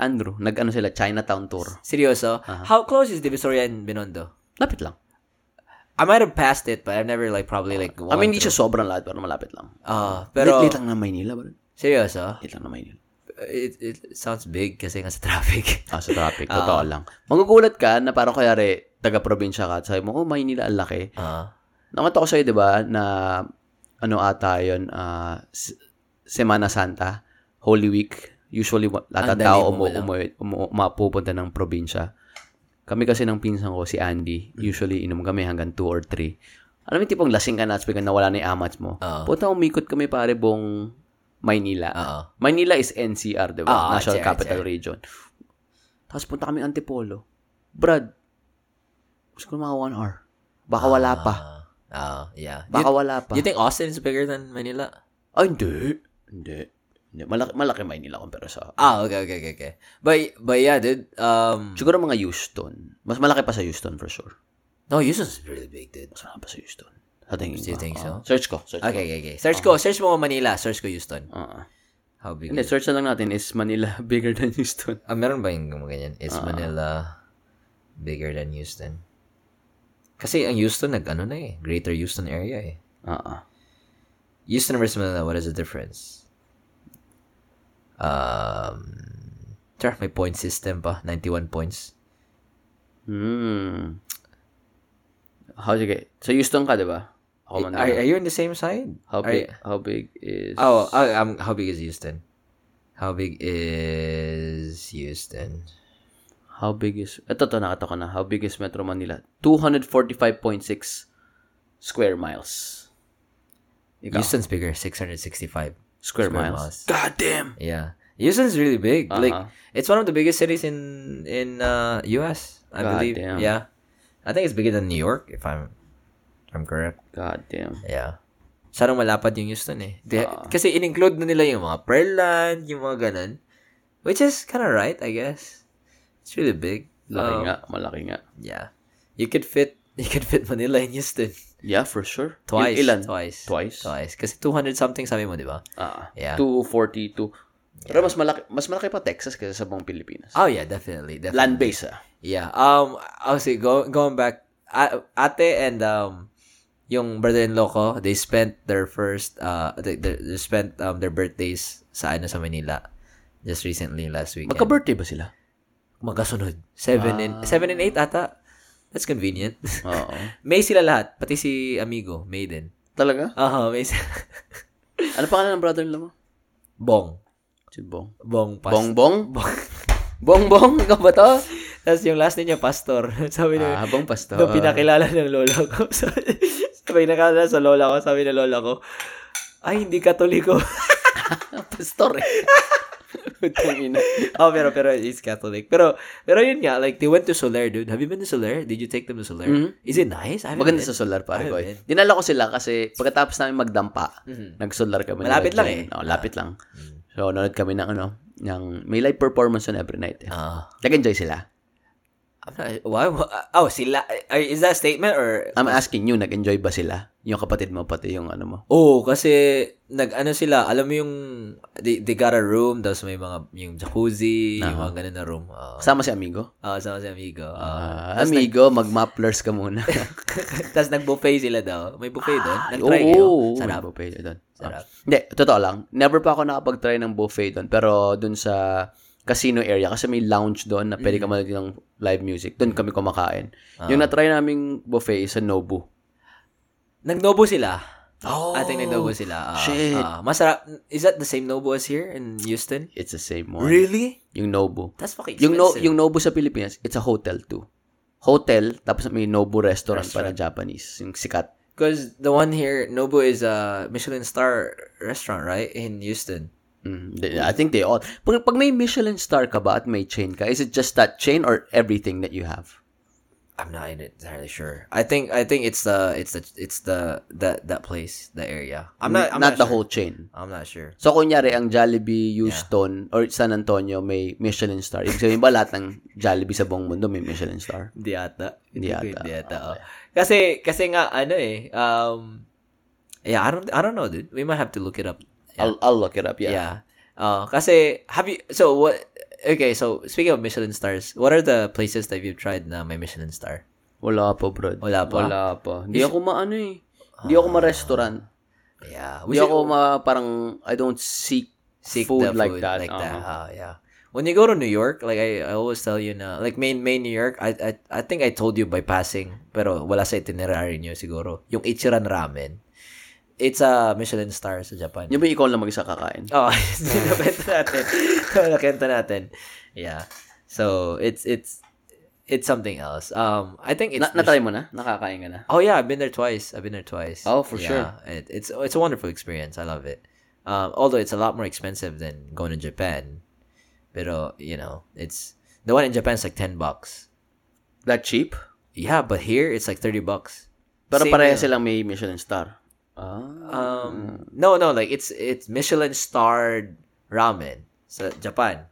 [SPEAKER 1] Andrew. Nag-ano sila, Chinatown tour.
[SPEAKER 2] Seryoso?
[SPEAKER 1] Uh-huh.
[SPEAKER 2] How close is Divisoria and Binondo?
[SPEAKER 1] Lapit lang.
[SPEAKER 2] I might have passed it, but I've never, like, probably, like,
[SPEAKER 1] I mean,
[SPEAKER 2] gone
[SPEAKER 1] hindi siya
[SPEAKER 2] through.
[SPEAKER 1] sobrang lahat pero malapit lang.
[SPEAKER 2] Ah,
[SPEAKER 1] Pero,
[SPEAKER 2] pero,
[SPEAKER 1] late, late lang na Maynila. bro.
[SPEAKER 2] seryoso?
[SPEAKER 1] Late lang na Maynila.
[SPEAKER 2] It, it sounds big kasi nga sa traffic.
[SPEAKER 1] Ah, sa traffic. Totoo lang. Magugulat ka na parang kayari taga-probinsya ka at sabi mo, oh, Maynila ang laki.
[SPEAKER 2] Ah.
[SPEAKER 1] Nakita ko sa'yo, di ba, na ano ata yun, ah, S- Semana Santa, Holy Week, usually wa- lahat ng
[SPEAKER 2] Ang dali
[SPEAKER 1] tao
[SPEAKER 2] mo
[SPEAKER 1] umu-
[SPEAKER 2] lang.
[SPEAKER 1] umu- umu- mapupunta ng
[SPEAKER 2] Mm.
[SPEAKER 1] probinsya. Kami kasi ng pinsan ko, si Andy, usually inom kami hanggang 2 or 3. Alam mo yung tipong lasing ka na at biglang nawala na yung amats mo.
[SPEAKER 2] Oo.
[SPEAKER 1] Puta, umikot kami pare buong Maynila.
[SPEAKER 2] Oo.
[SPEAKER 1] Manila is NCR, di ba?
[SPEAKER 2] Oo,
[SPEAKER 1] National
[SPEAKER 2] NCR,
[SPEAKER 1] Capital
[SPEAKER 2] NCR.
[SPEAKER 1] Region. Ah, Tapos punta kami Antipolo. Brad, gusto ko mga one hour. Baka wala pa.
[SPEAKER 2] Ah, ah, yeah.
[SPEAKER 1] Baka
[SPEAKER 2] you,
[SPEAKER 1] wala pa.
[SPEAKER 2] you think Austin is bigger than Manila?
[SPEAKER 1] Ay, hindi. Hindi. hindi. Malaki, malaki Maynila compare sa...
[SPEAKER 2] Ah, okay, okay, okay, okay. But, but yeah, dude, um,
[SPEAKER 1] Siguro mga Houston. Mas malaki pa sa Houston for sure.
[SPEAKER 2] no, Houston's really big, dude.
[SPEAKER 1] Mas malaki pa sa Houston. Sa tingin
[SPEAKER 2] Do you
[SPEAKER 1] ko.
[SPEAKER 2] think so?
[SPEAKER 1] Oo. Search ko. Search
[SPEAKER 2] Okay,
[SPEAKER 1] ko.
[SPEAKER 2] okay, okay. Search ko, search mo Manila, search ko Houston.
[SPEAKER 1] Oo.
[SPEAKER 2] Uh-huh. How big
[SPEAKER 1] Hindi,
[SPEAKER 2] is
[SPEAKER 1] search na lang natin. Is Manila bigger than Houston?
[SPEAKER 2] Ah, meron ba yung gumaganyan? Is Manila bigger than Houston? Kasi ang Houston, nag-ano na eh. Greater Houston area eh.
[SPEAKER 1] Oo.
[SPEAKER 2] Houston versus Manila, what is the difference? Um, sure, may point system pa. 91 points.
[SPEAKER 1] Hmm. How you get? So Houston ka, di ba? Ako man.
[SPEAKER 2] Are, are you on the same side?
[SPEAKER 1] Oh, how
[SPEAKER 2] Are
[SPEAKER 1] big?
[SPEAKER 2] you-
[SPEAKER 1] How big is?
[SPEAKER 2] oh, uh, um, how big is Houston? How big is Houston?
[SPEAKER 1] How big is? Ito to nakita ko na. How big is Metro Manila? 245.6 square miles. Ikaw.
[SPEAKER 2] Houston's bigger, 665.
[SPEAKER 1] square, miles. God damn.
[SPEAKER 2] Yeah. Houston's really big.
[SPEAKER 1] Uh-huh.
[SPEAKER 2] Like it's one of the biggest cities in in uh US, I
[SPEAKER 1] God
[SPEAKER 2] believe.
[SPEAKER 1] damn.
[SPEAKER 2] Yeah. I think it's bigger than New York if I'm if I'm correct.
[SPEAKER 1] God damn.
[SPEAKER 2] Yeah. Sarang malapad yung Houston eh. They-
[SPEAKER 1] Ah.
[SPEAKER 2] kasi in-include na nila yung mga Pearland, yung mga ganun. Which is kind of right, I guess. It's really big.
[SPEAKER 1] Malaki
[SPEAKER 2] Um,
[SPEAKER 1] nga. Malaki nga.
[SPEAKER 2] Yeah. You could fit you could fit Manila in Houston.
[SPEAKER 1] Yeah, for sure.
[SPEAKER 2] Twice.
[SPEAKER 1] Il- ilan?
[SPEAKER 2] Twice.
[SPEAKER 1] Twice.
[SPEAKER 2] Twice. Kasi 200 something sabi mo, di ba?
[SPEAKER 1] Ah.
[SPEAKER 2] Yeah.
[SPEAKER 1] 242. Pero mas malaki, mas malaki pa Texas kaysa sa buong Pilipinas.
[SPEAKER 2] Oh yeah, definitely. definitely.
[SPEAKER 1] Ah, Land-based ah.
[SPEAKER 2] Yeah. Um, obviously, go, going back, a- ate and um, yung brother-in-law ko, they spent their first, uh, they, they, they spent um, their birthdays sa ano sa Manila just recently last weekend.
[SPEAKER 1] Magka-birthday ba sila?
[SPEAKER 2] Magkasunod. Seven and,
[SPEAKER 1] Ah.
[SPEAKER 2] seven and eight ata. That's convenient.
[SPEAKER 1] Oo.
[SPEAKER 2] May sila lahat, pati si amigo, May din.
[SPEAKER 1] Talaga?
[SPEAKER 2] Aha, May sila.
[SPEAKER 1] Ano pangalan ng brother-in-law mo?
[SPEAKER 2] Bong.
[SPEAKER 1] Si Bong.
[SPEAKER 2] Bong Pastor.
[SPEAKER 1] Bong Bong?
[SPEAKER 2] Bong.
[SPEAKER 1] Bong Bong? Ikaw ba to?
[SPEAKER 2] Tapos yung last name niya, Pastor. Sabi niya,
[SPEAKER 1] Ah, Bong Pastor.
[SPEAKER 2] Nung pinakilala ng lola ko. Sabi, sabi nakilala sa lola ko, sabi ng lola ko, ay, hindi oh." katoliko.
[SPEAKER 1] Pastor eh. Putang ina.
[SPEAKER 2] oh, pero, pero, it's Catholic. Pero, pero yun nga, like, they went to Soler, dude. Have you been to Soler? Did you take them to Soler? Is it nice? I haven't
[SPEAKER 1] Mm-hmm. Maganda
[SPEAKER 2] been.
[SPEAKER 1] sa solar pare
[SPEAKER 2] Ayun,
[SPEAKER 1] ko
[SPEAKER 2] man.
[SPEAKER 1] eh. Dinala ko sila kasi pagkatapos namin magdampa, nag-solar kami. nila
[SPEAKER 2] Mm-hmm. Malapit lang
[SPEAKER 1] dyan.
[SPEAKER 2] eh. Mm-hmm.
[SPEAKER 1] Oh, lapit lang. So, nanood kami ng ano, ng may live performance on every night eh.
[SPEAKER 2] Ah.
[SPEAKER 1] Nag-enjoy sila.
[SPEAKER 2] I'm not, why, oh, sila, ay, is that a statement or?
[SPEAKER 1] I'm asking you, nag-enjoy ba sila? Yung kapatid mo, pati yung ano mo.
[SPEAKER 2] Oh, kasi nag-ano sila, alam mo yung they, they got a room, tapos may mga yung jacuzzi, yung
[SPEAKER 1] Uh-huh.
[SPEAKER 2] mga ganun na room. Ah,
[SPEAKER 1] Kasama si Amigo?
[SPEAKER 2] ah, sama si amigo. Ah.
[SPEAKER 1] Ah, amigo, mag-mapplers ka muna.
[SPEAKER 2] Tapos nag-buffet sila daw. May buffet doon.
[SPEAKER 1] Ay,
[SPEAKER 2] Nag-try
[SPEAKER 1] Ah, oo,
[SPEAKER 2] kayo.
[SPEAKER 1] oo, oo,
[SPEAKER 2] Sarap.
[SPEAKER 1] may buffet doon.
[SPEAKER 2] Sarap.
[SPEAKER 1] Ah. Hindi, totoo lang. Never pa ako nakapag-try ng buffet doon. Pero doon sa casino area, kasi may lounge doon na pwede ka manood ng live music. Doon kami kumakain. Yung na-try naming buffet is sa Nobu.
[SPEAKER 2] Nag-nobo sila.
[SPEAKER 1] Oh,
[SPEAKER 2] I think nag-nobo sila. Ah,
[SPEAKER 1] shit.
[SPEAKER 2] ah. masarap. Is that the same nobo as here in Houston?
[SPEAKER 1] It's the same one.
[SPEAKER 2] Really?
[SPEAKER 1] Yung Nobu.
[SPEAKER 2] That's fucking
[SPEAKER 1] Yung, no,
[SPEAKER 2] expensive.
[SPEAKER 1] yung Nobu sa Pilipinas, it's a hotel too. Hotel, tapos may Nobu restaurant, para Japanese. Yung sikat.
[SPEAKER 2] Because the one here, Nobu is a Michelin star restaurant, right? In Houston.
[SPEAKER 1] Mm, they- I think they all... Pag, pag may Michelin star ka ba at may chain ka, is it just that chain or everything that you have?
[SPEAKER 2] I'm not entirely sure. I think I think it's the it's the it's the that that place, the area. I'm not I'm
[SPEAKER 1] Not
[SPEAKER 2] not,
[SPEAKER 1] the
[SPEAKER 2] sure.
[SPEAKER 1] whole chain.
[SPEAKER 2] I'm not sure.
[SPEAKER 1] So, kunyari, ang Jollibee Houston or San Antonio may Michelin star. Ibig sabihin ba lahat ng Jollibee sa buong mundo may Michelin star?
[SPEAKER 2] Hindi ata.
[SPEAKER 1] Hindi
[SPEAKER 2] ko-
[SPEAKER 1] ata.
[SPEAKER 2] Hindi ata. oh. Kasi kasi nga ano eh um yeah, I don't I don't know dude. We might have to look it up. Yeah.
[SPEAKER 1] I'll, I'll look it up, yeah.
[SPEAKER 2] yeah. Uh, kasi have you so what okay, so speaking of Michelin stars, what are the places that you've tried na may Michelin star?
[SPEAKER 1] Wala pa, bro.
[SPEAKER 2] Wala pa?
[SPEAKER 1] Wala pa. Hindi ako maano eh. Hindi ako ma-restaurant.
[SPEAKER 2] Yeah.
[SPEAKER 1] Hindi ako ma, parang, I don't seek,
[SPEAKER 2] seek
[SPEAKER 1] food,
[SPEAKER 2] the food
[SPEAKER 1] like that. Uh-huh.
[SPEAKER 2] Ah, yeah. When you go to New York, like I, I always tell you na, like main main New York, I, I I think I told you by passing, pero wala sa itinerary niyo siguro. Yung Ichiran Ramen. It's a Michelin star sa Japan.
[SPEAKER 1] Yung ba ikaw lang mag-isa kakain?
[SPEAKER 2] Oh, nakita natin. nakita natin. Yeah. So, it's it's it's something else. Um, I think it's
[SPEAKER 1] Na, natry mo na? Nakakain ka na?
[SPEAKER 2] Oh yeah, I've been there twice. I've been there twice.
[SPEAKER 1] Oh, for
[SPEAKER 2] Yeah,
[SPEAKER 1] sure.
[SPEAKER 2] It, it's it's a wonderful experience. I love it. Um, although it's a lot more expensive than going to Japan, but you know, it's the one in Japan is like ten bucks.
[SPEAKER 1] That cheap?
[SPEAKER 2] Yeah, but here it's like thirty bucks.
[SPEAKER 1] Pero
[SPEAKER 2] Same
[SPEAKER 1] pareha
[SPEAKER 2] meal.
[SPEAKER 1] silang may Michelin star. Ah.
[SPEAKER 2] Um, no, no, like it's it's Michelin starred ramen sa Japan.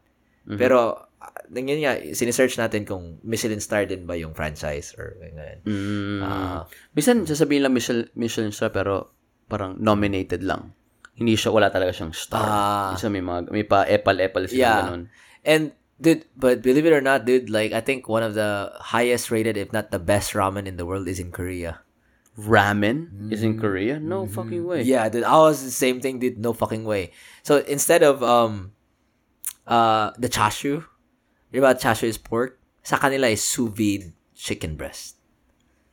[SPEAKER 2] Pero ah, yun nga, sinesearch natin kung Michelin star din ba yung franchise or ganyan.
[SPEAKER 1] Mm.
[SPEAKER 2] Ah.
[SPEAKER 1] Minsan sasabihin lang Michelin, Michelin star pero parang nominated lang. Hindi siya, wala talaga siyang star.
[SPEAKER 2] Ah.
[SPEAKER 1] Minsan may, mga, may pa epal-epal sila
[SPEAKER 2] Yeah.
[SPEAKER 1] ganun.
[SPEAKER 2] And dude, but believe it or not, dude, like I think one of the highest rated, if not the best ramen in the world, is in Korea.
[SPEAKER 1] Ramen is in Korea? No fucking way.
[SPEAKER 2] Mm-hmm. Yeah, dude, I was the same thing, dude. No fucking way. So instead of um, uh, the chashu, you know about chashu is pork. Sa kanila is sous vide chicken breast.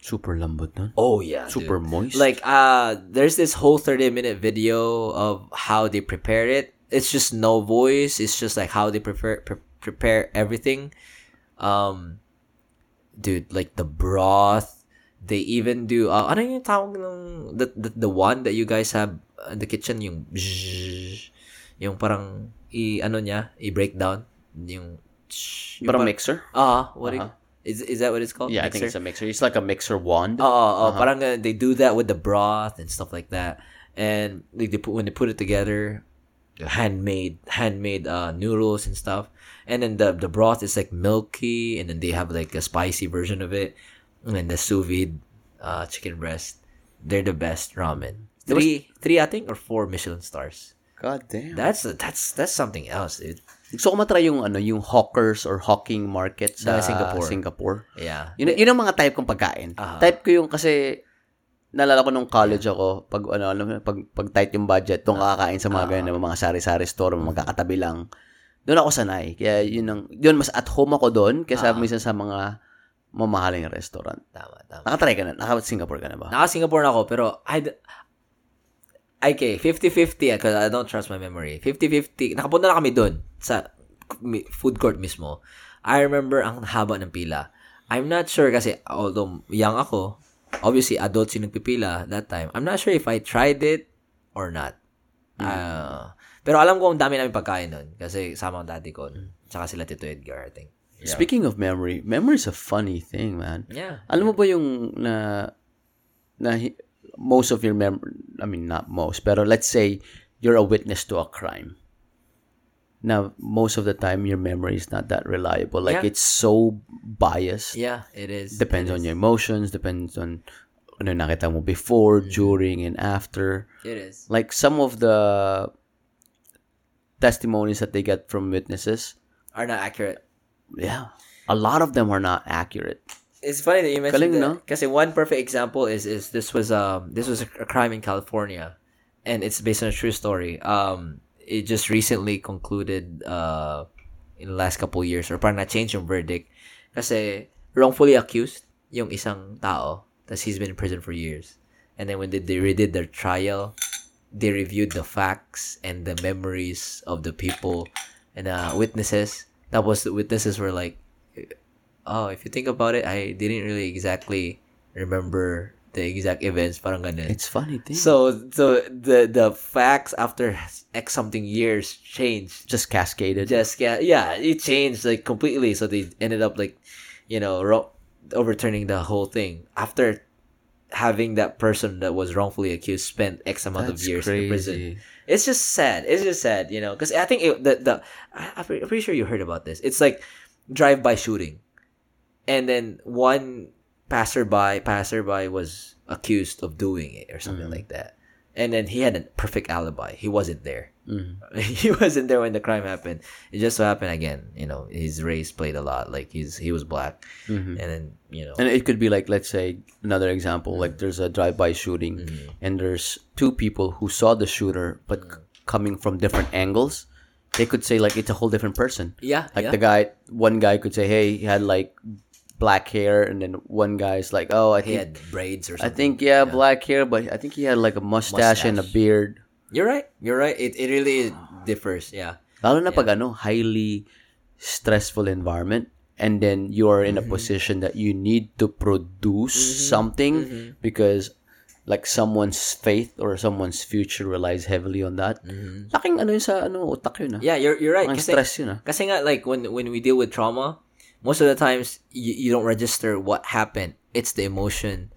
[SPEAKER 1] Super lambot nun.
[SPEAKER 2] Oh yeah,
[SPEAKER 1] Super moist.
[SPEAKER 2] Like uh, there's this whole thirty minute video of how they prepare it. It's just no voice. It's just like how they prepare pre- prepare everything. Um, dude, like the broth. They even do uh, ano yung tawag ng the, the the one that you guys have in the kitchen yung bzzz, yung parang i ano niya i breakdown yung, tsh, yung
[SPEAKER 1] parang mixer?
[SPEAKER 2] ah what do you- is is that what it's called
[SPEAKER 1] Yeah, I think it's a mixer. It's like a mixer wand.
[SPEAKER 2] Oh, oh, oh, parang uh, they do that with the broth and stuff like that. And like they put when they put it together, handmade handmade uh, noodles and stuff. And then the the broth is like milky, and then they have like a spicy version of it. And then the sous vide uh, chicken breast, they're the best ramen. Three, three, I think, or four Michelin stars.
[SPEAKER 1] God damn.
[SPEAKER 2] That's that's that's something else, dude.
[SPEAKER 1] Gusto ko matry yung ano, yung hawkers or hawking market sa
[SPEAKER 2] Sa Singapore.
[SPEAKER 1] Singapore.
[SPEAKER 2] Yeah.
[SPEAKER 1] Yun, yun ang mga type kong pagkain. Type ko yung kasi nalala ko nung college ako pag ano alam mo, pag pag tight yung budget tong kakain sa mga ganyan na mga sari-sari store mga magkakatabi lang doon ako sanay kaya yun ang yun mas at home ako doon kaysa minsan sa mga mamahaling restaurant
[SPEAKER 2] Tama, tama.
[SPEAKER 1] nakatry ka na naka Singapore ka na ba
[SPEAKER 2] Naka-Singapore na ako, pero I... d- Okay, 50-50, because I don't trust my memory. 50-50, nakapunta na kami doon sa mi- food court mismo. I remember ang haba ng pila. I'm not sure kasi although young ako, obviously adults yung nagpipila that time. I'm not sure if I tried it or not. Ah, pero alam ko ang dami namin pagkain nun kasi sama ang dati ko. Tsaka sila Tito Edgar, I think.
[SPEAKER 1] speaking of memory memory is a funny thing man
[SPEAKER 2] Yeah.
[SPEAKER 1] Alam mo ba yung na na hi- most of your mem I mean not most pero let's say you're a witness to a crime. Now most of the time your memory is not that reliable. Like
[SPEAKER 2] Yeah.
[SPEAKER 1] it's so biased.
[SPEAKER 2] Yeah, it is.
[SPEAKER 1] Depends on your emotions, depends on ano yung nakita mo before, during and after.
[SPEAKER 2] It is.
[SPEAKER 1] Like some of the testimonies that they get from witnesses,
[SPEAKER 2] Are not accurate.
[SPEAKER 1] yeah, a lot of them are not accurate.
[SPEAKER 2] It's funny that you
[SPEAKER 1] Galing,
[SPEAKER 2] mentioned that.
[SPEAKER 1] no?
[SPEAKER 2] Kasi one perfect example is is this was um this was a crime in California, and it's based on a true story. Um, it just recently concluded uh in the last couple years or parang na change yung verdict, kasi wrongfully accused yung isang tao, that he's been in prison for years, and then when they, they redid their trial, they reviewed the facts and the memories of the people and uh, witnesses. That was the witnesses were like, oh, if you think about it, I didn't really exactly remember the exact events. Parang ganun.
[SPEAKER 1] It's funny thing.
[SPEAKER 2] so, so the the facts after X something years changed.
[SPEAKER 1] just cascaded.
[SPEAKER 2] Just yeah, yeah, it changed like completely. So they ended up like, you know, ro- overturning the whole thing after having that person that was wrongfully accused spent X amount of
[SPEAKER 1] That's
[SPEAKER 2] years in prison.
[SPEAKER 1] crazy.
[SPEAKER 2] It's just sad. It's just sad, you know, because I think it, the the I, I'm pretty- I'm pretty sure you heard about this. It's like drive-by shooting, and then one passerby passerby was accused of doing it or something
[SPEAKER 1] Mm-hmm.
[SPEAKER 2] like that, and then he had a perfect alibi. He wasn't there.
[SPEAKER 1] Mm.
[SPEAKER 2] He wasn't there when the crime happened. It just so happened again, you know, his race played a lot. Like he's he was black, Mm-hmm. and then you know,
[SPEAKER 1] And it could be like, let's say, another example, like there's a drive-by shooting,
[SPEAKER 2] Mm-hmm.
[SPEAKER 1] and there's two people who saw the shooter, but c- coming from different angles. They could say like it's a whole different person.
[SPEAKER 2] Yeah,
[SPEAKER 1] Like
[SPEAKER 2] yeah.
[SPEAKER 1] the guy, one guy could say, "Hey, he had like black hair," and then one guy's like, "Oh, I think,
[SPEAKER 2] he had braids or
[SPEAKER 1] I
[SPEAKER 2] something.
[SPEAKER 1] think, yeah, black hair, but I think he had like a mustache, and a
[SPEAKER 2] Mustache.
[SPEAKER 1] beard."
[SPEAKER 2] you're right. You're right. It it really differs. Yeah.
[SPEAKER 1] Lalo na pag ano, highly stressful environment, and then you are in a
[SPEAKER 2] Mm-hmm.
[SPEAKER 1] position that you need to produce something
[SPEAKER 2] Mm-hmm.
[SPEAKER 1] because like someone's faith or someone's future relies heavily on that. Laking ano yun sa ano utak yun ah.
[SPEAKER 2] Mm-hmm. Yeah, you're you're right.
[SPEAKER 1] Ang
[SPEAKER 2] Kasi,
[SPEAKER 1] stress yun ah.
[SPEAKER 2] kasi nga like when when we deal with trauma, most of the times you, you don't register what happened. It's the emotion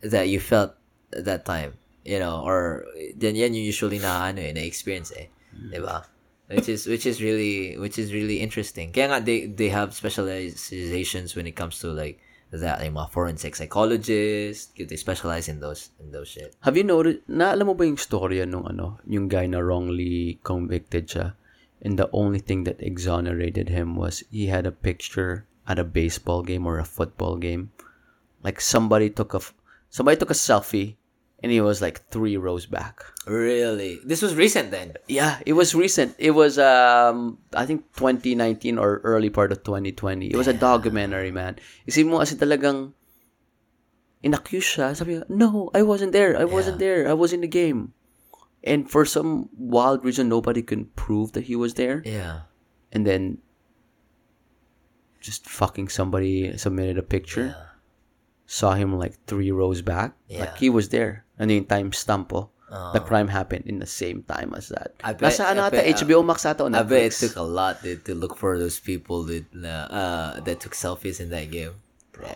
[SPEAKER 2] that you felt at that time, you know, or then yan yung usually na ano eh, na experience eh, 'di ba? Which is which is really which is really interesting. Kaya nga they they have specializations when it comes to like that like mga forensic psychologists, they specialize in those in those shit.
[SPEAKER 1] Have you noticed, na alam mo ba yung storya nung ano, yung guy na wrongly convicted siya, and the only thing that exonerated him was he had a picture at a baseball game or a football game. Like somebody took a, f- somebody took a selfie, and he was like three rows back.
[SPEAKER 2] Really? This was recent then.
[SPEAKER 1] Yeah, it was recent. It was um I think 2019 or early part of 2020. It was a documentary, man. Isipin mo kasi talagang inaccuse siya. Sabi niya, no, I wasn't there. I wasn't there. I was in the game. And for some wild reason, nobody can prove that he was there.
[SPEAKER 2] Yeah.
[SPEAKER 1] And then just fucking somebody submitted a picture. Saw him like three rows back. Like he was there. Ano yung timestamp oh? po.
[SPEAKER 2] Ah.
[SPEAKER 1] The crime happened in the same time as that.
[SPEAKER 2] I bet-
[SPEAKER 1] Nasa ano
[SPEAKER 2] I
[SPEAKER 1] ata,
[SPEAKER 2] bet, uh,
[SPEAKER 1] HBO Max ata o
[SPEAKER 2] I bet it
[SPEAKER 1] Netflix.
[SPEAKER 2] took a lot dude, to look for those people that uh, uh, that took selfies in that game.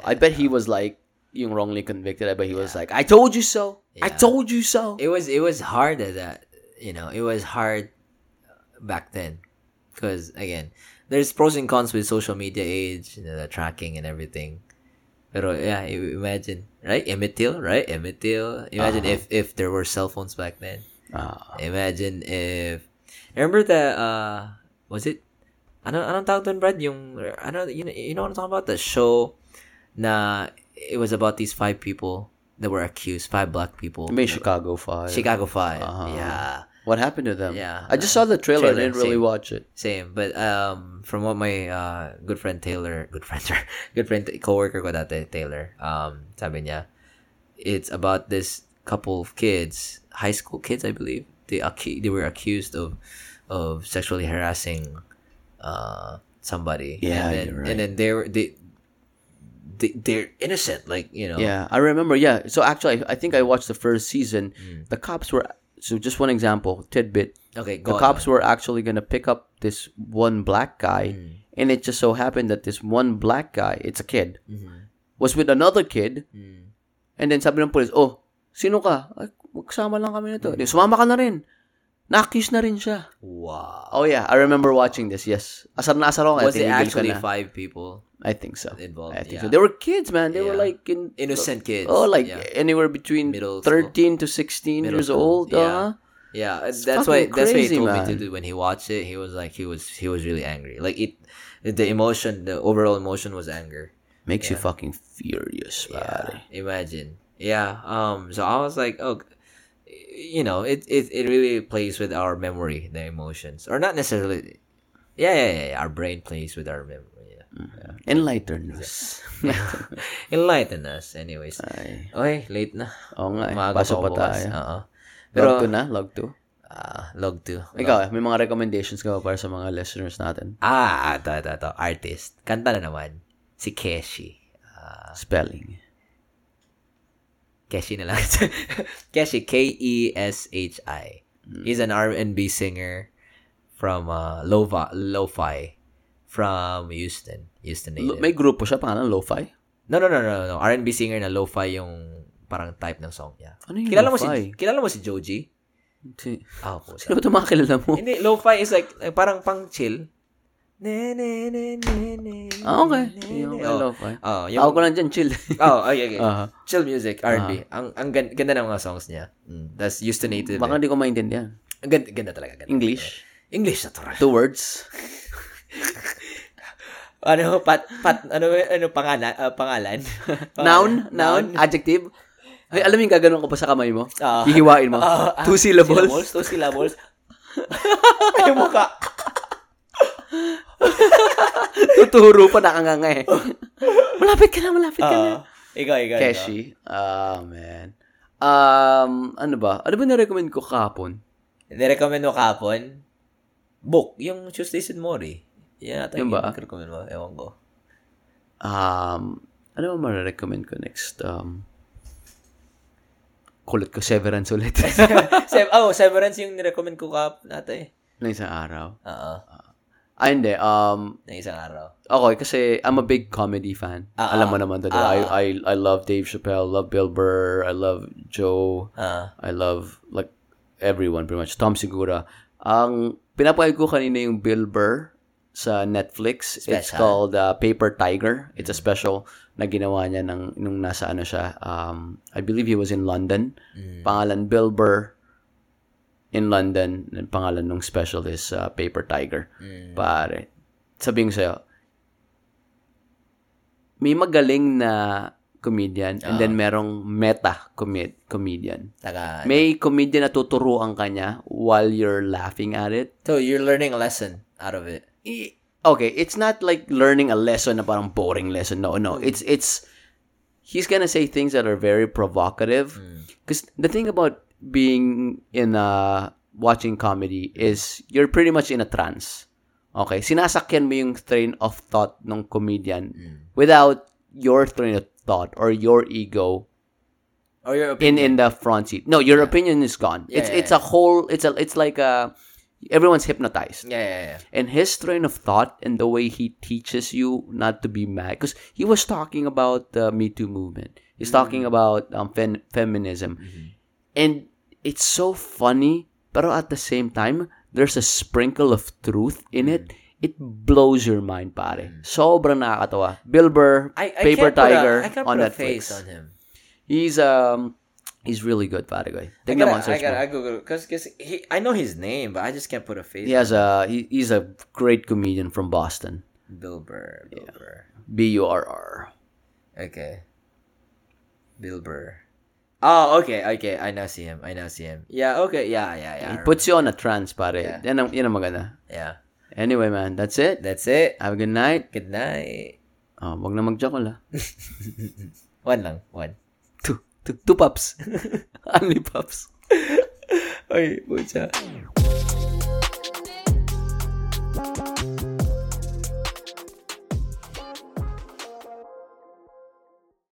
[SPEAKER 1] I bet he was like, yung wrongly convicted, I bet he was like, I told you so! I
[SPEAKER 2] Yeah.
[SPEAKER 1] told you so!
[SPEAKER 2] It was it was hard at that, you know. It was hard back then, because again, there's pros and cons with social media age, you know, the tracking and everything. Pero yeah, i- imagine right, Emmett Till, right, Emmett Till. Imagine if if there were cell phones back then.
[SPEAKER 1] Ah,
[SPEAKER 2] Imagine if remember the uh was it ano anong tawag doon Brad yung ano you know, you know what I'm talking about the show na it was about these five people that were accused five black
[SPEAKER 1] I
[SPEAKER 2] people
[SPEAKER 1] mean, Chicago Five.
[SPEAKER 2] Chicago 5
[SPEAKER 1] Uh-huh.
[SPEAKER 2] yeah
[SPEAKER 1] What happened to them?
[SPEAKER 2] Yeah.
[SPEAKER 1] I just saw the trailer. I
[SPEAKER 2] Trailer,
[SPEAKER 1] didn't really
[SPEAKER 2] same.
[SPEAKER 1] watch it.
[SPEAKER 2] same but um from what my uh good friend Taylor good friend good friend coworker ko dati Taylor um sabi niya it's about this couple of kids, high school kids, I believe. They acu- they were accused of of sexually harassing uh somebody.
[SPEAKER 1] Yeah,
[SPEAKER 2] and then,
[SPEAKER 1] you're
[SPEAKER 2] and then they were they, they they're innocent, like you know.
[SPEAKER 1] Yeah, I remember. Yeah, so actually, I I think I watched the first season.
[SPEAKER 2] Mm.
[SPEAKER 1] The cops were so just one example tidbit.
[SPEAKER 2] Okay, go
[SPEAKER 1] The
[SPEAKER 2] on,
[SPEAKER 1] cops were actually gonna pick up this one black guy,
[SPEAKER 2] Mm-hmm.
[SPEAKER 1] and it just so happened that this one black guy, it's a kid,
[SPEAKER 2] Mm-hmm.
[SPEAKER 1] was with another kid, and then sabi ng police, oh, sino ka? Ay, magsama lang kami nito. Di, Sumama ka na rin. Na-accuse na rin siya.
[SPEAKER 2] Wow.
[SPEAKER 1] Oh yeah, I remember watching this. Yes, asar na asar ako.
[SPEAKER 2] Was
[SPEAKER 1] I Oh, tinigil
[SPEAKER 2] it
[SPEAKER 1] ko
[SPEAKER 2] actually
[SPEAKER 1] na.
[SPEAKER 2] five people?
[SPEAKER 1] I think so.
[SPEAKER 2] involved?
[SPEAKER 1] I think so.
[SPEAKER 2] Yeah.
[SPEAKER 1] They were kids, man. They were
[SPEAKER 2] Yeah.
[SPEAKER 1] like in
[SPEAKER 2] Innocent kids.
[SPEAKER 1] Oh, like
[SPEAKER 2] yeah.
[SPEAKER 1] anywhere between
[SPEAKER 2] Middle school.
[SPEAKER 1] 13 to 16
[SPEAKER 2] Middle
[SPEAKER 1] years old.
[SPEAKER 2] school,
[SPEAKER 1] Uh-huh.
[SPEAKER 2] Yeah, that's why
[SPEAKER 1] fucking
[SPEAKER 2] that's why he
[SPEAKER 1] crazy,
[SPEAKER 2] told me to
[SPEAKER 1] man.
[SPEAKER 2] do when he watched it. He was like he was he was really angry. Like it, the emotion, the overall emotion was anger.
[SPEAKER 1] Makes you fucking furious, pare.
[SPEAKER 2] Imagine. Yeah. Um. So I was like, oh, you know, it it it really plays with our memory, the emotions, or not necessarily. Yeah, yeah, yeah. yeah, Our brain plays with our memory. Yeah.
[SPEAKER 1] Enlighten us.
[SPEAKER 2] Enlighten us, anyways.
[SPEAKER 1] Ay.
[SPEAKER 2] Okay, late na.
[SPEAKER 1] Oo nga eh.
[SPEAKER 2] Umaga
[SPEAKER 1] Pasok pa Ah.
[SPEAKER 2] bukas.
[SPEAKER 1] tayo.
[SPEAKER 2] Oo. Pero,
[SPEAKER 1] Log 2 na? Log 2?
[SPEAKER 2] ah, log two.
[SPEAKER 1] Ikaw, eh, may mga recommendations ka ba para sa mga listeners natin?
[SPEAKER 2] Ah, ito, ito, ito. Artist. Kanta na naman. Si Keshi. Ah,
[SPEAKER 1] Spelling.
[SPEAKER 2] Keshi na lang. Keshi. E K-E-S-H-I.
[SPEAKER 1] Hmm.
[SPEAKER 2] He's an R&B singer from uh, Lova, Lo-Fi from Houston. Houston
[SPEAKER 1] Lo-
[SPEAKER 2] native.
[SPEAKER 1] may grupo siya, pangalan, Lo-Fi?
[SPEAKER 2] No, no, no, no, no. R&B singer na Lo-Fi yung parang type ng song niya.
[SPEAKER 1] Ano yung
[SPEAKER 2] kilala mo
[SPEAKER 1] lo-fi?
[SPEAKER 2] si Kilala mo si Joji?
[SPEAKER 1] Si-
[SPEAKER 2] Ah, oh,
[SPEAKER 1] Sino ba ito mga kilala mo?
[SPEAKER 2] Hindi, lo-fi is like, eh, parang pang chill. Ne, ne, ne, ne, ne,
[SPEAKER 1] Ah, okay.
[SPEAKER 2] ne, ne,
[SPEAKER 1] Yung Ah,
[SPEAKER 2] ne.
[SPEAKER 1] mga Lo-fi.
[SPEAKER 2] Oh, yung,
[SPEAKER 1] Tawag ko lang dyan, chill.
[SPEAKER 2] oh, okay, okay.
[SPEAKER 1] Aha.
[SPEAKER 2] Chill music, R&B.
[SPEAKER 1] Uh-huh.
[SPEAKER 2] Ang, ang gan- ganda ng mga songs niya. Mm. That's Houston native.
[SPEAKER 1] Baka
[SPEAKER 2] eh.
[SPEAKER 1] hindi ko maintindihan.
[SPEAKER 2] Ang ganda, ganda talaga. Ganda.
[SPEAKER 1] English?
[SPEAKER 2] English, natural.
[SPEAKER 1] Two words?
[SPEAKER 2] Ano, pat, pat, ano, ano, pangalan? ah, pangalan?
[SPEAKER 1] Noun? Ah, Noun? Adjective? Ay, alam mo yung gaganon ko pa sa kamay mo?
[SPEAKER 2] Ah.
[SPEAKER 1] Hihiwain mo?
[SPEAKER 2] Ah, ah,
[SPEAKER 1] Two syllables?
[SPEAKER 2] Two syllables. Ay, mukha.
[SPEAKER 1] Tuturo pa nakanganga eh. malapit ka na, malapit ka na.
[SPEAKER 2] Ah, ikaw, ikaw, ikaw.
[SPEAKER 1] Keshi. Ah, man. Um, ano ba? Ano ba na-recommend ko kahapon?
[SPEAKER 2] Nirecommend mo kapon? Book. Yung Tuesdays with Mori. Yan ata
[SPEAKER 1] Yun
[SPEAKER 2] yung
[SPEAKER 1] ba?
[SPEAKER 2] recommend mo. Ewan ko.
[SPEAKER 1] Um, ano ba ma-recommend ko next? Um, kulit ko Severance ulit
[SPEAKER 2] Sev- oh, Severance yung nirecommend ko kap nata eh.
[SPEAKER 1] ng isang araw.
[SPEAKER 2] Oo.
[SPEAKER 1] Ah, hindi. Um,
[SPEAKER 2] Na isang araw.
[SPEAKER 1] Okay, kasi I'm a big comedy fan.
[SPEAKER 2] Ah,
[SPEAKER 1] Alam mo naman, diba? I, I, I love Dave Chappelle, love Bill Burr, I love Joe,
[SPEAKER 2] Ah.
[SPEAKER 1] I love, like, everyone pretty much. Tom Segura. Ang pinapakig ko kanina yung Bill Burr sa Netflix. It's
[SPEAKER 2] Special.
[SPEAKER 1] called uh, Paper Tiger. It's a special na ginawa niya ng, nung nasa ano siya. Um, I believe he was in London. Pangalan Bill Burr in London. Ang pangalan nung special is uh, Paper Tiger. Pare, sabihin ko sa'yo, may magaling na comedian and then merong meta comed- comedian.
[SPEAKER 2] Taka,
[SPEAKER 1] May comedian na tuturuan ka niya while you're laughing at it.
[SPEAKER 2] so, you're learning a lesson out of it.
[SPEAKER 1] I- okay, it's not like learning a lesson na parang boring lesson. No, no. It's, it's, he's gonna say things that are very provocative. Because the thing about being in a, watching comedy is you're pretty much in a trance. Okay? Sinasakyan mo yung train of thought ng comedian without your train of thought or your ego
[SPEAKER 2] Or
[SPEAKER 1] in
[SPEAKER 2] your opinion.
[SPEAKER 1] in the front seat. No, your opinion is gone.
[SPEAKER 2] Yeah,
[SPEAKER 1] it's
[SPEAKER 2] yeah,
[SPEAKER 1] it's a whole it's a it's like a everyone's hypnotized
[SPEAKER 2] yeah, yeah, yeah.
[SPEAKER 1] and his train of thought and the way he teaches you not to be mad because he was talking about the me too movement
[SPEAKER 2] Mm.
[SPEAKER 1] he's talking about um, fen- feminism
[SPEAKER 2] Mm-hmm.
[SPEAKER 1] and it's so funny but at the same time there's a sprinkle of truth in it
[SPEAKER 2] Mm.
[SPEAKER 1] it blows your mind pare sobrang nakakatawa bill burr
[SPEAKER 2] I, I
[SPEAKER 1] paper
[SPEAKER 2] can't put a-
[SPEAKER 1] tiger
[SPEAKER 2] I can't
[SPEAKER 1] on
[SPEAKER 2] put a
[SPEAKER 1] netflix
[SPEAKER 2] face on him.
[SPEAKER 1] he's um he's really good pare guy
[SPEAKER 2] I
[SPEAKER 1] tingnan mo ang
[SPEAKER 2] gotta, I
[SPEAKER 1] search
[SPEAKER 2] gotta, I
[SPEAKER 1] mo
[SPEAKER 2] Google because he, I know his name, but I just can't put a face.
[SPEAKER 1] he has a he, he's a great comedian from boston
[SPEAKER 2] on it. Bill Burr. Bill Burr.
[SPEAKER 1] B U R R.
[SPEAKER 2] Okay. Bill Burr. Oh, okay, okay. I now see him. I now see him. Yeah, okay. Yeah, yeah, yeah. I
[SPEAKER 1] It puts you on a trance, pare.
[SPEAKER 2] Yeah.
[SPEAKER 1] Yan, ang, yan ang maganda.
[SPEAKER 2] remember. Yeah.
[SPEAKER 1] Anyway, man, that's it.
[SPEAKER 2] That's it.
[SPEAKER 1] Have a good night.
[SPEAKER 2] Good night.
[SPEAKER 1] Oh, wag na mag-joke ah.
[SPEAKER 2] One lang. One.
[SPEAKER 1] Two, two, two pups. Only pups.
[SPEAKER 2] Ay, pucha.